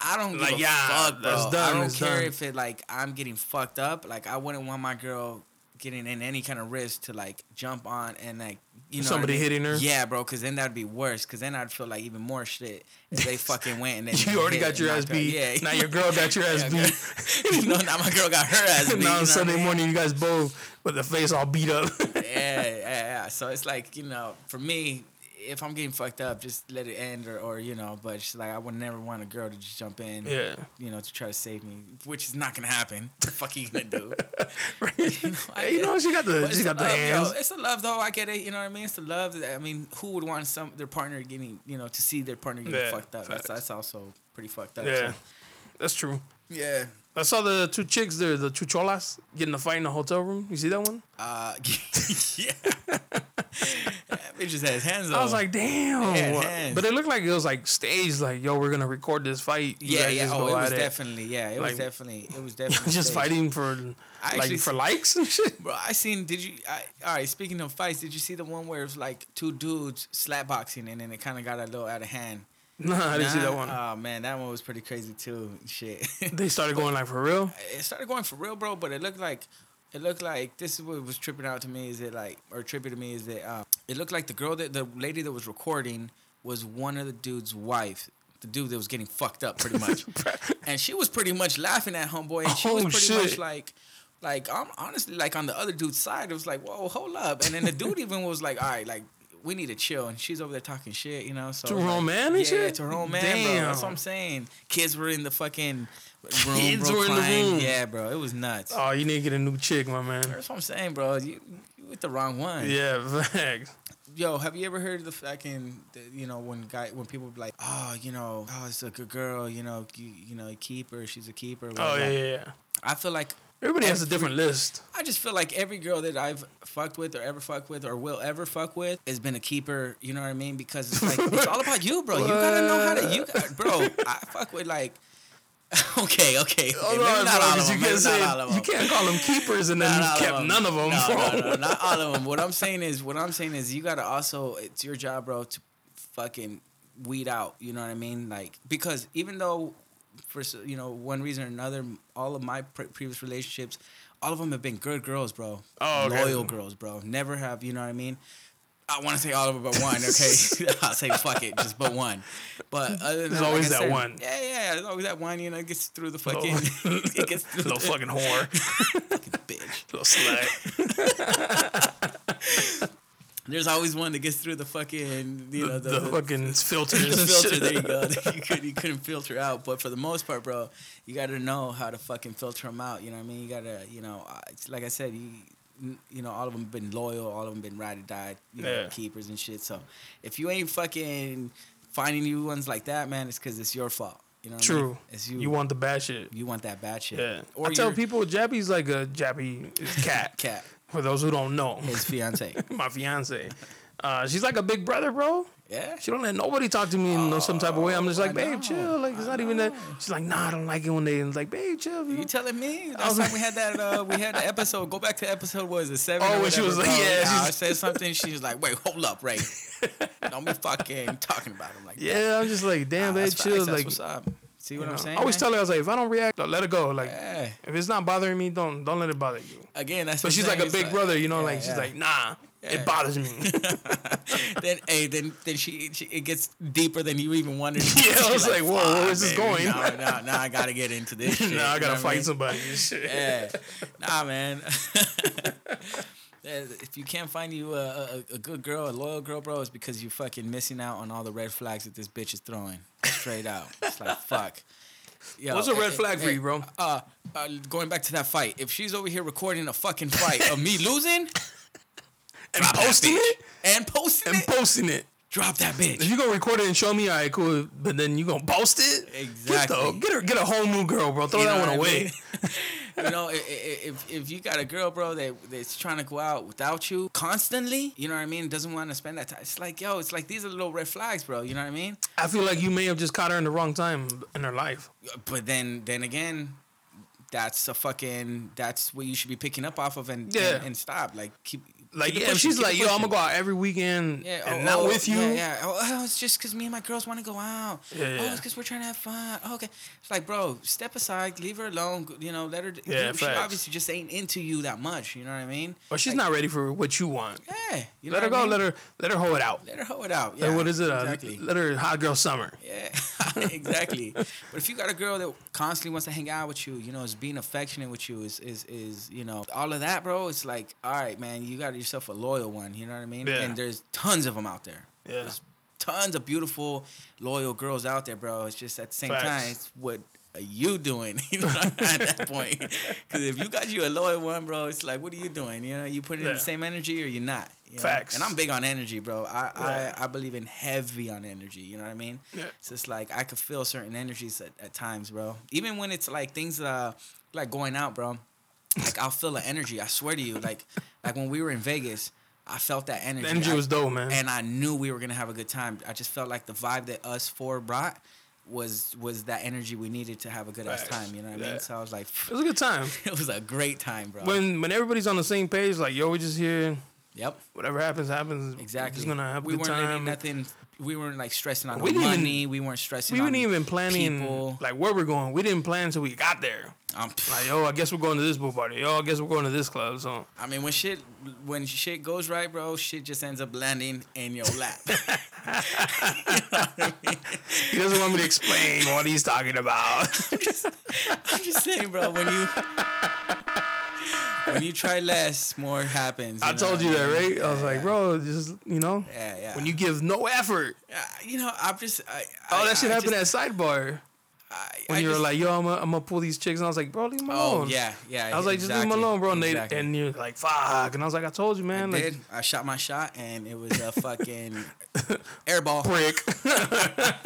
Speaker 2: I don't give
Speaker 1: like,
Speaker 2: a
Speaker 1: yeah,
Speaker 2: fuck, bro.
Speaker 1: that's
Speaker 2: I
Speaker 1: done,
Speaker 2: don't
Speaker 1: it's
Speaker 2: care
Speaker 1: done.
Speaker 2: if it like I'm getting fucked up. Like I wouldn't want my girl getting in any kind of risk to like jump on and like you know what I
Speaker 1: Somebody
Speaker 2: mean?
Speaker 1: hitting her?
Speaker 2: Yeah, bro. Because then that'd be worse. Because then I'd feel like even more shit. If they fucking went and then
Speaker 1: you already
Speaker 2: hit
Speaker 1: got your
Speaker 2: and
Speaker 1: ass
Speaker 2: knocked her-
Speaker 1: beat.
Speaker 2: Yeah.
Speaker 1: Now your girl got your ass
Speaker 2: Yeah,
Speaker 1: beat.
Speaker 2: no, now my girl got her ass beat. you know
Speaker 1: now on
Speaker 2: what I
Speaker 1: Sunday
Speaker 2: mean?
Speaker 1: morning, you guys both with the face all beat up.
Speaker 2: yeah, yeah, yeah. So it's like, you know, for me, if I'm getting fucked up, just let it end or, or you know, but she's like, I would never want a girl to just jump in,
Speaker 1: yeah.
Speaker 2: you know, to try to save me, which is not going to happen. What the fuck are you going to do? I
Speaker 1: you know,
Speaker 2: guess.
Speaker 1: she got the,
Speaker 2: But
Speaker 1: she
Speaker 2: it's
Speaker 1: got
Speaker 2: the
Speaker 1: the
Speaker 2: love, yo.
Speaker 1: hands.
Speaker 2: It's the love, though. I get it. You know what I mean? It's the love. That, I mean, who would want some their partner getting, you know, to see their partner getting
Speaker 1: Yeah,
Speaker 2: fucked up?
Speaker 1: facts.
Speaker 2: That's, that's also pretty fucked up.
Speaker 1: Yeah.
Speaker 2: so.
Speaker 1: That's true.
Speaker 2: Yeah.
Speaker 1: I saw the two chicks there, the two cholas, getting a fight in the hotel room. You see that one?
Speaker 2: Uh, yeah. that bitch just has hands on.
Speaker 1: I was like, damn.
Speaker 2: Uh, Yeah, hands.
Speaker 1: But it looked like it was like staged, like, yo, we're gonna record this fight. You
Speaker 2: Yeah,
Speaker 1: guys
Speaker 2: yeah.
Speaker 1: just
Speaker 2: Oh,
Speaker 1: go
Speaker 2: it
Speaker 1: at
Speaker 2: was definitely. Yeah, it
Speaker 1: Like-
Speaker 2: was definitely. It was definitely.
Speaker 1: just
Speaker 2: staged.
Speaker 1: fighting for
Speaker 2: I
Speaker 1: like
Speaker 2: actually
Speaker 1: for
Speaker 2: s-
Speaker 1: likes and shit.
Speaker 2: Bro, I seen. Did you? I, all right. Speaking of fights, did you see the one where it's like two dudes slap boxing and then it kind of got a little out of hand?
Speaker 1: Nah, I didn't see
Speaker 2: Nah,
Speaker 1: that one.
Speaker 2: Oh man, that one was pretty crazy too. Shit.
Speaker 1: they started going like for real.
Speaker 2: it started going for real, bro. But it looked like it looked like this is what was tripping out to me. Is it like or trippy to me? Is that um, it looked like the girl that the lady that was recording was one of the dude's wife. The dude that was getting fucked up, pretty much, and she was pretty much laughing at homeboy, and she was
Speaker 1: Oh,
Speaker 2: pretty
Speaker 1: shit.
Speaker 2: much like, like I'm honestly like on the other dude's side. It was like, whoa, hold up, and then the dude even was like, all right, like we need to chill, and she's over there talking shit, you know. So
Speaker 1: To
Speaker 2: like,
Speaker 1: her own man and
Speaker 2: yeah,
Speaker 1: shit?
Speaker 2: to her own man, bro. That's what
Speaker 1: Damn.
Speaker 2: I'm saying. Kids were in the fucking room,
Speaker 1: Kids
Speaker 2: bro,
Speaker 1: were in the
Speaker 2: crying.
Speaker 1: room.
Speaker 2: Yeah, bro, it was nuts.
Speaker 1: Oh, you need to get a new chick, my man.
Speaker 2: That's what I'm saying, bro. You, you with the wrong one.
Speaker 1: Yeah, facts.
Speaker 2: Yo, have you ever heard of the fucking, the, you know, when guy when people be like, oh, you know, oh, it's a good girl, you know, you, you know, keep her, she's a keeper.
Speaker 1: Oh
Speaker 2: blah,
Speaker 1: yeah,
Speaker 2: blah.
Speaker 1: yeah, yeah.
Speaker 2: I feel like
Speaker 1: Everybody has a different list.
Speaker 2: I just feel like every girl that I've fucked with or ever fucked with or will ever fuck with has been a keeper. You know what I mean? Because it's like it's all about you, bro. You gotta know how to. You, got, bro. I fuck with like. Okay, okay. okay.
Speaker 1: Hold
Speaker 2: Maybe
Speaker 1: on,
Speaker 2: not
Speaker 1: bro,
Speaker 2: all of
Speaker 1: 'cause
Speaker 2: them.
Speaker 1: you can't
Speaker 2: Maybe
Speaker 1: say
Speaker 2: not all of
Speaker 1: you
Speaker 2: them.
Speaker 1: can't call them keepers and then
Speaker 2: Not
Speaker 1: you
Speaker 2: all
Speaker 1: kept
Speaker 2: of 'em.
Speaker 1: none of them.
Speaker 2: No,
Speaker 1: bro.
Speaker 2: no, no, not all of them. What I'm saying is, what I'm saying is, you gotta also. It's your job, bro, to fucking weed out. You know what I mean? Like because even though, for s- you know one reason or another, all of my pre- previous relationships, all of them have been good girls, bro.
Speaker 1: Oh, okay.
Speaker 2: loyal girls, bro. Never have. You know what I mean? I want to say all of it but one. Okay, I'll say fuck it, just but one. But other
Speaker 1: There's
Speaker 2: than that,
Speaker 1: always
Speaker 2: I
Speaker 1: that
Speaker 2: said,
Speaker 1: one.
Speaker 2: Yeah, yeah, there's always that one. You know, it gets through the fucking, it gets through
Speaker 1: Little
Speaker 2: the
Speaker 1: fucking whore.
Speaker 2: fucking bitch.
Speaker 1: Little slut.
Speaker 2: There's always one that gets through the fucking, you know,
Speaker 1: The,
Speaker 2: the, the,
Speaker 1: fucking filters.
Speaker 2: the
Speaker 1: and
Speaker 2: filter.
Speaker 1: shit.
Speaker 2: There you go. You, could, you couldn't filter out. But for the most part, bro, you got to know how to fucking filter them out. You know what I mean? You got to, you know, I- it's like I said, you, you know, all of them been loyal. All of them been ride or die, you know,
Speaker 1: Yeah.
Speaker 2: keepers and shit. So if you ain't fucking finding new ones like that, man, it's because it's your fault. You know what I mean?
Speaker 1: True.
Speaker 2: It's you.
Speaker 1: You want the bad shit.
Speaker 2: you want that bad shit.
Speaker 1: Yeah.
Speaker 2: Or
Speaker 1: I tell
Speaker 2: your
Speaker 1: people Jappy's like a Jappy is cat.
Speaker 2: cat,
Speaker 1: For those who don't know,
Speaker 2: his fiance.
Speaker 1: my fiance. Uh, she's like a big brother, bro.
Speaker 2: yeah.
Speaker 1: She don't let nobody talk to me in no some type of way. I'm just
Speaker 2: Oh,
Speaker 1: like,
Speaker 2: I
Speaker 1: babe,
Speaker 2: know.
Speaker 1: chill. Like it's not even that. She's like, nah, I don't like it when they. And it's like, babe, chill. you know?
Speaker 2: You telling me?
Speaker 1: was
Speaker 2: Last time
Speaker 1: like-
Speaker 2: we had that, uh, we had the episode. Go back to episode. What is it? Seven.
Speaker 1: Oh,
Speaker 2: or
Speaker 1: when she was
Speaker 2: whatever,
Speaker 1: like,
Speaker 2: bro.
Speaker 1: yeah,
Speaker 2: I
Speaker 1: she's-
Speaker 2: said something. She was like, "Wait, hold up, Ray. Don't be fucking talking about him like that."
Speaker 1: yeah, I'm just like,
Speaker 2: Nah,
Speaker 1: damn, babe,
Speaker 2: that's facts.
Speaker 1: chill.
Speaker 2: That's
Speaker 1: Like,
Speaker 2: what's up? See
Speaker 1: you
Speaker 2: what
Speaker 1: know,
Speaker 2: I'm saying?
Speaker 1: I always
Speaker 2: man?
Speaker 1: tell her, I was like, if I don't react, like, let it go. Like,
Speaker 2: Yeah.
Speaker 1: if it's not bothering me, don't don't let it bother you.
Speaker 2: Again, that's.
Speaker 1: But
Speaker 2: what
Speaker 1: she's
Speaker 2: I'm
Speaker 1: like
Speaker 2: saying.
Speaker 1: a
Speaker 2: It's
Speaker 1: big brother, you know.
Speaker 2: yeah,
Speaker 1: like she's
Speaker 2: yeah.
Speaker 1: like, nah,
Speaker 2: Yeah.
Speaker 1: it bothers me.
Speaker 2: then hey, then then she, she it gets deeper than you even wanted.
Speaker 1: Yeah, I was like, whoa, where is this going?
Speaker 2: No, no, no, I gotta get into this. shit,
Speaker 1: nah, I
Speaker 2: you
Speaker 1: gotta
Speaker 2: know what
Speaker 1: fight
Speaker 2: mean?
Speaker 1: somebody. and shit.
Speaker 2: yeah. Nah, man. Yeah, if you can't find you a, a, a good girl, a loyal girl, bro, it's because you're fucking missing out on all the red flags that this bitch is throwing straight out. It's like, fuck. Yo,
Speaker 1: What's a
Speaker 2: eh,
Speaker 1: red
Speaker 2: eh,
Speaker 1: flag for
Speaker 2: eh,
Speaker 1: you, bro?
Speaker 2: Uh, uh, going back to that fight, if she's over here recording a fucking fight of me losing
Speaker 1: And posting it
Speaker 2: and posting
Speaker 1: and
Speaker 2: it,
Speaker 1: posting it.
Speaker 2: drop that
Speaker 1: If
Speaker 2: bitch.
Speaker 1: you gonna record it and show me, all right, cool. But then you gonna post it? Get,
Speaker 2: Exactly.
Speaker 1: the, get, her, get a whole new girl, bro. Throw
Speaker 2: You know
Speaker 1: that one
Speaker 2: what I
Speaker 1: away.
Speaker 2: mean? you know, i- i- if if you got a girl, bro, that that's trying to go out without you constantly, you know what I mean, doesn't want to spend that time. It's like, yo, it's like these are little red flags, bro. You know what I mean?
Speaker 1: I feel like you may have just caught her in the wrong time in her life.
Speaker 2: But then then again, that's a fucking that's what you should be picking up off of and
Speaker 1: Yeah.
Speaker 2: and, and stop. Like keep
Speaker 1: Like,
Speaker 2: keep it
Speaker 1: yeah, if
Speaker 2: pushing,
Speaker 1: she's
Speaker 2: keep it
Speaker 1: like, yo, I'm gonna
Speaker 2: pushing.
Speaker 1: go out every weekend
Speaker 2: Yeah,
Speaker 1: and
Speaker 2: oh,
Speaker 1: not
Speaker 2: oh,
Speaker 1: with you.
Speaker 2: Yeah, yeah. Oh, oh, it's just because me and my girls want to go out.
Speaker 1: Yeah,
Speaker 2: Oh,
Speaker 1: yeah.
Speaker 2: it's because we're trying to have fun. Oh, okay. It's like, bro, step aside, leave her alone. go- You know, let her.
Speaker 1: Yeah,
Speaker 2: you- she
Speaker 1: facts.
Speaker 2: obviously just ain't into you that much. You know what I mean?
Speaker 1: But she's not ready for what you want.
Speaker 2: Yeah. You know
Speaker 1: Let her
Speaker 2: what I
Speaker 1: go.
Speaker 2: mean?
Speaker 1: Let her let her hoe it out.
Speaker 2: Let her hoe it out. Yeah.
Speaker 1: Like, what is it? uh,
Speaker 2: Exactly.
Speaker 1: let her hot girl summer.
Speaker 2: yeah, exactly. but if you got a girl that constantly wants to hang out with you, you know, is being affectionate with you, is is is you know all of that, bro. It's like, all right, man, you got yourself a loyal one. You know what I mean?
Speaker 1: Yeah.
Speaker 2: And there's tons of them out there.
Speaker 1: Yeah.
Speaker 2: There's tons of beautiful, loyal girls out there, bro. It's just at the same
Speaker 1: Facts.
Speaker 2: time, it's what are you doing you know, at that point? Because if you got you a loyal one, bro, it's like, what are you doing? You know, you putting in
Speaker 1: Yeah.
Speaker 2: the same energy or you're not. you know?
Speaker 1: Facts.
Speaker 2: And I'm big on energy, bro. I,
Speaker 1: Yeah.
Speaker 2: I I believe in heavy on energy. You know what I mean?
Speaker 1: Yeah.
Speaker 2: It's just like I could feel certain energies at, at times, bro. Even when it's like things uh like going out, bro. Like I'll feel the energy. I swear to you, like like when we were in Vegas, I felt that energy.
Speaker 1: The energy
Speaker 2: I-
Speaker 1: was dope, man.
Speaker 2: and I knew we were gonna have a good time. I just felt like the vibe that us four brought was was that energy we needed to have a good ass
Speaker 1: Facts.
Speaker 2: time. You know what I
Speaker 1: Yeah.
Speaker 2: mean? So I was like,
Speaker 1: it was a good time.
Speaker 2: it was a great time, bro.
Speaker 1: When when everybody's on the same page, like yo, we just here.
Speaker 2: yep,
Speaker 1: Whatever happens, happens. We're
Speaker 2: exactly.
Speaker 1: Just gonna have a
Speaker 2: we
Speaker 1: good
Speaker 2: weren't letting
Speaker 1: time.
Speaker 2: nothing. We weren't like stressing on
Speaker 1: We
Speaker 2: the
Speaker 1: didn't even-
Speaker 2: money. we weren't stressing.
Speaker 1: We
Speaker 2: on
Speaker 1: weren't even planning
Speaker 2: people.
Speaker 1: like where we're going. We didn't plan until we got there.
Speaker 2: Um,
Speaker 1: Like, yo, I guess we're going to this pool party. Yo, I guess we're going to this club. So
Speaker 2: I mean, when shit when shit goes right, bro, shit just ends up landing in your lap.
Speaker 1: he doesn't want me to explain what he's talking about.
Speaker 2: I'm just saying, bro. When you when you try less, more happens.
Speaker 1: I
Speaker 2: know
Speaker 1: told
Speaker 2: what
Speaker 1: you
Speaker 2: I
Speaker 1: that,
Speaker 2: mean?
Speaker 1: right? I was like, bro, just you know,
Speaker 2: Yeah, yeah.
Speaker 1: when you give no effort,
Speaker 2: Uh, you know, I'm just. I,
Speaker 1: all
Speaker 2: I,
Speaker 1: that shit
Speaker 2: Oh, I
Speaker 1: happened
Speaker 2: just-
Speaker 1: at sidebar
Speaker 2: I-
Speaker 1: when
Speaker 2: I
Speaker 1: you were
Speaker 2: just-
Speaker 1: like, yo, I'm gonna pull these chicks, and I was like, bro, leave them
Speaker 2: oh
Speaker 1: alone.
Speaker 2: yeah, yeah.
Speaker 1: I was like, just leave
Speaker 2: exactly,
Speaker 1: them alone, bro. And,
Speaker 2: exactly.
Speaker 1: they, and you're like, fuck. And I was like, I told you, man.
Speaker 2: I
Speaker 1: like,
Speaker 2: did. I shot my shot, and it was a fucking airball.
Speaker 1: prick.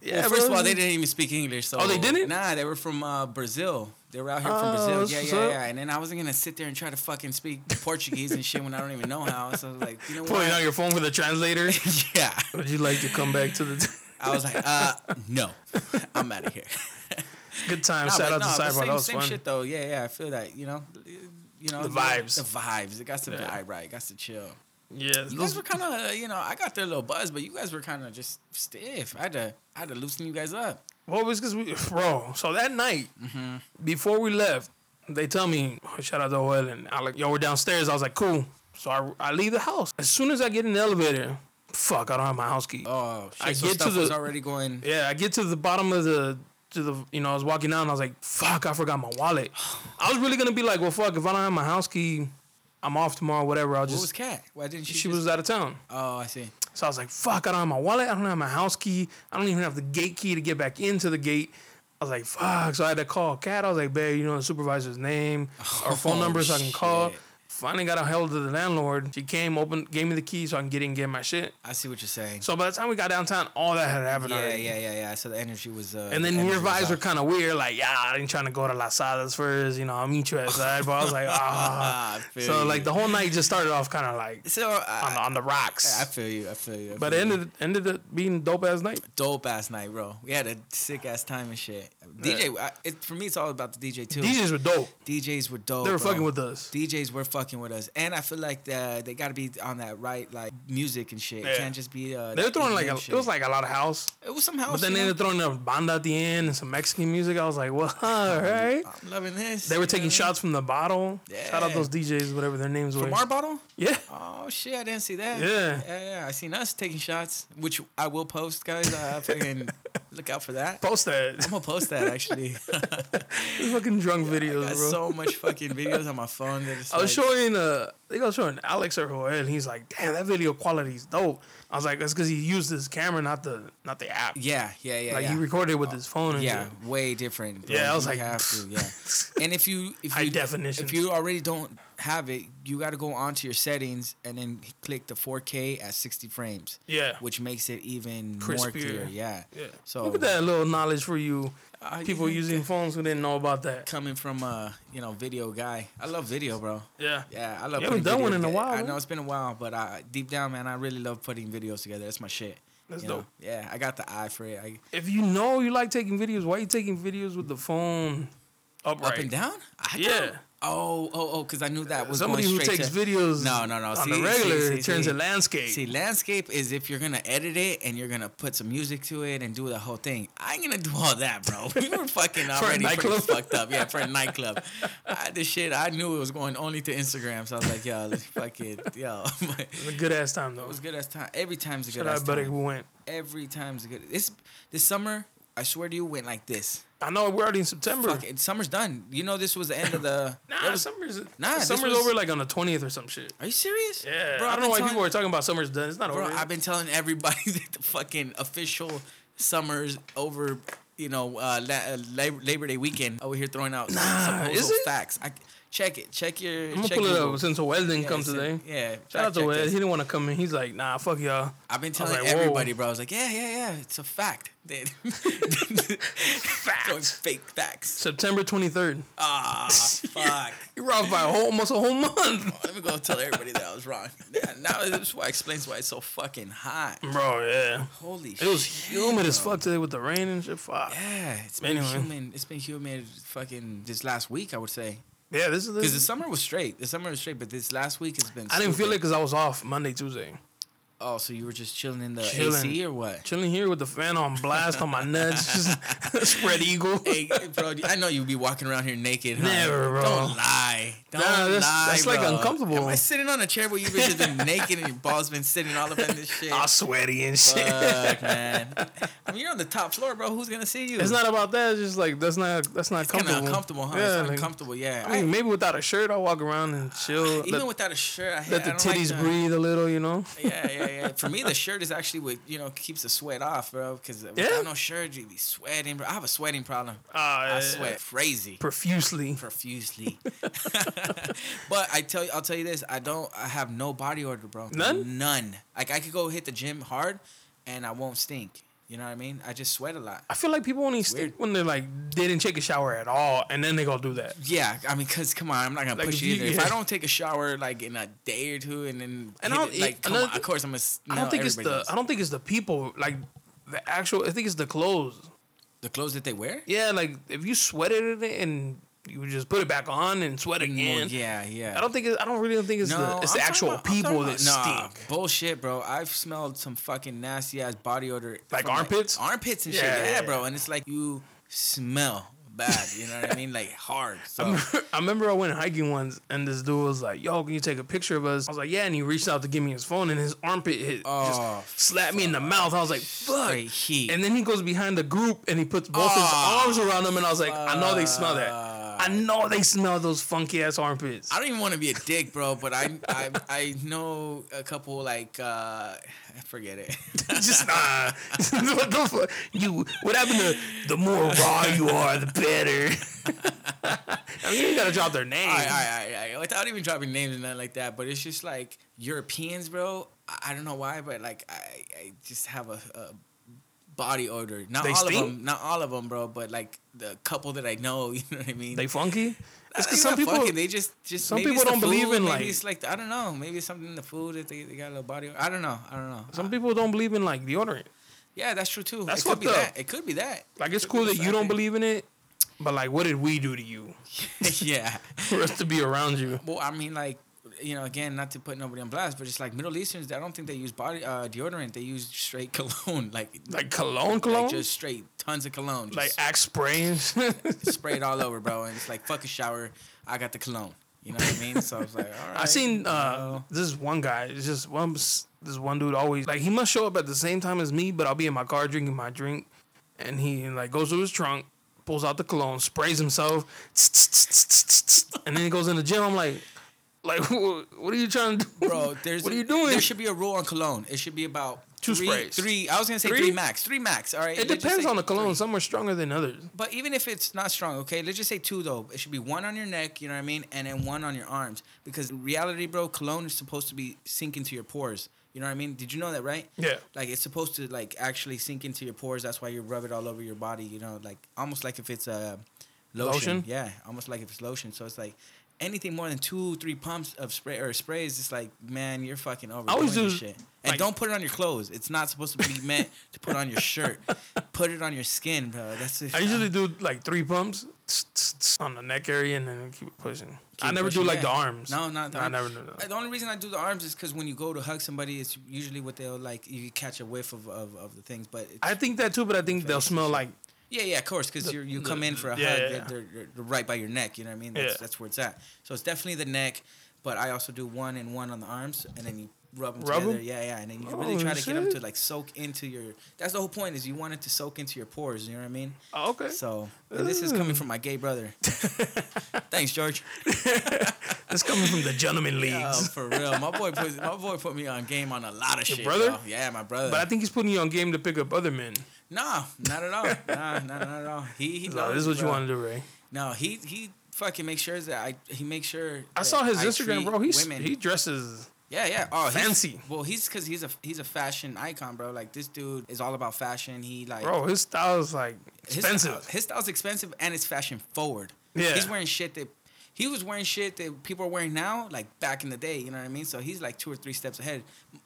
Speaker 1: yeah,
Speaker 2: well, first of
Speaker 1: bro.
Speaker 2: all, they didn't even speak English. So
Speaker 1: Oh, they didn't?
Speaker 2: Nah, they were from uh, Brazil. They were out here
Speaker 1: Oh,
Speaker 2: from Brazil.
Speaker 1: that's
Speaker 2: Yeah,
Speaker 1: what's
Speaker 2: yeah,
Speaker 1: up.
Speaker 2: yeah. And then I wasn't gonna sit there and try to fucking speak Portuguese and shit when I don't even know how. So I was like, you know
Speaker 1: Pulling out
Speaker 2: what?
Speaker 1: your phone with a translator.
Speaker 2: yeah.
Speaker 1: Would you like to come back to the
Speaker 2: I was like, uh, no, I'm out of here.
Speaker 1: good time?
Speaker 2: Nah,
Speaker 1: Shout
Speaker 2: but
Speaker 1: out to
Speaker 2: no, but
Speaker 1: Sidebar.
Speaker 2: Same,
Speaker 1: That was
Speaker 2: same
Speaker 1: fun.
Speaker 2: shit though. Yeah, yeah. I feel that. You know, you know
Speaker 1: The
Speaker 2: you-
Speaker 1: vibes.
Speaker 2: The vibes. It got to
Speaker 1: Yeah.
Speaker 2: vibe right. It got to chill.
Speaker 1: Yeah,
Speaker 2: You guys were kind of, you know, I got their little buzz, but you guys were kind of just stiff. I had to, I had to loosen you guys up.
Speaker 1: Well, it was because we, bro. So that night,
Speaker 2: Mm-hmm.
Speaker 1: oh, before we left, they tell me, shout out to Joel and Alec, yo, we're downstairs. I was like, cool. So I, I leave the house. As soon as I get in the elevator, fuck, I don't have my house key.
Speaker 2: Oh, shit.
Speaker 1: I
Speaker 2: so
Speaker 1: get to
Speaker 2: stuff
Speaker 1: the-
Speaker 2: was already going.
Speaker 1: Yeah, I get to the bottom of the to the you know, I was walking out and I was like, fuck, I forgot my wallet. I was really gonna be like, well fuck, if I don't have my house key, I'm off tomorrow, whatever. I'll
Speaker 2: What was
Speaker 1: just
Speaker 2: Kat? Why didn't she?
Speaker 1: she
Speaker 2: just-
Speaker 1: was out of town.
Speaker 2: Oh, I see.
Speaker 1: So I was like, fuck, I don't have my wallet. I don't have my house key. I don't even have the gate key to get back into the gate. I was like, fuck. So I had to call Kat. I was like, babe, you know the supervisor's name or phone
Speaker 2: Oh,
Speaker 1: number so I can call.
Speaker 2: shit.
Speaker 1: Finally got a hold of the landlord. She came, opened, gave me the key so I can get in and get my shit.
Speaker 2: I see what you're saying.
Speaker 1: So by the time we got downtown, all that had happened
Speaker 2: yeah,
Speaker 1: already.
Speaker 2: yeah, yeah, yeah. So the energy was. Uh,
Speaker 1: And
Speaker 2: the
Speaker 1: then
Speaker 2: energy
Speaker 1: your
Speaker 2: was
Speaker 1: vibes were
Speaker 2: off.
Speaker 1: kind of weird, like, yeah, I ain't trying to go to Las Hadas first, you know, I'll meet you outside. But I was like, ah.
Speaker 2: I feel
Speaker 1: so,
Speaker 2: you.
Speaker 1: like, the whole night just started off kind of like
Speaker 2: So I,
Speaker 1: on the, on the rocks.
Speaker 2: I feel you. I feel you. I
Speaker 1: but
Speaker 2: feel
Speaker 1: it
Speaker 2: you.
Speaker 1: ended, ended up being dope ass night.
Speaker 2: dope ass night, bro. We had a sick ass time and shit. DJ, I, it, for me, it's all about the DJ too.
Speaker 1: DJs were dope.
Speaker 2: DJs were dope.
Speaker 1: They were
Speaker 2: bro.
Speaker 1: fucking with us.
Speaker 2: DJs were fucking with us, and I feel like the, they got to be on that right like music and shit.
Speaker 1: Yeah.
Speaker 2: It can't just be. Uh,
Speaker 1: They were throwing like a,
Speaker 2: EDM
Speaker 1: it
Speaker 2: shit.
Speaker 1: was like a lot of house,
Speaker 2: it was somehow.
Speaker 1: but then they ended up throwing a banda at the end and some Mexican music. I was like, well,
Speaker 2: Oh,
Speaker 1: all right.
Speaker 2: I'm loving this.
Speaker 1: They
Speaker 2: you
Speaker 1: were
Speaker 2: know
Speaker 1: taking
Speaker 2: what I mean?
Speaker 1: shots from the bottle. Shout out
Speaker 2: Yeah.
Speaker 1: those DJs, whatever their names were.
Speaker 2: from our bottle.
Speaker 1: yeah,
Speaker 2: Oh shit! I didn't see that.
Speaker 1: Yeah.
Speaker 2: yeah, yeah. I seen us taking shots, which I will post, guys. Uh, fucking look out for that.
Speaker 1: post that.
Speaker 2: I'm gonna post that actually.
Speaker 1: fucking drunk videos,
Speaker 2: I got
Speaker 1: bro.
Speaker 2: so much fucking videos on my phone. That it's
Speaker 1: I was
Speaker 2: like,
Speaker 1: showing uh they was showing Alex or whoever, and he's like, damn, that video quality's dope. I was like, that's because he used his camera, not the not the app.
Speaker 2: Yeah, yeah, yeah.
Speaker 1: like
Speaker 2: yeah.
Speaker 1: he recorded with his phone. And
Speaker 2: yeah,
Speaker 1: shit.
Speaker 2: way different.
Speaker 1: Yeah, I was
Speaker 2: you
Speaker 1: like,
Speaker 2: have to, yeah. And if you if
Speaker 1: High
Speaker 2: you
Speaker 1: definitions.
Speaker 2: if you already don't have it, you got to go onto your settings and then click the 4K at 60 frames.
Speaker 1: Yeah.
Speaker 2: which makes it even more
Speaker 1: Crispier.
Speaker 2: clear. Yeah.
Speaker 1: yeah.
Speaker 2: So
Speaker 1: look at that little knowledge for you
Speaker 2: Uh, you
Speaker 1: people
Speaker 2: think
Speaker 1: using phones who didn't know about that.
Speaker 2: coming from a you know video guy. I love video, bro.
Speaker 1: Yeah,
Speaker 2: Yeah, I love.
Speaker 1: You haven't
Speaker 2: putting
Speaker 1: done one
Speaker 2: videos
Speaker 1: in a
Speaker 2: together.
Speaker 1: while,
Speaker 2: I know
Speaker 1: man.
Speaker 2: it's been a while, but I, deep down, man, I really love putting videos together. That's my shit.
Speaker 1: That's
Speaker 2: you know?
Speaker 1: dope.
Speaker 2: Yeah, I got the eye for it. I,
Speaker 1: If you know you like taking videos, why you taking videos with the phone upright?
Speaker 2: Up and down? I
Speaker 1: Yeah.
Speaker 2: don't- Oh, oh, oh! Because I knew that was
Speaker 1: Somebody
Speaker 2: going
Speaker 1: who
Speaker 2: straight
Speaker 1: takes
Speaker 2: to-
Speaker 1: videos
Speaker 2: No, no, no.
Speaker 1: on
Speaker 2: see,
Speaker 1: the
Speaker 2: see,
Speaker 1: regular
Speaker 2: see,
Speaker 1: it turns
Speaker 2: see.
Speaker 1: to landscape.
Speaker 2: See, landscape is if you're gonna edit it and you're gonna put some music to it and do the whole thing. I ain't gonna do all that, bro. We were fucking already pretty
Speaker 1: nightclub?
Speaker 2: fucked up. Yeah, for a nightclub. I, this shit, I knew it was going only to Instagram. So I was like, yo, let's fuck it, yo. it
Speaker 1: It was a good ass time though.
Speaker 2: was good as time. Every time's a good
Speaker 1: Shout
Speaker 2: as
Speaker 1: out, buddy,
Speaker 2: time.
Speaker 1: who went.
Speaker 2: Every time's a good. This this summer, I swear to you, went like this.
Speaker 1: I know we're already in September.
Speaker 2: Fuck it, summer's done. You know, this was the end of the.
Speaker 1: Nah,
Speaker 2: that was-
Speaker 1: summer's
Speaker 2: Nah, this
Speaker 1: summer's
Speaker 2: was-
Speaker 1: over like on the twentieth or some shit.
Speaker 2: Are you serious?
Speaker 1: Yeah,
Speaker 2: Bro,
Speaker 1: I don't know
Speaker 2: I've been
Speaker 1: why
Speaker 2: telling-
Speaker 1: people are talking about summer's done. It's not
Speaker 2: Bro,
Speaker 1: over.
Speaker 2: I've been telling everybody that the fucking official summers over, you know, uh, la- uh, Lab- Labor Day weekend over here throwing out nah,
Speaker 1: is it?
Speaker 2: facts. I, check it. Check your.
Speaker 1: I'm gonna
Speaker 2: check
Speaker 1: pull it
Speaker 2: your-
Speaker 1: up since Wes didn't
Speaker 2: yeah,
Speaker 1: come
Speaker 2: it's in-
Speaker 1: today.
Speaker 2: Yeah.
Speaker 1: Shout out
Speaker 2: fact check
Speaker 1: to Wes.
Speaker 2: this.
Speaker 1: He didn't want to come in. He's like, nah, fuck y'all.
Speaker 2: I've been
Speaker 1: I was
Speaker 2: telling
Speaker 1: like, whoa.
Speaker 2: everybody, bro. I was like, yeah, yeah, yeah. It's a fact. They- Throwing fake facts.
Speaker 1: September 23rd.
Speaker 2: Ah, fuck.
Speaker 1: You're off by a whole almost a whole month,
Speaker 2: Let me go tell everybody that I was wrong. Yeah, now this is why explains why it's so fucking hot.
Speaker 1: bro. Yeah,
Speaker 2: Holy shit.
Speaker 1: it was humid as
Speaker 2: bro.
Speaker 1: fuck today with the rain and shit. Fuck.
Speaker 2: Yeah, it's been
Speaker 1: Anyway.
Speaker 2: human. It's been humid. Fucking this last week, I would say,
Speaker 1: Yeah, this is.
Speaker 2: because the
Speaker 1: This,
Speaker 2: summer was straight. The summer was straight, but this last week has been.
Speaker 1: I didn't feel it
Speaker 2: stupid.
Speaker 1: because I was off Monday, Tuesday,
Speaker 2: Oh, so you were just chilling in the
Speaker 1: Chilling.
Speaker 2: AC or what?
Speaker 1: chilling here with the fan on blast on my nuts, just spread eagle.
Speaker 2: hey, bro, I know you'd be walking around here naked. Huh?
Speaker 1: Never, bro.
Speaker 2: Don't lie. Don't
Speaker 1: Nah, that's-
Speaker 2: lie.
Speaker 1: that's, like,
Speaker 2: bro.
Speaker 1: uncomfortable.
Speaker 2: Am I sitting on a chair where you've been just been naked and your balls been sitting all up in this shit?
Speaker 1: All sweaty and Ah, shit.
Speaker 2: Fuck, man. I mean, you're on the top floor, bro. Who's gonna see you?
Speaker 1: It's not about that. It's just like that's not that's not
Speaker 2: kind
Speaker 1: comfortable.
Speaker 2: of uncomfortable, huh?
Speaker 1: Yeah,
Speaker 2: it's Ah,
Speaker 1: like,
Speaker 2: uncomfortable. Yeah.
Speaker 1: I mean, maybe without a shirt, I'll walk around and chill.
Speaker 2: even
Speaker 1: let,
Speaker 2: without a shirt,
Speaker 1: let
Speaker 2: I,
Speaker 1: the
Speaker 2: I don't like
Speaker 1: titties
Speaker 2: that.
Speaker 1: breathe a little, you know.
Speaker 2: yeah, yeah, yeah. For me, the shirt is actually what you know keeps the sweat off, bro. Because without
Speaker 1: Yeah.
Speaker 2: no shirt, you be sweating, bro. I have a sweating problem.
Speaker 1: Uh,
Speaker 2: I sweat crazy,
Speaker 1: profusely.
Speaker 2: profusely. but I tell you, I'll tell you this: I don't. I have no body odor, bro.
Speaker 1: None?
Speaker 2: None. Like I could go hit the gym hard, and I won't stink. You know what I mean? I just sweat a lot.
Speaker 1: I feel like people only
Speaker 2: weird.
Speaker 1: stick when they're like they didn't take a shower at all, and then they go do that.
Speaker 2: Yeah, I mean, cause come on, I'm not gonna
Speaker 1: Like,
Speaker 2: push
Speaker 1: if you-
Speaker 2: you either. If I
Speaker 1: yeah.
Speaker 2: don't take a shower like in a day or two, and then
Speaker 1: And
Speaker 2: hit
Speaker 1: I'll-
Speaker 2: it, like, come
Speaker 1: another
Speaker 2: on,
Speaker 1: thing-
Speaker 2: of course I'm gonna. s-
Speaker 1: I don't
Speaker 2: no,
Speaker 1: think it's the
Speaker 2: everybody does.
Speaker 1: I don't think it's the people like the actual. I think it's the clothes.
Speaker 2: the clothes that they wear.
Speaker 1: Yeah, like if you sweated it and you just put it back on and sweat again.
Speaker 2: yeah, yeah.
Speaker 1: I don't think it, I don't really think it's the it's
Speaker 2: I'm
Speaker 1: the
Speaker 2: talking
Speaker 1: actual
Speaker 2: about- I'm
Speaker 1: people
Speaker 2: talking
Speaker 1: that
Speaker 2: about- nah,
Speaker 1: stink.
Speaker 2: Bullshit, bro. I've smelled some fucking nasty ass body odor.
Speaker 1: Like
Speaker 2: from,
Speaker 1: armpits?
Speaker 2: armpits and
Speaker 1: Yeah,
Speaker 2: shit. Yeah,
Speaker 1: yeah,
Speaker 2: bro.
Speaker 1: yeah.
Speaker 2: And it's like you smell bad. You know what I mean? Like hard. So
Speaker 1: I remember I went hiking once, and this dude was like, "Yo, can you take a picture of us?" I was like, "Yeah," and he reached out to give me his phone, and his armpit hit,
Speaker 2: Oh,
Speaker 1: just slapped me in the mouth. I was like, "Fuck!"
Speaker 2: Straight heat.
Speaker 1: And then he goes behind the group, and he puts both
Speaker 2: Oh,
Speaker 1: his arms around him, and I was like, "I know they smell that. I know they smell those funky ass armpits."
Speaker 2: I don't even want to be a dick, bro. But I I, I know a couple like uh, forget it.
Speaker 1: just nah. what the fuck? You what happened to the more raw you are, the better. I mean, you ain't gotta drop their name.
Speaker 2: I, I, I, I, without even dropping names and nothing like that, but it's just like Europeans, bro. I, I don't know why, but like I, I just have a, a body odor. Not
Speaker 1: They
Speaker 2: all
Speaker 1: stink?
Speaker 2: of them, not all of them, bro. But like the couple that I know, you know what I mean. Uh,
Speaker 1: They funky. It's
Speaker 2: It's
Speaker 1: because some people.
Speaker 2: they just just
Speaker 1: some
Speaker 2: maybe
Speaker 1: people
Speaker 2: it's the
Speaker 1: don't believe
Speaker 2: food,
Speaker 1: in,
Speaker 2: maybe
Speaker 1: like-
Speaker 2: it's like I don't know maybe it's something in the food that they, they got a little body. odor. I don't know. I don't know.
Speaker 1: Some people don't believe in like deodorant.
Speaker 2: yeah, that's true too.
Speaker 1: That's
Speaker 2: it could be
Speaker 1: fucked up.
Speaker 2: that. It could be that.
Speaker 1: Like it's
Speaker 2: Could be
Speaker 1: cool
Speaker 2: the
Speaker 1: that you
Speaker 2: fact
Speaker 1: don't believe in it, but like, what did we do to you
Speaker 2: yeah.
Speaker 1: for us to be around you?
Speaker 2: Well, I mean, like, you know, again, not to put nobody on blast, but it's like Middle Easterns. I don't think they use body uh, deodorant. They use straight cologne, like
Speaker 1: Like cologne, cologne,
Speaker 2: like
Speaker 1: like,
Speaker 2: just straight tons of cologne, just
Speaker 1: axe spray. and shit.
Speaker 2: spray it all over, bro. And it's like fuck a shower. I got the cologne. You know what I mean? So I was like, all right.
Speaker 1: I seen uh,
Speaker 2: well,
Speaker 1: this one guy. It's just one. This one dude always like he must show up at the same time as me, but I'll be in my car drinking my drink, and he like goes to his trunk, pulls out the cologne, sprays himself, and then he goes in the gym. I'm like, like wh- what are you trying to do,
Speaker 2: Bro, there's
Speaker 1: what are you doing?
Speaker 2: There should be a rule on cologne. It should be about
Speaker 1: Two
Speaker 2: three,
Speaker 1: sprays.
Speaker 2: Three. I was gonna say
Speaker 1: Three?
Speaker 2: three, max. Three max. All right.
Speaker 1: It
Speaker 2: let's just
Speaker 1: depends
Speaker 2: say
Speaker 1: on the cologne.
Speaker 2: three.
Speaker 1: Some are stronger than others.
Speaker 2: But even if it's not strong, okay, let's just say two though. It should be one on your neck, you know what I mean, and then one on your arms. Because in reality, bro, cologne is supposed to be sink into your pores. You know what I mean? Did you know that, right?
Speaker 1: Yeah.
Speaker 2: Like it's supposed to like actually sink into your pores. That's why you rub it all over your body. You know, like almost like if it's a lotion.
Speaker 1: Lotion?
Speaker 2: Yeah, almost like if it's lotion. So it's like anything more than two, three pumps of spray or sprays, it's like man, you're fucking over.
Speaker 1: always
Speaker 2: Doing this
Speaker 1: do-
Speaker 2: shit. And
Speaker 1: like-
Speaker 2: don't put it on your clothes. It's not supposed to be meant to put on your shirt. Put it on your skin, bro. That's it.
Speaker 1: I usually do like three pumps on the neck area and then keep pushing. I
Speaker 2: Keep
Speaker 1: never do
Speaker 2: pushing,
Speaker 1: like the
Speaker 2: yeah.
Speaker 1: arms.
Speaker 2: No, not the
Speaker 1: I
Speaker 2: arm-
Speaker 1: never do
Speaker 2: Uh,
Speaker 1: that.
Speaker 2: The only reason I do the arms is because when you go to hug somebody, it's usually what they'll like. You catch a whiff of, of, of the things, but it's,
Speaker 1: I think that too, but I think they'll smell like
Speaker 2: yeah, yeah, of course, because you you come in for a
Speaker 1: yeah,
Speaker 2: hug,
Speaker 1: yeah,
Speaker 2: they're,
Speaker 1: yeah.
Speaker 2: they're, they're right by your neck. You know what I mean? That's,
Speaker 1: Yeah.
Speaker 2: that's where it's at. So it's definitely the neck, but I also do one and one on the arms, and then you rub them
Speaker 1: Rub 'em?
Speaker 2: together. Yeah, yeah, and then you really
Speaker 1: Oh,
Speaker 2: try to get them
Speaker 1: shit.
Speaker 2: to like soak into your. That's the whole point is you want it to soak into your pores. You know what I mean?
Speaker 1: oh, okay.
Speaker 2: So and this is coming from my gay brother. Thanks, George.
Speaker 1: It's coming from the gentleman leagues.
Speaker 2: Oh, for real. My boy put my boy put me on game on a lot of shit.
Speaker 1: brother?
Speaker 2: bro. Yeah, my brother.
Speaker 1: But I think he's putting you on game to pick up other men.
Speaker 2: no, not at all. Nah, not, not at all. He he
Speaker 1: So
Speaker 2: knows,
Speaker 1: this is what you
Speaker 2: bro.
Speaker 1: want to do, Ray.
Speaker 2: No, he he fucking makes sure that I he makes sure
Speaker 1: I saw
Speaker 2: that
Speaker 1: his
Speaker 2: I
Speaker 1: Instagram,
Speaker 2: treat
Speaker 1: bro. He's
Speaker 2: women.
Speaker 1: he dresses.
Speaker 2: Yeah, yeah. Oh, he's-
Speaker 1: Fancy.
Speaker 2: Well, he's because he's a he's a fashion icon, bro. Like this dude is all about fashion. He like
Speaker 1: Bro, his style is like
Speaker 2: his
Speaker 1: expensive.
Speaker 2: Style, his style's expensive and it's fashion forward.
Speaker 1: Yeah.
Speaker 2: he's wearing shit that he was wearing shit that people are wearing now, like back in the day. You know what I mean? So he's like two or three steps ahead.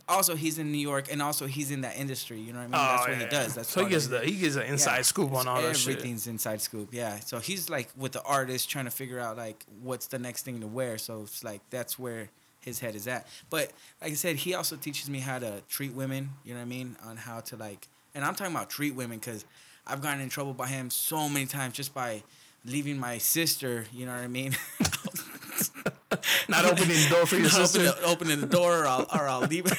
Speaker 2: Also, he's in New York, and also he's in that industry. You know what I mean? That's what
Speaker 1: Oh, yeah,
Speaker 2: he
Speaker 1: yeah.
Speaker 2: does. That's
Speaker 1: so he
Speaker 2: part
Speaker 1: gets
Speaker 2: of
Speaker 1: the
Speaker 2: it.
Speaker 1: he gets an inside
Speaker 2: Yeah,
Speaker 1: scoop
Speaker 2: it's
Speaker 1: on all that shit.
Speaker 2: everything's inside scoop. Yeah, so he's like with the artist trying to figure out like what's the next thing to wear. So it's like that's where his head is at. But like I said, he also teaches me how to treat women. You know what I mean? On how to like, and I'm talking about treat women because I've gotten in trouble by him so many times just by leaving my sister. You know what I mean?
Speaker 1: Not opening the door for your
Speaker 2: Not
Speaker 1: sister.
Speaker 2: Opening, the, opening the door, or I'll, or I'll leave.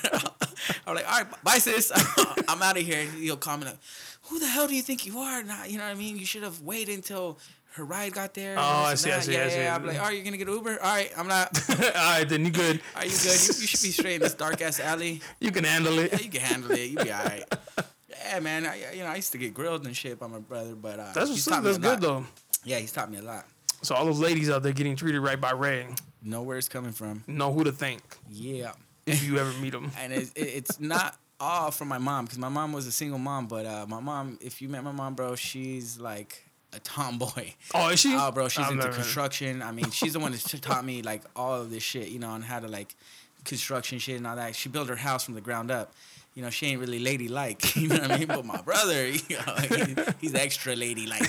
Speaker 2: I'm like, all right, bye, sis. I'm out of here. And he'll comment, like, who the hell do you think you are? Nah, you know what I mean? You should have waited until her ride got there. and
Speaker 1: Oh,
Speaker 2: this
Speaker 1: I
Speaker 2: and
Speaker 1: see, I
Speaker 2: that."
Speaker 1: see, I
Speaker 2: Yeah, yeah,
Speaker 1: see.
Speaker 2: yeah. I'm like, all right, you're going to get an Uber? All right, I'm not.
Speaker 1: all right, then you good.
Speaker 2: Are you good? You, you should be straight in this dark ass alley.
Speaker 1: You can handle it.
Speaker 2: Yeah, you can handle it. You be all right. Yeah, man. I, you know, I used to get grilled and shit by my brother, but uh,
Speaker 1: That's
Speaker 2: he's
Speaker 1: what's
Speaker 2: taught
Speaker 1: up.
Speaker 2: me
Speaker 1: That's
Speaker 2: a
Speaker 1: good
Speaker 2: lot.
Speaker 1: though.
Speaker 2: Yeah, he's taught me a lot.
Speaker 1: So all those ladies out there getting treated right by Ray
Speaker 2: Know where it's coming from.
Speaker 1: know who to thank
Speaker 2: Yeah.
Speaker 1: if you ever meet them.
Speaker 2: and it's, it, it's not all from my mom because my mom was a single mom. But uh, my mom, if you met my mom, bro, she's like a tomboy.
Speaker 1: Oh, is she?
Speaker 2: Oh, bro, she's
Speaker 1: I've
Speaker 2: into
Speaker 1: never-
Speaker 2: construction. I mean, she's the one that t- taught me like all of this shit, you know, on how to like construction shit and all that. She built her house from the ground up. You know, she ain't really ladylike, you know what I mean? But my brother, you know, he, he's extra ladylike.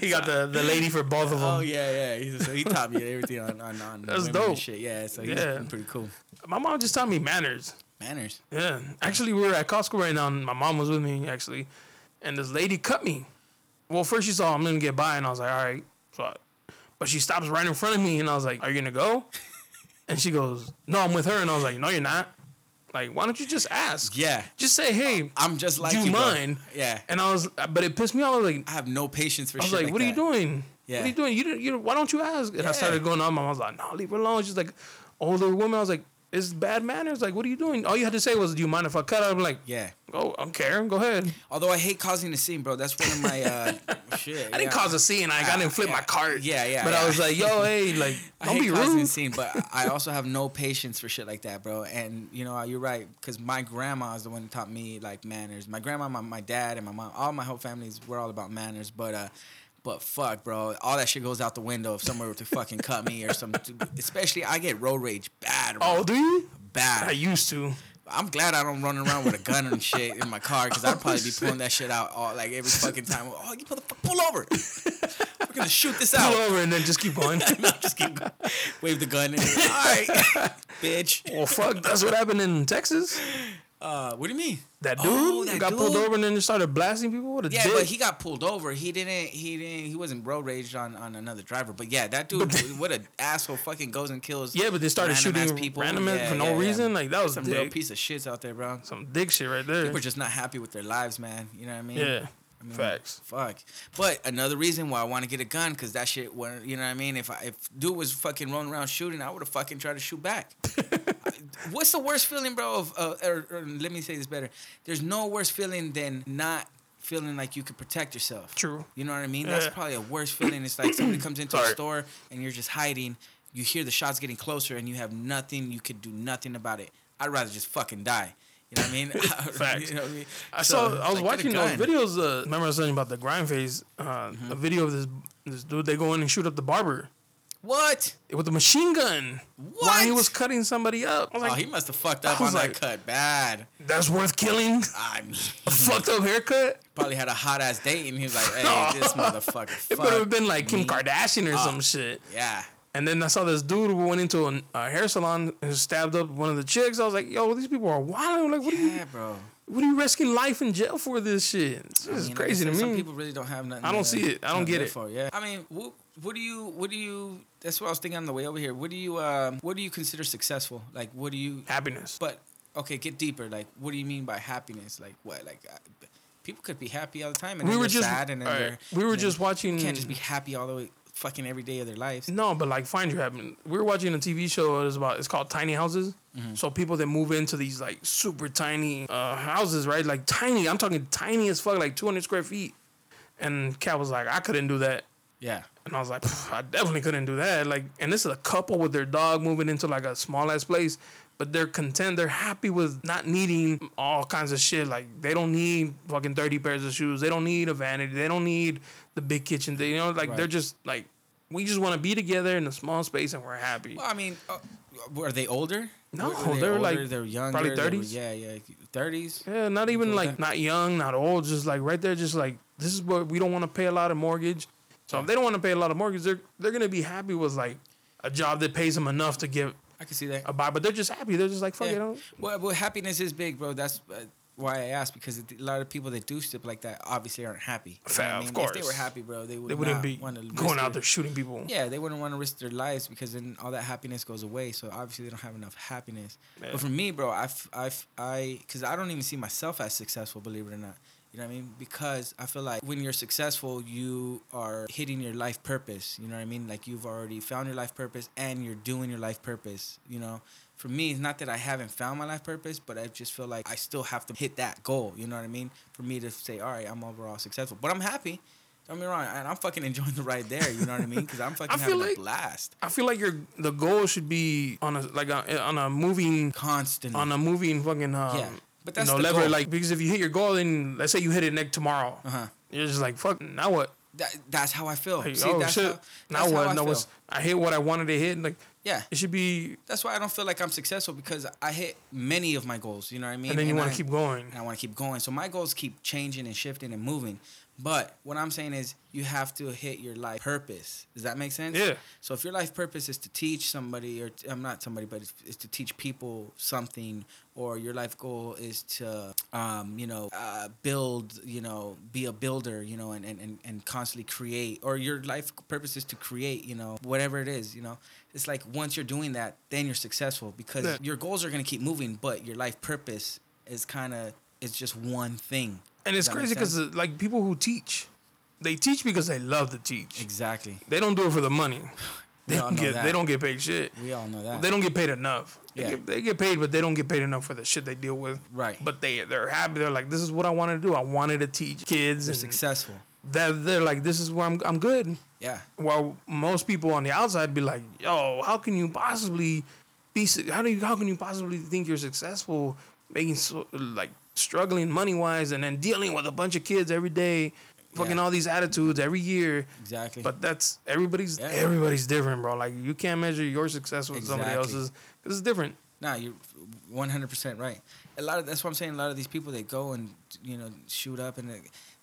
Speaker 1: He got the, the lady for both of them.
Speaker 2: Oh yeah, yeah. He's, so he taught me everything on on on
Speaker 1: That's
Speaker 2: women
Speaker 1: dope.
Speaker 2: And shit. Yeah, so he's
Speaker 1: Yeah.
Speaker 2: pretty cool.
Speaker 1: My mom just taught me manners.
Speaker 2: Manners.
Speaker 1: Yeah, actually, we were at Costco right now, and my mom was with me actually, and this lady cut me. Well, first she saw I'm gonna get by, and I was like, all right. So, I- but she stops right in front of me, and I was like, are you gonna go? And she goes, no, I'm with her, and I was like, no, you're not. Like, why don't you just ask?
Speaker 2: Yeah.
Speaker 1: Just say, hey,
Speaker 2: I'm just like
Speaker 1: do you
Speaker 2: you, bro.
Speaker 1: mind?
Speaker 2: Yeah.
Speaker 1: And I was, but it pissed me off. I was like,
Speaker 2: I have no patience for
Speaker 1: I was
Speaker 2: shit.
Speaker 1: like, what are you
Speaker 2: that.
Speaker 1: doing?
Speaker 2: Yeah.
Speaker 1: What are you doing? You, didn't- you why don't you ask? And I
Speaker 2: Yeah.
Speaker 1: started going on. My mom was like, no, leave her alone. She's like, older woman. I was like, it's bad manners. Like, what are you doing? All you had to say was, do you mind if I cut? I'm like,
Speaker 2: Yeah.
Speaker 1: Go, I don't care. Go ahead.
Speaker 2: Although I hate causing a scene, bro. That's one of my uh, shit.
Speaker 1: I didn't
Speaker 2: yeah.
Speaker 1: cause a scene. Like, I didn't flip my card.
Speaker 2: Yeah, yeah,
Speaker 1: But
Speaker 2: yeah.
Speaker 1: I was like, yo, hey, like,
Speaker 2: I
Speaker 1: don't
Speaker 2: hate
Speaker 1: be
Speaker 2: causing a
Speaker 1: rude.
Speaker 2: scene, but I also have no patience for shit like that, bro. And you know, you're right, because my grandma is the one who taught me like manners. My grandma, my, my dad, and my mom, all my whole families, we're all about manners. But uh, but fuck, bro, all that shit goes out the window if someone were to fucking cut me or something. Especially, I get road rage bad. Bro,
Speaker 1: Oh, do you? I
Speaker 2: bad.
Speaker 1: used to.
Speaker 2: I'm glad I don't run around with a gun and shit in my car because I'd probably be
Speaker 1: Oh,
Speaker 2: pulling that shit out all like every fucking time. Oh, you motherfucker, pull over! We're gonna shoot this
Speaker 1: Pull
Speaker 2: out.
Speaker 1: over and then just keep going.
Speaker 2: Just keep wave the gun. And, all right, bitch.
Speaker 1: well, fuck, that's what happened in Texas.
Speaker 2: Uh, what do you mean?
Speaker 1: That dude
Speaker 2: Oh, that
Speaker 1: got pulled
Speaker 2: dude.
Speaker 1: over and then just started blasting people with a
Speaker 2: Yeah,
Speaker 1: dick.
Speaker 2: but he got pulled over. He didn't. He didn't. He wasn't road raged on on another driver. But yeah, that dude. what a asshole! Fucking goes and kills.
Speaker 1: yeah, but they started
Speaker 2: random-ass
Speaker 1: shooting random ass for no reason. Like, that was
Speaker 2: some
Speaker 1: dick.
Speaker 2: real piece of shits out there, bro.
Speaker 1: some dick shit right there.
Speaker 2: People are just not happy with their lives, man. You know what I mean?
Speaker 1: Yeah.
Speaker 2: I mean,
Speaker 1: Facts.
Speaker 2: Fuck. But another reason why I want to get a gun, because that shit, wa- you know what I mean? If I, if dude was fucking running around shooting, I would have fucking tried to shoot back. What's the worst feeling, bro? Of uh, or, or let me say this better. There's no worse feeling than not feeling like you could protect yourself.
Speaker 1: True.
Speaker 2: You know what I mean?
Speaker 1: Yeah.
Speaker 2: That's probably a worse feeling. It's like somebody comes into a
Speaker 1: Sorry.
Speaker 2: store and you're just hiding. You hear the shots getting closer and you have nothing. You could do nothing about it. I'd rather just fucking die. You know what I mean?
Speaker 1: Facts.
Speaker 2: You know what I mean?
Speaker 1: I
Speaker 2: So,
Speaker 1: saw. I was
Speaker 2: like, get a
Speaker 1: watching those
Speaker 2: gun.
Speaker 1: videos. Uh, remember I was telling you about the grind phase? Uh,
Speaker 2: Mm-hmm.
Speaker 1: A video of this this dude. They go in and shoot up the barber
Speaker 2: What?
Speaker 1: with a machine gun while he
Speaker 2: What?
Speaker 1: was cutting somebody up. I was like,
Speaker 2: oh, he must have fucked up
Speaker 1: I
Speaker 2: on
Speaker 1: was
Speaker 2: that
Speaker 1: like-
Speaker 2: cut bad.
Speaker 1: that's worth killing.
Speaker 2: I mean,
Speaker 1: Fucked up haircut.
Speaker 2: probably had a hot ass date and he was like, "Hey, this motherfucker."
Speaker 1: It better have
Speaker 2: fucked
Speaker 1: been like Kim
Speaker 2: me."
Speaker 1: Kardashian or some shit.
Speaker 2: Yeah.
Speaker 1: And then I saw this dude who went into an, a hair salon and stabbed up one of the chicks. I was like, yo, these people are wild. Like, what are you?
Speaker 2: Yeah, bro.
Speaker 1: What are you risking life in jail for this shit? This
Speaker 2: I
Speaker 1: is
Speaker 2: mean, like I
Speaker 1: crazy
Speaker 2: said,
Speaker 1: to me.
Speaker 2: Some people really don't have nothing.
Speaker 1: I don't
Speaker 2: to-
Speaker 1: see it. I don't
Speaker 2: nothing
Speaker 1: get
Speaker 2: live
Speaker 1: it.
Speaker 2: For, yeah. I mean, what, what do you? What do you? That's what I was thinking on the way over here. What do you? Um, what do you consider successful? Like, what do you?
Speaker 1: Happiness.
Speaker 2: But okay, get deeper. Like, what do you mean by happiness? Like, what? Like, I, people could be happy all the time, and
Speaker 1: We
Speaker 2: then
Speaker 1: were
Speaker 2: they're
Speaker 1: just-
Speaker 2: sad, and then
Speaker 1: all right,
Speaker 2: they're,
Speaker 1: we were
Speaker 2: and then
Speaker 1: just watching-
Speaker 2: You can't just be happy all the way, fucking every day of their lives.
Speaker 1: No, but like find your happiness. We were watching a TV show. It was about it's called tiny houses.
Speaker 2: Mm-hmm.
Speaker 1: So people that move into these like super tiny uh, houses, right? Like tiny. I'm talking tiny as fuck, like 200 square feet. And Cat was like, I couldn't do that.
Speaker 2: Yeah.
Speaker 1: And I was like, "Pff, I definitely couldn't do that. Like, and this is a couple with their dog moving into like a small ass place, but they're content. They're happy with not needing all kinds of shit. Like, they don't need fucking thirty pairs of shoes. They don't need a vanity. They don't need the big kitchen. They, you know, like they're
Speaker 2: Right.
Speaker 1: just like, we just want to be together in a small space and we're happy.
Speaker 2: Well, I mean, uh, were they older?
Speaker 1: No,
Speaker 2: Were
Speaker 1: they were, like,
Speaker 2: they're younger,
Speaker 1: probably
Speaker 2: they were-
Speaker 1: 30s.
Speaker 2: Yeah, yeah, thirties.
Speaker 1: Yeah, not even
Speaker 2: Cool
Speaker 1: like
Speaker 2: thing.
Speaker 1: not young, not old, just like right there, just like this is what we don't want to pay a lot of mortgage. So if they don't want to pay a lot of mortgage, they're they're gonna be happy with like a job that pays them enough to give
Speaker 2: I can see that.
Speaker 1: a buy, but they're just happy. They're just like fuck it. I
Speaker 2: Yeah.
Speaker 1: don't-
Speaker 2: Well, well, happiness is big, bro. That's uh, why I asked because a lot of people that do shit like that obviously aren't happy. You know
Speaker 1: Fair,
Speaker 2: what I
Speaker 1: of
Speaker 2: mean? If they were
Speaker 1: course.
Speaker 2: happy, bro, they would
Speaker 1: They wouldn't
Speaker 2: not
Speaker 1: be
Speaker 2: wanna risk
Speaker 1: going out
Speaker 2: their-
Speaker 1: there shooting people.
Speaker 2: Yeah, they wouldn't want to risk their lives because then all that happiness goes away. So obviously they don't have enough happiness.
Speaker 1: Yeah.
Speaker 2: But for me, bro, I, f- I, f- I, because I don't even see myself as successful, believe it or not. You know what I mean? Because I feel like when you're successful, you are hitting your life purpose. You know what I mean? Like you've already found your life purpose and you're doing your life purpose. You know, for me, it's not that I haven't found my life purpose, but I just feel like I still have to hit that goal. You know what I mean? For me to say, all right, I'm overall successful, but I'm happy. Don't be wrong, and I'm fucking enjoying the ride there. You know what I mean? Because I'm fucking
Speaker 1: feel
Speaker 2: having a
Speaker 1: like-
Speaker 2: blast
Speaker 1: I feel like your the goal should be on a like a, on a moving
Speaker 2: constantly.
Speaker 1: on a moving fucking um,
Speaker 2: Yeah, but that's
Speaker 1: you know,
Speaker 2: the
Speaker 1: lever
Speaker 2: goal.
Speaker 1: like because if you hit your goal and let's say you hit it next tomorrow,
Speaker 2: Uh-huh.
Speaker 1: you're just like fuck now what
Speaker 2: That, that's how I feel.
Speaker 1: Like,
Speaker 2: See,
Speaker 1: oh
Speaker 2: that's
Speaker 1: shit
Speaker 2: How, that's
Speaker 1: now
Speaker 2: how
Speaker 1: what
Speaker 2: I
Speaker 1: now
Speaker 2: feel.
Speaker 1: what's I hit what I wanted to hit. And like
Speaker 2: Yeah.
Speaker 1: it should be,
Speaker 2: That's why I don't feel like I'm successful because I hit many of my goals. You know what I mean?
Speaker 1: and then you want to
Speaker 2: I-
Speaker 1: keep going.
Speaker 2: and I want to keep going. So my goals keep changing and shifting and moving. But what I'm saying is you have to hit your life purpose. Does that make sense?
Speaker 1: Yeah.
Speaker 2: So if your life purpose is to teach somebody or I'm not somebody but it's, it's to teach people something or your life goal is to um, you know uh, build, you know, be a builder, you know, and, and, and, and constantly create or your life purpose is to create, you know, whatever it is, you know. It's like once you're doing that, then you're successful because
Speaker 1: Yeah.
Speaker 2: your goals are going to keep moving, but your life purpose is kind of it's just one thing.
Speaker 1: And it's
Speaker 2: Does that make
Speaker 1: crazy because
Speaker 2: sense?
Speaker 1: like people who teach, they teach because they love to teach.
Speaker 2: exactly
Speaker 1: They don't do it for the money. They
Speaker 2: We all
Speaker 1: don't
Speaker 2: know
Speaker 1: get
Speaker 2: that.
Speaker 1: they don't get paid shit.
Speaker 2: we all know that.
Speaker 1: They don't get paid enough. They,
Speaker 2: Yeah.
Speaker 1: get, they get paid, but they don't get paid enough for the shit they deal with.
Speaker 2: Right.
Speaker 1: But they they're happy. They're like, this is what I wanted to do. I wanted to teach kids.
Speaker 2: They're
Speaker 1: and
Speaker 2: successful.
Speaker 1: They're, they're like, this is where I'm I'm good.
Speaker 2: Yeah.
Speaker 1: While most people on the outside be like, yo, how can you possibly be? su- How do you how can you possibly think you're successful making so like struggling money wise and then dealing with a bunch of kids every day, fucking
Speaker 2: Yeah.
Speaker 1: all these attitudes every year.
Speaker 2: Exactly.
Speaker 1: But that's everybody's
Speaker 2: Yeah.
Speaker 1: everybody's different, bro. Like you can't measure your success with somebody
Speaker 2: Exactly.
Speaker 1: else's. This is different.
Speaker 2: Nah, you're 100% right. A lot of that's what I'm saying. A lot of these people they go and you know shoot up and they,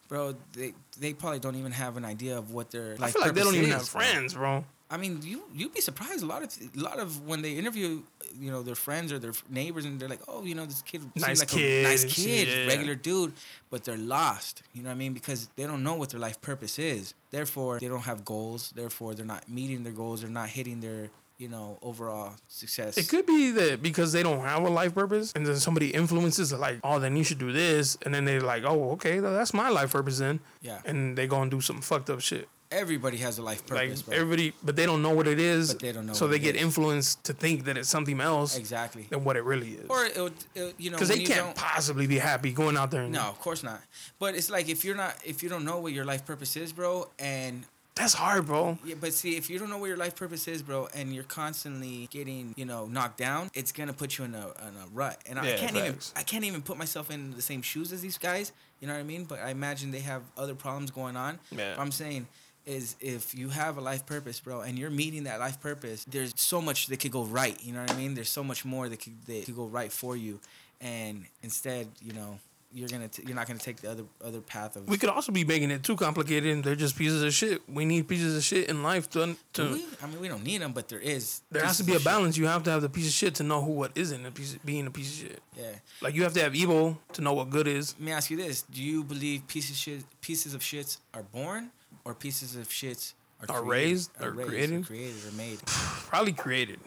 Speaker 2: bro, they they probably don't even have an idea of what their life
Speaker 1: I feel like they don't
Speaker 2: purpose
Speaker 1: even
Speaker 2: is,
Speaker 1: have
Speaker 2: bro.
Speaker 1: friends, bro.
Speaker 2: I mean, you you'd be surprised. A lot of a lot of when they interview, you know, their friends or their neighbors, and they're like, "Oh, you know, this kid seems
Speaker 1: Nice
Speaker 2: like
Speaker 1: kid
Speaker 2: a nice
Speaker 1: and
Speaker 2: kid,
Speaker 1: shit, yeah.
Speaker 2: regular dude," but they're lost. You know what I mean? Because they don't know what their life purpose is. Therefore, they don't have goals. Therefore, they're not meeting their goals. They're not hitting their you know overall success.
Speaker 1: It could be that because they don't have a life purpose, and then somebody influences like, oh, then you should do this, and then they're like, oh, okay, well, that's my life purpose then.
Speaker 2: Yeah.
Speaker 1: And they go and do some fucked up shit.
Speaker 2: Everybody has a life purpose.
Speaker 1: like
Speaker 2: bro.
Speaker 1: everybody, but they don't know what it is.
Speaker 2: But they don't know
Speaker 1: So
Speaker 2: what
Speaker 1: they
Speaker 2: it
Speaker 1: get
Speaker 2: is.
Speaker 1: influenced to think that it's something else
Speaker 2: exactly.
Speaker 1: than what it really is.
Speaker 2: Or it'll, it'll, you know
Speaker 1: Because
Speaker 2: when
Speaker 1: they
Speaker 2: you
Speaker 1: can't
Speaker 2: don't-
Speaker 1: possibly be happy going out there. And,
Speaker 2: No, of course not. But it's like if you're not if you don't know what your life purpose is, bro, and
Speaker 1: That's hard, bro.
Speaker 2: Yeah, but see, if you don't know what your life purpose is, bro, and you're constantly getting, you know, knocked down, it's gonna put you in a, in a rut. And I
Speaker 1: Yeah,
Speaker 2: can't even,
Speaker 1: facts.
Speaker 2: I can't even put myself in the same shoes as these guys. You know what I mean? But I imagine they have other problems going on.
Speaker 1: Yeah.
Speaker 2: What I'm saying is, if you have a life purpose, bro, and you're meeting that life purpose, there's so much that could go right. You know what I mean? There's so much more that could that could go right for you, and instead, you know, you're gonna t- you're not gonna take the other other path of.
Speaker 1: We could also be making it too complicated, and they're just pieces of shit. We need pieces of shit in life to. to
Speaker 2: Do we? I mean, we don't need them, but there is.
Speaker 1: There has to
Speaker 2: pieces
Speaker 1: be a
Speaker 2: of shit.
Speaker 1: balance. You have to have the piece of shit to know who what isn't a piece of, being a piece of shit.
Speaker 2: Yeah.
Speaker 1: Like you have to have evil to know what good is.
Speaker 2: Let me ask you this: Do you believe pieces of shit, pieces of shits are born, or pieces of shits are,
Speaker 1: Are
Speaker 2: created-
Speaker 1: raised, are created?
Speaker 2: or created, or made?
Speaker 1: Probably created.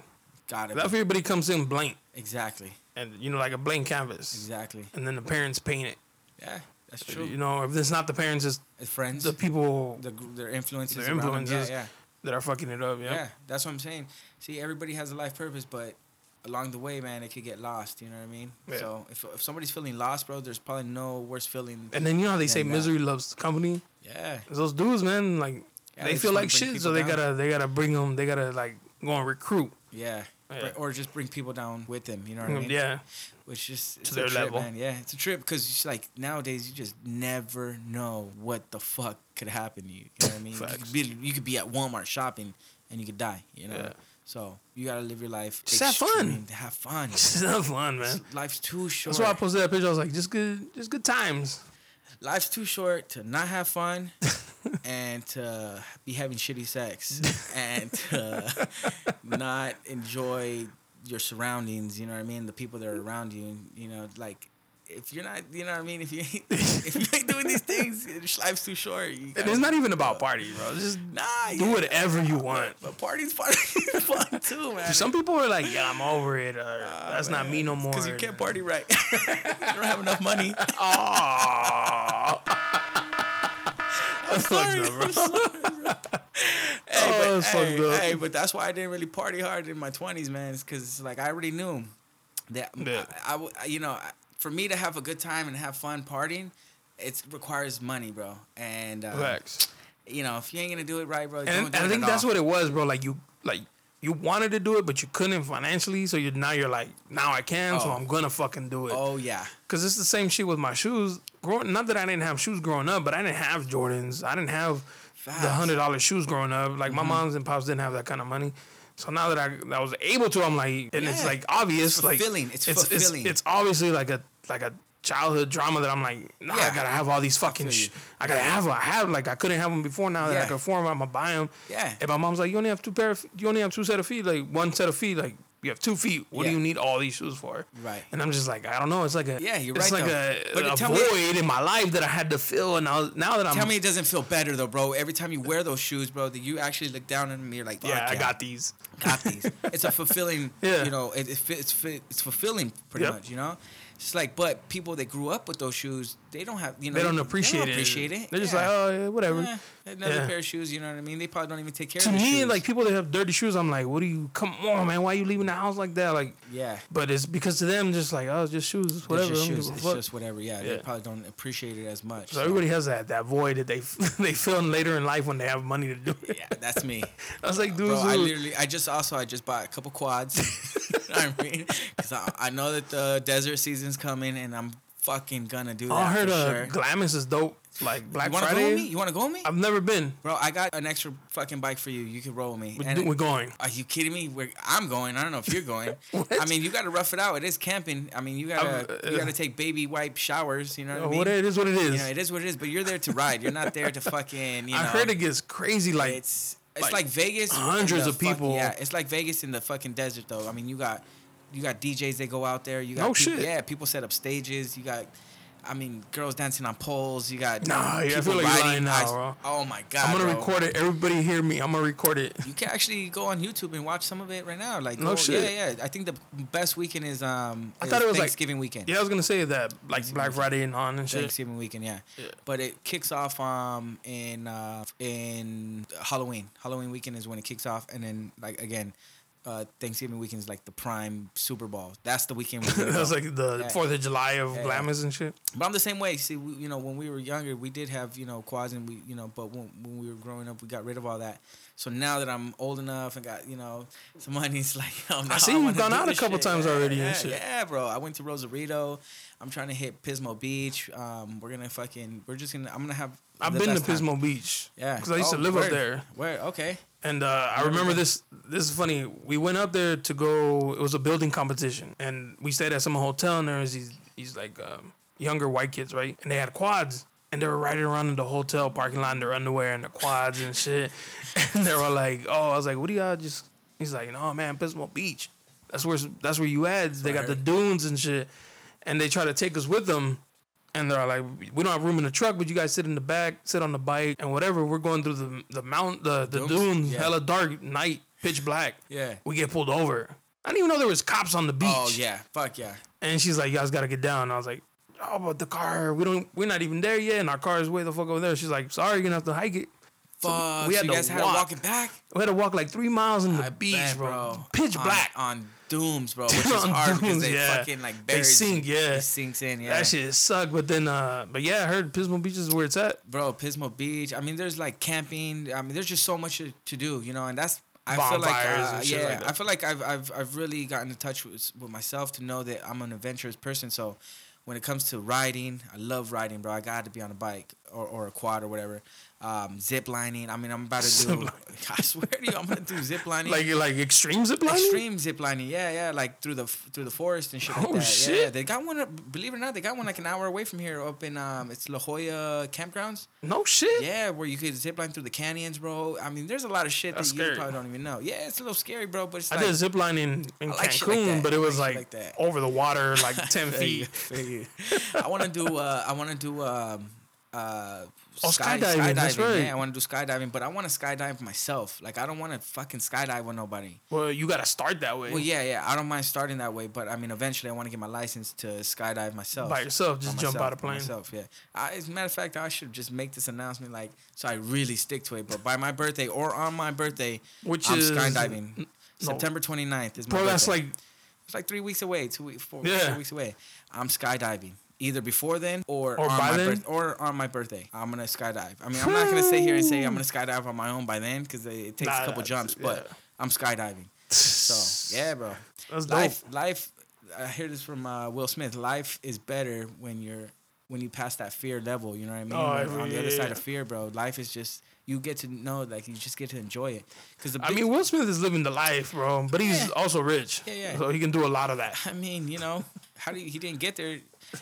Speaker 2: Got it.
Speaker 1: That everybody comes in blank,
Speaker 2: Exactly,
Speaker 1: and you know, like a blank canvas,
Speaker 2: exactly.
Speaker 1: and then the parents paint it.
Speaker 2: Yeah, that's true.
Speaker 1: You know, if it's not the parents, it's
Speaker 2: As friends,
Speaker 1: the people
Speaker 2: the, gr- their influences,
Speaker 1: Their
Speaker 2: around them.
Speaker 1: influences.
Speaker 2: Yeah,
Speaker 1: that are fucking it up.
Speaker 2: yeah,
Speaker 1: Yeah.
Speaker 2: yeah. That's what I'm saying. See, everybody has a life purpose, but along the way, man, it could get lost. You know what I mean?
Speaker 1: Yeah.
Speaker 2: So if if somebody's feeling lost, bro, there's probably no worse feeling.
Speaker 1: And then you know how they say
Speaker 2: Yeah, nah.
Speaker 1: misery loves company.
Speaker 2: yeah,
Speaker 1: It's those dudes, man, like
Speaker 2: Yeah,
Speaker 1: they,
Speaker 2: they just
Speaker 1: feel
Speaker 2: wanna
Speaker 1: like
Speaker 2: bring
Speaker 1: shit, so
Speaker 2: people
Speaker 1: they
Speaker 2: down.
Speaker 1: gotta they gotta bring them. They gotta like go and recruit.
Speaker 2: yeah.
Speaker 1: Yeah. Mm,
Speaker 2: Br- Or just bring people down with them. You know what I mean?
Speaker 1: Yeah.
Speaker 2: which just it's
Speaker 1: their
Speaker 2: a trip,
Speaker 1: level.
Speaker 2: man. Yeah, it's a trip because it's like nowadays you just never know what the fuck could happen to you. You know what I mean? You
Speaker 1: Facts.
Speaker 2: could, be, you could be at Walmart shopping and you could die. You know.
Speaker 1: Yeah.
Speaker 2: So you gotta live your life.
Speaker 1: Just have fun.
Speaker 2: extreme, Have fun.
Speaker 1: It's not fun, man.
Speaker 2: Life's too short.
Speaker 1: That's why I posted that picture. I was like, just good, just good times.
Speaker 2: Life's too short to not have fun. and to be having shitty sex and to not enjoy your surroundings, you know what I mean? The people that are around you, and, you know, like if you're not, you know what I mean? If you ain't, if you ain't doing these things, your life's too short. You
Speaker 1: And
Speaker 2: gotta-
Speaker 1: it's not even about party, bro. It's just
Speaker 2: nah,
Speaker 1: do whatever you want.
Speaker 2: But parties, parties, fun too, man.
Speaker 1: Some people are like, yeah, I'm over it. Or, That's not me no more.
Speaker 2: because you can't party right. you don't have enough money.
Speaker 1: Oh. That's fucked up, bro.
Speaker 2: Hey,
Speaker 1: Oh,
Speaker 2: but,
Speaker 1: that's
Speaker 2: hey,
Speaker 1: fucked up.
Speaker 2: hey, but that's why I didn't really party hard in my twenties, man. It's because like I already knew that
Speaker 1: Yeah.
Speaker 2: I, I, would- you know, I- for me to have a good time and have fun partying, it requires money, bro. And uh,
Speaker 1: Facts.
Speaker 2: you know, if you ain't gonna do it right, bro,
Speaker 1: And,
Speaker 2: don't do
Speaker 1: and I
Speaker 2: it
Speaker 1: think
Speaker 2: at
Speaker 1: that's
Speaker 2: all.
Speaker 1: what it was, bro. Like you, like you wanted to do it, but you couldn't financially. So you now you're like, now I can, so
Speaker 2: Oh.
Speaker 1: I'm gonna fucking do it.
Speaker 2: Oh yeah,
Speaker 1: Cause it's the same shit with my shoes. Growing, not that I didn't have shoes growing up, but I didn't have Jordans. I didn't have the hundred dollar shoes growing up. Like my
Speaker 2: Mm-hmm.
Speaker 1: moms and pops didn't have that kind of money. So now that I, that I was able to, I'm like, and it's
Speaker 2: Yeah.
Speaker 1: like obvious,
Speaker 2: It's
Speaker 1: like
Speaker 2: fulfilling. It's fulfilling.
Speaker 1: It's, obviously like a like a childhood drama that I'm like, nah, I
Speaker 2: Yeah.
Speaker 1: gotta have all these fucking,
Speaker 2: feel
Speaker 1: sh-
Speaker 2: you.
Speaker 1: I gotta have, 'em. I have like I couldn't have them before. Now that I
Speaker 2: Yeah.
Speaker 1: can afford them, I'm gonna buy them.
Speaker 2: Yeah.
Speaker 1: And my mom's like, you only have two pair, of, you only have two set of feet, like one set of feet, like you have two feet. What do
Speaker 2: Yeah.
Speaker 1: you need all these shoes for?
Speaker 2: Right.
Speaker 1: And I'm just like, I don't know. It's like a
Speaker 2: Yeah, you're
Speaker 1: it's
Speaker 2: right,
Speaker 1: like
Speaker 2: though.
Speaker 1: a,
Speaker 2: But
Speaker 1: a
Speaker 2: tell
Speaker 1: void
Speaker 2: me-
Speaker 1: in my life that I had to fill, and now now that I'm
Speaker 2: Tell me it doesn't feel better though, bro. Every time you wear those shoes, bro, that you actually look down at them, you're like,
Speaker 1: yeah,
Speaker 2: "Fuck
Speaker 1: I got these.
Speaker 2: got these. It's a fulfilling,
Speaker 1: Yeah.
Speaker 2: you know, it, it, fit- it's fit- it's fulfilling pretty
Speaker 1: Yep.
Speaker 2: much, you know. It's like, but people that grew up with those shoes, they don't have, you know,
Speaker 1: They don't appreciate
Speaker 2: They don't
Speaker 1: it.
Speaker 2: appreciate it.
Speaker 1: They're just
Speaker 2: Yeah.
Speaker 1: like, oh, yeah, whatever.
Speaker 2: Yeah, another
Speaker 1: Yeah.
Speaker 2: pair of shoes. You know what I mean? They probably don't even take care
Speaker 1: To
Speaker 2: of
Speaker 1: me,
Speaker 2: their shoes.
Speaker 1: like people that have dirty shoes, I'm like, what do you? Come on, man, why you leaving the house like that? Like,
Speaker 2: Yeah.
Speaker 1: But it's because to them, just like, oh, it's just shoes, it's whatever.
Speaker 2: It's just
Speaker 1: I don't
Speaker 2: shoes.
Speaker 1: give a
Speaker 2: It's
Speaker 1: fuck.
Speaker 2: just whatever. Yeah,
Speaker 1: Yeah.
Speaker 2: they probably don't appreciate it as much.
Speaker 1: so everybody has that that void that they they fill in later in life when they have money to do it.
Speaker 2: yeah, that's me.
Speaker 1: I was like, dude,
Speaker 2: Bro, I
Speaker 1: dude,
Speaker 2: literally, I just also, I just bought a couple quads. You know what I mean, because I, I know that the desert season's coming, and I'm fucking gonna do that.
Speaker 1: I heard
Speaker 2: for
Speaker 1: uh,
Speaker 2: sure.
Speaker 1: Glamis is dope. Like Black
Speaker 2: You wanna go
Speaker 1: Friday.
Speaker 2: with me? You wanna go with me?
Speaker 1: I've never been.
Speaker 2: Bro, I got an extra fucking bike for you. You can roll with me.
Speaker 1: We're,
Speaker 2: And-
Speaker 1: do- we're going.
Speaker 2: Are you kidding me? We're, I'm going. I don't know if you're going. I mean, you got to rough it out. It is camping. I mean, you got to
Speaker 1: I'm, uh,
Speaker 2: you got to take baby wipe showers. You know what I mean?
Speaker 1: Oh, What it is, what it
Speaker 2: You
Speaker 1: is.
Speaker 2: know, it is what it is. But you're there to ride. You're not there to fucking. You know,
Speaker 1: I heard it gets crazy. Like
Speaker 2: It's it's
Speaker 1: like,
Speaker 2: like, Vegas. in
Speaker 1: hundreds
Speaker 2: the
Speaker 1: of
Speaker 2: fuck-
Speaker 1: people.
Speaker 2: yeah, it's like Vegas in the fucking desert, though. I mean, you got you got DJs that go out there. You got
Speaker 1: No
Speaker 2: peop-
Speaker 1: shit.
Speaker 2: Yeah, people set up stages. You got. I mean, girls dancing on poles. You got
Speaker 1: Nah, yeah, I
Speaker 2: people
Speaker 1: feel like you're lying now,
Speaker 2: I-
Speaker 1: bro.
Speaker 2: Oh my god!
Speaker 1: I'm gonna
Speaker 2: bro.
Speaker 1: record it. Everybody hear me. I'm gonna record it.
Speaker 2: You can actually go on YouTube and watch some of it right now. Like,
Speaker 1: No
Speaker 2: go-
Speaker 1: shit.
Speaker 2: Yeah, yeah. I think the best weekend is um.
Speaker 1: I
Speaker 2: is
Speaker 1: thought it was like-
Speaker 2: Thanksgiving weekend.
Speaker 1: Yeah, I was gonna say that, like Black Friday and on and shit.
Speaker 2: Thanksgiving weekend, yeah. But it kicks off um in uh in Halloween. Halloween weekend is when it kicks off, and then like again, uh Thanksgiving weekend is like the prime Super Bowl. That's the weekend. We're
Speaker 1: that was
Speaker 2: like-
Speaker 1: like the
Speaker 2: Yeah.
Speaker 1: Fourth of July of
Speaker 2: Yeah.
Speaker 1: Glamis and shit.
Speaker 2: but I'm the same way. See, we, you know, when we were younger, we did have you know quads, and we you know, but when when we were growing up, we got rid of all that. So now that I'm old enough and got you know some money, it's like oh, no,
Speaker 1: see you've
Speaker 2: wanna
Speaker 1: gone
Speaker 2: do
Speaker 1: out a
Speaker 2: this
Speaker 1: couple
Speaker 2: shit.
Speaker 1: times
Speaker 2: Yeah,
Speaker 1: already and
Speaker 2: Yeah,
Speaker 1: shit.
Speaker 2: yeah, bro. I went to Rosarito. I'm trying to hit Pismo Beach. Um, we're gonna fucking. We're just gonna. I'm gonna have.
Speaker 1: I've
Speaker 2: the
Speaker 1: been to
Speaker 2: best time.
Speaker 1: Pismo Beach.
Speaker 2: Yeah,
Speaker 1: because I used
Speaker 2: Oh,
Speaker 1: to live up
Speaker 2: word.
Speaker 1: there.
Speaker 2: Word. Okay.
Speaker 1: And uh, I
Speaker 2: Never
Speaker 1: remember
Speaker 2: been.
Speaker 1: this. This is funny. We went up there to go. It was a building competition, and we stayed at some hotel. And there was these, these like um, younger white kids, right? And they had quads, and they were riding around in the hotel parking lot in their underwear and their quads and shit. And they were like, "Oh, I was like, what do y'all just?" He's like, "No, man, Pismo Beach. That's where that's where you at. They got the
Speaker 2: Right.
Speaker 1: dunes and shit." And they try to take us with them. And they're like, we don't have room in the truck, but you guys sit in the back, sit on the bike, and whatever. We're going through the the mount, the the
Speaker 2: Dunes?
Speaker 1: dunes,
Speaker 2: Yeah.
Speaker 1: hella dark, night, pitch black.
Speaker 2: Yeah.
Speaker 1: We get pulled over. I didn't even know there was cops on the beach.
Speaker 2: Oh yeah. Fuck yeah.
Speaker 1: And she's like, you guys gotta get down. I was like, oh, but the car, we don't, we're not even there yet, and our car is way the fuck over there. She's like, sorry, you're gonna have to hike it.
Speaker 2: Fuck.
Speaker 1: we
Speaker 2: We
Speaker 1: had
Speaker 2: you
Speaker 1: to
Speaker 2: guys had to
Speaker 1: walk
Speaker 2: walk it back.
Speaker 1: We had to walk like three miles in the
Speaker 2: I
Speaker 1: beach,
Speaker 2: bet,
Speaker 1: bro. Pitch
Speaker 2: on,
Speaker 1: black.
Speaker 2: on dooms, bro. Which is
Speaker 1: On
Speaker 2: hard because
Speaker 1: Dooms,
Speaker 2: they
Speaker 1: yeah.
Speaker 2: fucking like
Speaker 1: They
Speaker 2: bury
Speaker 1: sink, yeah.
Speaker 2: it sinks in, yeah.
Speaker 1: That shit sucked. But then, uh, but yeah, I heard Pismo Beach is where it's at.
Speaker 2: Bro, Pismo Beach. I mean, there's like camping. I mean, there's just so much to to do, you know. And that's I feel like
Speaker 1: Bonfires
Speaker 2: uh,
Speaker 1: and shit
Speaker 2: yeah,
Speaker 1: like that.
Speaker 2: I feel like I've I've I've really gotten in touch with with myself to know that I'm an adventurous person. So when it comes to riding, I love riding, bro. I got to be on a bike or, or a quad or whatever. Um, zip lining. I mean, I'm about to do. I swear to you, I'm gonna do zip lining.
Speaker 1: Like, like extreme zip lining?
Speaker 2: Extreme zip lining, yeah, yeah, like through the through the forest and shit. Like
Speaker 1: Oh,
Speaker 2: that. Yeah,
Speaker 1: shit.
Speaker 2: they got one. up- Believe it or not, they got one like an hour away from here, up in um, it's La Jolla campgrounds.
Speaker 1: No shit.
Speaker 2: Yeah, where you could zip line through the canyons, bro. I mean, there's a lot of shit
Speaker 1: That's
Speaker 2: that
Speaker 1: scary.
Speaker 2: you probably don't even know. Yeah, it's a little scary, bro. But it's
Speaker 1: I
Speaker 2: like,
Speaker 1: did zip line in, in
Speaker 2: I like shit like
Speaker 1: Cancun,
Speaker 2: that.
Speaker 1: but it
Speaker 2: I like
Speaker 1: was
Speaker 2: shit
Speaker 1: like,
Speaker 2: like that.
Speaker 1: over the water, like ten
Speaker 2: Feel you,
Speaker 1: feet.
Speaker 2: feel you. I want to do. Uh, I want to do. Um, uh,
Speaker 1: Oh, skydiving, that's right.
Speaker 2: Yeah, I want to do skydiving, but I want to skydive myself. Like, I don't want to fucking skydive with nobody.
Speaker 1: Well, you got to start that way.
Speaker 2: Well, yeah, yeah. I don't mind starting that way, but I mean, eventually, I want to get my license to skydive myself.
Speaker 1: By yourself, just
Speaker 2: By
Speaker 1: jump out of
Speaker 2: by
Speaker 1: plane.
Speaker 2: Myself, yeah. I, as a matter of fact, I should just make this announcement, like, so I really stick to it. But by my birthday or on my birthday,
Speaker 1: Which
Speaker 2: I'm
Speaker 1: is-
Speaker 2: skydiving.
Speaker 1: no.
Speaker 2: September 29th is my
Speaker 1: Bro, that's
Speaker 2: birthday.
Speaker 1: like
Speaker 2: it's like three weeks away, two weeks, four,
Speaker 1: Yeah.
Speaker 2: four weeks away. I'm skydiving. Either before then or,
Speaker 1: Or
Speaker 2: on
Speaker 1: by
Speaker 2: my
Speaker 1: then?
Speaker 2: birth- or on my birthday, I'm gonna skydive. I mean, I'm not gonna sit here and say I'm gonna skydive on my own by then because it takes
Speaker 1: Nah,
Speaker 2: a couple
Speaker 1: that's-
Speaker 2: jumps, but
Speaker 1: yeah.
Speaker 2: I'm skydiving. So yeah, bro.
Speaker 1: That's
Speaker 2: life, life. I hear this from uh, Will Smith. Life is better when you're when you pass that fear level. You know what I mean?
Speaker 1: Oh,
Speaker 2: Like,
Speaker 1: every-
Speaker 2: on the other
Speaker 1: yeah,
Speaker 2: side
Speaker 1: yeah.
Speaker 2: of fear, bro, life is just you get to know like you just get to enjoy it. Because the
Speaker 1: I mean, Will Smith is living the life, bro, but he's
Speaker 2: Yeah.
Speaker 1: also rich.
Speaker 2: Yeah, yeah.
Speaker 1: So he can do a lot of that.
Speaker 2: I mean, you know, how do you, he didn't get there?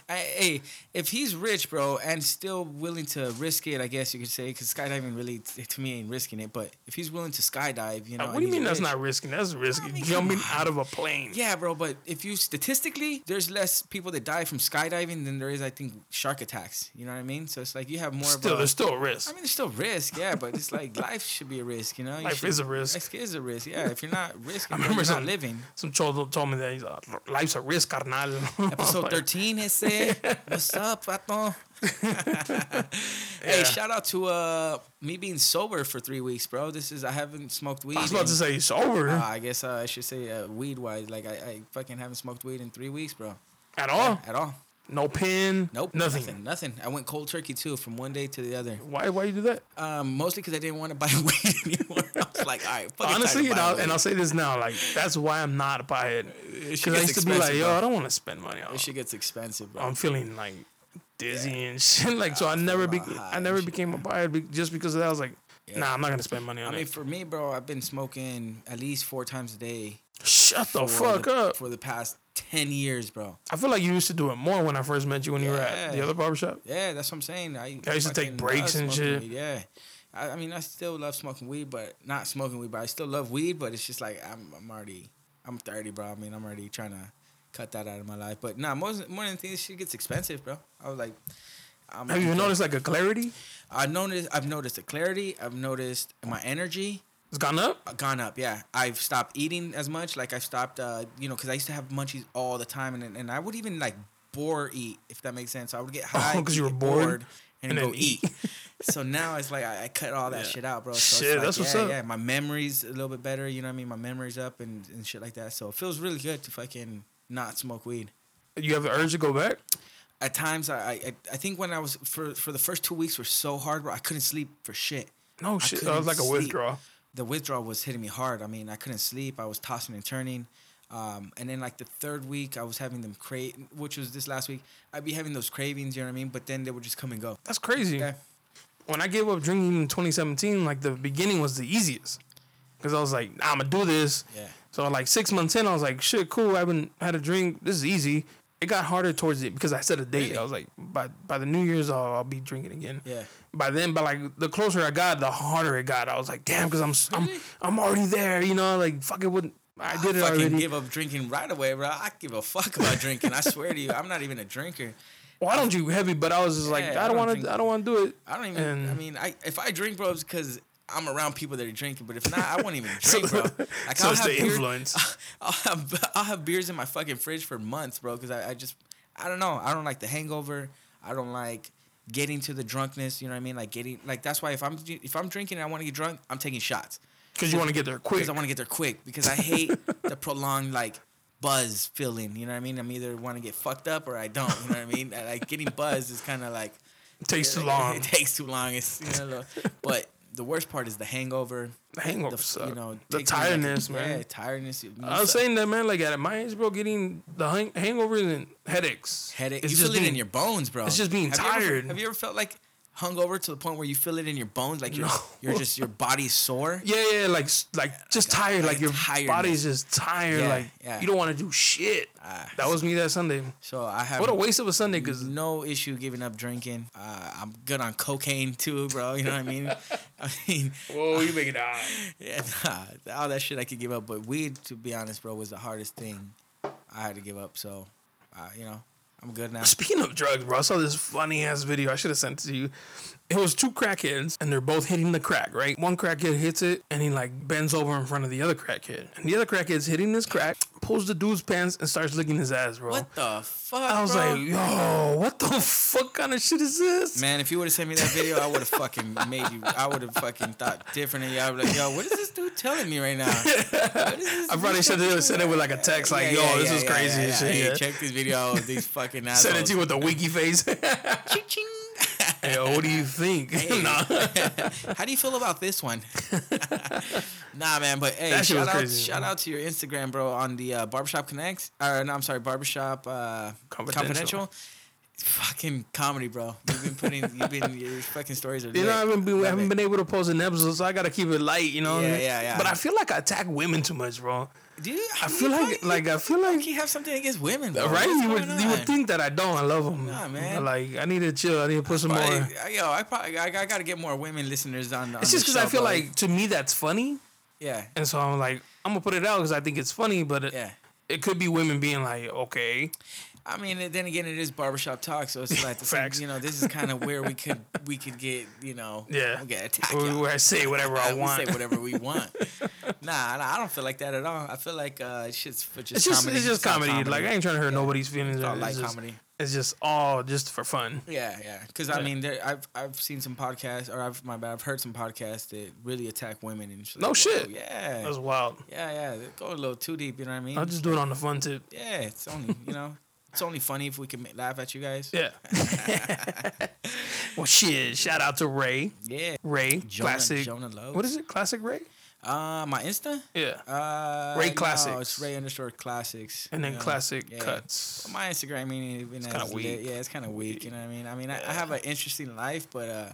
Speaker 2: I, hey, if he's rich, bro, and still willing to risk it, I guess you could say, because skydiving really t- to me ain't risking it. But if he's willing to skydive, you know,
Speaker 1: Like, Uh, what
Speaker 2: and
Speaker 1: do you
Speaker 2: he's
Speaker 1: mean that's
Speaker 2: rich-
Speaker 1: not risky? That's risky.
Speaker 2: mean, come
Speaker 1: Jumping out of a plane.
Speaker 2: Yeah, bro, but if you statistically, there's less people that die from skydiving than there is, I think, shark attacks. You know what I mean? So it's like you have more
Speaker 1: Still,
Speaker 2: of a.
Speaker 1: there's still a risk.
Speaker 2: I mean, there's still risk, yeah, but it's like life should be a risk, you know. You
Speaker 1: Life
Speaker 2: should-
Speaker 1: is a risk.
Speaker 2: Life is a risk, yeah. If you're not risking,
Speaker 1: I
Speaker 2: bro,
Speaker 1: remember
Speaker 2: you're not
Speaker 1: some-
Speaker 2: living.
Speaker 1: Some cholo told me that he's uh, life's a risk, carnal.
Speaker 2: Episode
Speaker 1: Like,
Speaker 2: 13 has said, What's up, Vato? Hey,
Speaker 1: Yeah.
Speaker 2: shout out to uh me being sober for three weeks, bro. This is I haven't smoked weed.
Speaker 1: I was about
Speaker 2: in-
Speaker 1: to say it's over
Speaker 2: Uh, I guess uh, I should say uh, weed wise. Like I, I fucking haven't smoked weed in three weeks, bro.
Speaker 1: at all.
Speaker 2: At all.
Speaker 1: No pin.
Speaker 2: Nope.
Speaker 1: Nothing.
Speaker 2: Nothing. nothing. I went cold turkey too from one day to the other.
Speaker 1: Why? Why you do that?
Speaker 2: Um, mostly because I didn't want to buy weed anymore. I was like, all right, fuck it, time to
Speaker 1: Honestly, and
Speaker 2: buy
Speaker 1: I'll,
Speaker 2: weed.
Speaker 1: and I'll say this now, like that's why I'm not a pothead. Because I
Speaker 2: shit
Speaker 1: used
Speaker 2: gets
Speaker 1: to be like,
Speaker 2: expensive,
Speaker 1: yo,
Speaker 2: though.
Speaker 1: I don't want to spend money on.
Speaker 2: This shit gets expensive, bro.
Speaker 1: I'm feeling like dizzy and shit. Like so, I never be,
Speaker 2: high
Speaker 1: I
Speaker 2: and
Speaker 1: never
Speaker 2: shit.
Speaker 1: became a buyer be, just because of that. I was like,
Speaker 2: Yeah.
Speaker 1: nah, I'm not gonna spend money on it.
Speaker 2: I mean, for me, bro, I've been smoking at least four times a day.
Speaker 1: Shut the
Speaker 2: for
Speaker 1: fuck
Speaker 2: the-
Speaker 1: up.
Speaker 2: For the past ten years, bro.
Speaker 1: I feel like you used to do it more when I first met you when you were at the
Speaker 2: Yeah.
Speaker 1: other barbershop.
Speaker 2: Yeah, that's what I'm saying. I,
Speaker 1: I used to take
Speaker 2: fucking
Speaker 1: breaks
Speaker 2: love
Speaker 1: and
Speaker 2: smoking
Speaker 1: shit.
Speaker 2: weed, Yeah. I, I mean, I still love smoking weed, but not smoking weed, but I still love weed, but it's just like I'm, I'm already, I'm 30, bro. I mean, I'm already trying to cut that out of my life. But nah, most, more than things, shit gets expensive, bro. I was like, I'm,
Speaker 1: Have you noticed like a clarity?
Speaker 2: I've noticed, I've noticed the clarity. I've noticed my energy
Speaker 1: It's gone up.
Speaker 2: gone up. Yeah, I've stopped eating as much. Like I've stopped, uh, you know, because I used to have munchies all the time, and and I would even like bore eat if that makes sense. I would get high
Speaker 1: Oh, 'cause you
Speaker 2: get
Speaker 1: were bored,
Speaker 2: and,
Speaker 1: and
Speaker 2: go
Speaker 1: then
Speaker 2: eat.
Speaker 1: eat.
Speaker 2: so now it's like I, I cut all that
Speaker 1: Yeah.
Speaker 2: shit out, bro. So it's
Speaker 1: Shit,
Speaker 2: like,
Speaker 1: that's what's
Speaker 2: yeah,
Speaker 1: up.
Speaker 2: Yeah, my memory's a little bit better. You know what I mean? My memory's up and and shit like that. So it feels really good to fucking not smoke weed
Speaker 1: You have the urge to go back.
Speaker 2: at times I, I I think when I was for for the first two weeks were so hard, bro. I couldn't sleep for shit.
Speaker 1: No shit. That
Speaker 2: couldn't
Speaker 1: was like a
Speaker 2: sleep.
Speaker 1: withdrawal.
Speaker 2: The withdrawal was hitting me hard. I mean, I couldn't sleep. I was tossing and turning. Um, and then like the third week, I was having them crave, which was this last week. I'd be having those cravings, you know what I mean? But then they would just come and go.
Speaker 1: That's crazy.
Speaker 2: Yeah.
Speaker 1: When I gave up drinking in 2017, like the beginning was the easiest. Cause I was like, I'm gonna do this.
Speaker 2: Yeah.
Speaker 1: So like six months in, I was like, shit, cool. I haven't had a drink. This is easy. It got harder towards it because I set a date.
Speaker 2: Really?
Speaker 1: I was like, by by the New Year's, I'll, I'll be drinking again.
Speaker 2: Yeah.
Speaker 1: By then, but like the closer I got, the harder it got. I was like, damn, because I'm s- I'm I'm already there. You know, like fuck it. Wouldn't I did it
Speaker 2: fucking
Speaker 1: already?
Speaker 2: give up drinking right away, bro. I give a fuck about drinking. I swear to you, I'm not even a drinker.
Speaker 1: Why don't you heavy? But I was just like,
Speaker 2: Yeah,
Speaker 1: I don't
Speaker 2: I don't
Speaker 1: want
Speaker 2: drink-
Speaker 1: to. I don't want to do it.
Speaker 2: I don't even.
Speaker 1: And-
Speaker 2: I mean, I if I drink, bro, it's because I'm around people that are drinking. But if not, I won't even drink, bro. Like,
Speaker 1: so it's the
Speaker 2: beer-
Speaker 1: influence.
Speaker 2: I'll have I'll have beers in my fucking fridge for months, bro. Because I, I just I don't know. I don't like the hangover. I don't like getting to the drunkenness. You know what I mean? Like getting like that's why if I'm if I'm drinking and I want to get drunk, I'm taking shots
Speaker 1: Because you want to get there quick.
Speaker 2: because I want to get there quick because I hate the prolonged like buzz feeling. You know what I mean? I'm either want to get fucked up or I don't. You know what I mean? Like getting buzzed is kind of like
Speaker 1: takes too
Speaker 2: it-
Speaker 1: long.
Speaker 2: It takes too long. It's you know, lo- but the worst part is the hangover.
Speaker 1: The hangover
Speaker 2: The
Speaker 1: suck.
Speaker 2: you know
Speaker 1: the
Speaker 2: takes me like a-
Speaker 1: tiredness, man.
Speaker 2: Yeah, tiredness. it-
Speaker 1: I was saying that, man. Like at my age, bro, getting the hang- hangovers and headaches.
Speaker 2: headache.
Speaker 1: It's
Speaker 2: you
Speaker 1: just
Speaker 2: feel it in
Speaker 1: being-
Speaker 2: your bones, bro.
Speaker 1: it's just being
Speaker 2: you ever-
Speaker 1: tired.
Speaker 2: have you ever felt like hungover to the point where you feel it in your bones, like you're,
Speaker 1: No.
Speaker 2: you're just your body's sore?
Speaker 1: Yeah, yeah, like s- like just
Speaker 2: like a-
Speaker 1: tired.
Speaker 2: like
Speaker 1: Like your
Speaker 2: tiredness.
Speaker 1: body's just tired.
Speaker 2: Yeah,
Speaker 1: like
Speaker 2: yeah.
Speaker 1: you don't want to do shit.
Speaker 2: Ah.
Speaker 1: that was me that Sunday.
Speaker 2: So I have
Speaker 1: What a waste of a Sunday, cause
Speaker 2: no issue giving up drinking. Uh, I'm good on cocaine too, bro. You know what I mean? I mean,
Speaker 1: whoa, you make it out.
Speaker 2: yeah, nah, all that shit I could give up, but weed, to be honest, bro, was the hardest thing I had to give up. So, uh, you know, I'm good now.
Speaker 1: Speaking of drugs, bro, I saw this funny ass video. I should have sent it to you. It was two crackheads, and they're both hitting the crack, right? One crackhead hits it, and he like bends over in front of the other crackhead, and the other crackhead's hitting this crack, pulls the dude's pants, and starts licking his ass, bro.
Speaker 2: What the fuck?
Speaker 1: I was
Speaker 2: bro?
Speaker 1: like, yo, what the fuck kind of shit is this?
Speaker 2: Man, if you would have sent me that video, I would have fucking made you. I would have fucking thought different than you. I would like, yo, what is this dude telling me right now? What is this
Speaker 1: I probably
Speaker 2: dude
Speaker 1: should
Speaker 2: fucking-
Speaker 1: have sent it with like a text, like,
Speaker 2: Yeah,
Speaker 1: yo,
Speaker 2: yeah,
Speaker 1: this
Speaker 2: yeah,
Speaker 1: is
Speaker 2: yeah,
Speaker 1: crazy
Speaker 2: yeah,
Speaker 1: and
Speaker 2: yeah.
Speaker 1: shit.
Speaker 2: Hey,
Speaker 1: yeah.
Speaker 2: check this video out of these fucking assholes.
Speaker 1: Send it to you with a winky face.
Speaker 2: Ching, ching.
Speaker 1: hey, yo, what do you think? nah.
Speaker 2: How do you feel about this one? nah, man, but hey,
Speaker 1: That shit was
Speaker 2: shout out,
Speaker 1: crazy.
Speaker 2: shout out to your Instagram, bro, on the uh, Barbershop Connects. Or no, I'm sorry, Barbershop uh,
Speaker 1: Confidential.
Speaker 2: Confidential. Fucking comedy, bro. You've been putting, you've been, your fucking stories are.
Speaker 1: You know, I
Speaker 2: lit.
Speaker 1: haven't been,
Speaker 2: Love
Speaker 1: I haven't
Speaker 2: it.
Speaker 1: been able to post an episode, so I gotta keep it light. You know. what I
Speaker 2: Yeah,
Speaker 1: mean?
Speaker 2: yeah, yeah.
Speaker 1: But I feel like I attack women too much, bro.
Speaker 2: Do you?
Speaker 1: I feel like, like I feel
Speaker 2: Like
Speaker 1: like,
Speaker 2: you have something against women, bro.
Speaker 1: right?
Speaker 2: What's
Speaker 1: You would,
Speaker 2: going
Speaker 1: you
Speaker 2: on?
Speaker 1: would think that I don't. I love them.
Speaker 2: Nah, man.
Speaker 1: Like I need to chill. I need to put some
Speaker 2: Probably-
Speaker 1: more.
Speaker 2: I- yo, I probably I, I gotta get more women listeners on. on
Speaker 1: It's just
Speaker 2: the
Speaker 1: because I
Speaker 2: show,
Speaker 1: feel
Speaker 2: bro.
Speaker 1: like to me that's funny,
Speaker 2: yeah,
Speaker 1: and so I'm like I'm gonna put it out because I think it's funny. But it,
Speaker 2: yeah.
Speaker 1: it could be women being like, okay,
Speaker 2: I mean, and then again, it is barbershop talk, so it's like the same,
Speaker 1: Facts.
Speaker 2: you know, this is kind of where we could we could get you know
Speaker 1: Yeah.
Speaker 2: we get attacked.
Speaker 1: where, where I say whatever I want.
Speaker 2: say whatever we want. nah, nah, I don't feel like that at all. I feel like uh, it's just for just
Speaker 1: It's just
Speaker 2: comedy.
Speaker 1: it's just
Speaker 2: all
Speaker 1: comedy. Like I ain't trying to hurt nobody's feelings.
Speaker 2: It's all
Speaker 1: or-
Speaker 2: light
Speaker 1: it's just,
Speaker 2: comedy.
Speaker 1: It's just all just for fun.
Speaker 2: Yeah, yeah. Because I
Speaker 1: Yeah.
Speaker 2: mean, there, I've I've seen some podcasts, or I've my bad, I've heard some podcasts that really attack women and shit. oh,
Speaker 1: No shit.
Speaker 2: Yeah,
Speaker 1: That's wild.
Speaker 2: yeah, yeah. They go a little too deep. You know what I mean?
Speaker 1: I'll just do it on the fun tip.
Speaker 2: yeah, it's only you know, it's only funny if we can ma- laugh at you guys.
Speaker 1: Yeah. well, shit. Shout out to Ray.
Speaker 2: yeah.
Speaker 1: Ray.
Speaker 2: Jonah,
Speaker 1: classic.
Speaker 2: Jonah Love.
Speaker 1: What is it? Classic Ray?
Speaker 2: Uh, my Insta.
Speaker 1: Yeah.
Speaker 2: Uh,
Speaker 1: Ray
Speaker 2: no,
Speaker 1: Classics.
Speaker 2: it's Ray underscore classics.
Speaker 1: And then
Speaker 2: you know,
Speaker 1: classic
Speaker 2: yeah. Oh
Speaker 1: cuts.
Speaker 2: My Instagram, I mean, even it's
Speaker 1: kinda
Speaker 2: kind of weak.
Speaker 1: weak.
Speaker 2: Yeah, it's kind of weak. You know what I mean? I mean, I, I have an interesting life, but uh,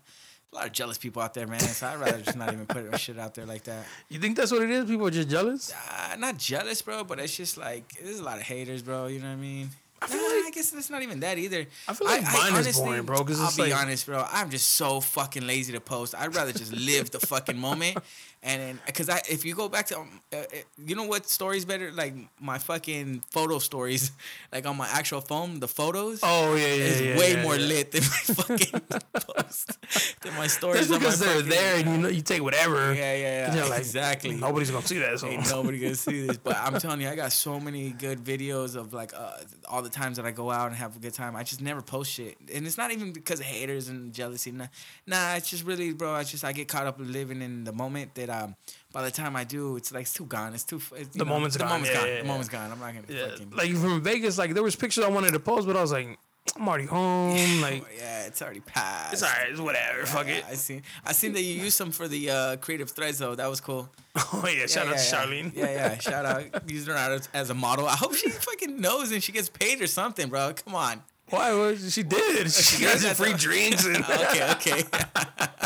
Speaker 2: a lot of jealous people out there, man. So I'd rather just not even put shit out there like that.
Speaker 1: You think that's what it is? People are just jealous?
Speaker 2: Uh, not jealous, bro, but it's just like there's a lot of haters, bro. You know what I mean? I
Speaker 1: feel
Speaker 2: nah,
Speaker 1: like-
Speaker 2: I guess it's not even that either.
Speaker 1: I feel like mine is boring, bro, 'cause
Speaker 2: I'll
Speaker 1: it's
Speaker 2: be
Speaker 1: like-
Speaker 2: honest, bro. I'm just so fucking lazy to post. I'd rather just live the fucking moment, and then because I, if you go back to, um, uh, uh, you know what stories better? Like my fucking photo stories, like on my actual phone, the photos.
Speaker 1: Oh, yeah, yeah,
Speaker 2: Is
Speaker 1: yeah,
Speaker 2: way
Speaker 1: yeah,
Speaker 2: more
Speaker 1: yeah.
Speaker 2: lit than my fucking post than my stories.
Speaker 1: That's
Speaker 2: on my
Speaker 1: because they're
Speaker 2: fucking-
Speaker 1: there and you know you take whatever.
Speaker 2: Yeah, yeah,
Speaker 1: And
Speaker 2: yeah.
Speaker 1: you're like,
Speaker 2: exactly.
Speaker 1: Nobody's gonna see that. So.
Speaker 2: Ain't nobody gonna see this, but I'm telling you, I got so many good videos of like uh, all the times that I go out and have a good time. I just never post shit, and it's not even because of haters and jealousy. Nah, nah, it's just really, bro. I just I get caught up in living in the moment that um. By the time I do, it's like it's too gone. It's too. It's, you
Speaker 1: The moment's
Speaker 2: the
Speaker 1: gone.
Speaker 2: Moment's
Speaker 1: Yeah,
Speaker 2: gone.
Speaker 1: yeah,
Speaker 2: the
Speaker 1: yeah.
Speaker 2: moment's gone. I'm not gonna
Speaker 1: yeah.
Speaker 2: fucking.
Speaker 1: Like from Vegas, like there was pictures I wanted to post, but I was like, I'm already home. Like
Speaker 2: yeah, it's already passed.
Speaker 1: it's alright, it's whatever. Fuck
Speaker 2: Yeah,
Speaker 1: it.
Speaker 2: I seen. I seen that you used some for the uh, creative threads though. That was cool.
Speaker 1: Oh yeah, shout
Speaker 2: yeah,
Speaker 1: out to
Speaker 2: yeah.
Speaker 1: Charlene.
Speaker 2: Yeah, yeah. Shout out. Using her out as, as a model. I hope she fucking knows and she gets paid or something, bro. Come on.
Speaker 1: Why was she did? She got some free drinks and
Speaker 2: Okay, okay.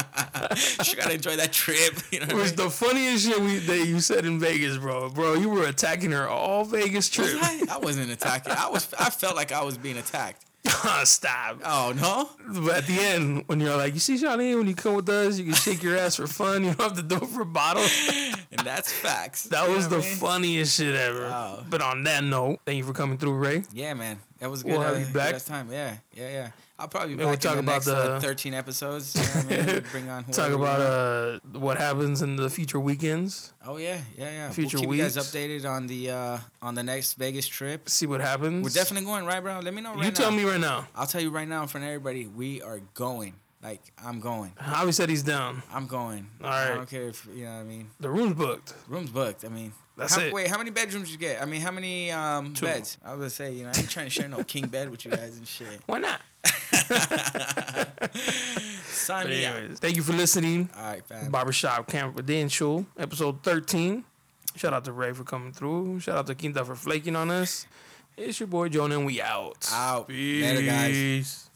Speaker 2: she gotta enjoy that trip. You know what
Speaker 1: It
Speaker 2: I
Speaker 1: was
Speaker 2: mean?
Speaker 1: the funniest shit we, that you said in Vegas, bro. Bro, you were attacking her all Vegas
Speaker 2: Was
Speaker 1: trip.
Speaker 2: I? I wasn't attacking. I was. I felt like I was being attacked.
Speaker 1: Ah, Stop.
Speaker 2: Oh no.
Speaker 1: But at the end, when you're like, you see Charlene, when you come with us, you can shake your ass for fun. You don't have to do it for bottles.
Speaker 2: And that's facts.
Speaker 1: That
Speaker 2: You know
Speaker 1: was
Speaker 2: what
Speaker 1: the
Speaker 2: I mean?
Speaker 1: funniest shit ever.
Speaker 2: Wow.
Speaker 1: But on that note, thank you for coming through, Ray.
Speaker 2: Yeah, man. That was good.
Speaker 1: We'll have
Speaker 2: uh,
Speaker 1: you
Speaker 2: good
Speaker 1: back.
Speaker 2: last time. Yeah, yeah, yeah. I'll probably be
Speaker 1: we'll
Speaker 2: back
Speaker 1: talk
Speaker 2: in the
Speaker 1: about
Speaker 2: next, uh,
Speaker 1: the-
Speaker 2: 13 episodes. You know what I mean? Bring on
Speaker 1: Talk
Speaker 2: whoever we
Speaker 1: about
Speaker 2: want.
Speaker 1: uh what happens in the future weekends.
Speaker 2: Oh yeah, yeah, yeah.
Speaker 1: Future
Speaker 2: we'll keep you guys
Speaker 1: weeks.
Speaker 2: updated on the uh on the next Vegas trip.
Speaker 1: See what happens.
Speaker 2: We're definitely going, right, bro? Let me know right
Speaker 1: You tell
Speaker 2: now.
Speaker 1: me right now.
Speaker 2: I'll tell you right now in front of everybody, we are going. Like I'm going.
Speaker 1: Javi said he's down.
Speaker 2: I'm going.
Speaker 1: All
Speaker 2: I
Speaker 1: right.
Speaker 2: don't care if you know what I mean.
Speaker 1: The room's booked.
Speaker 2: Rooms booked. I mean
Speaker 1: That's
Speaker 2: how,
Speaker 1: it.
Speaker 2: Wait, how many bedrooms you get? I mean, how many um,
Speaker 1: Two.
Speaker 2: beds? I was gonna say, you know, I ain't trying to share no king bed with you guys and shit.
Speaker 1: Why not?
Speaker 2: Sign
Speaker 1: But
Speaker 2: me up.
Speaker 1: anyways, thank you for listening.
Speaker 2: All right, fam.
Speaker 1: Barbershop Confidential, episode 13. Shout out to Ray for coming through. Shout out to Quinta for flaking on us. It's your boy Jonah, and we out.
Speaker 2: Out. Later, guys.
Speaker 1: Peace.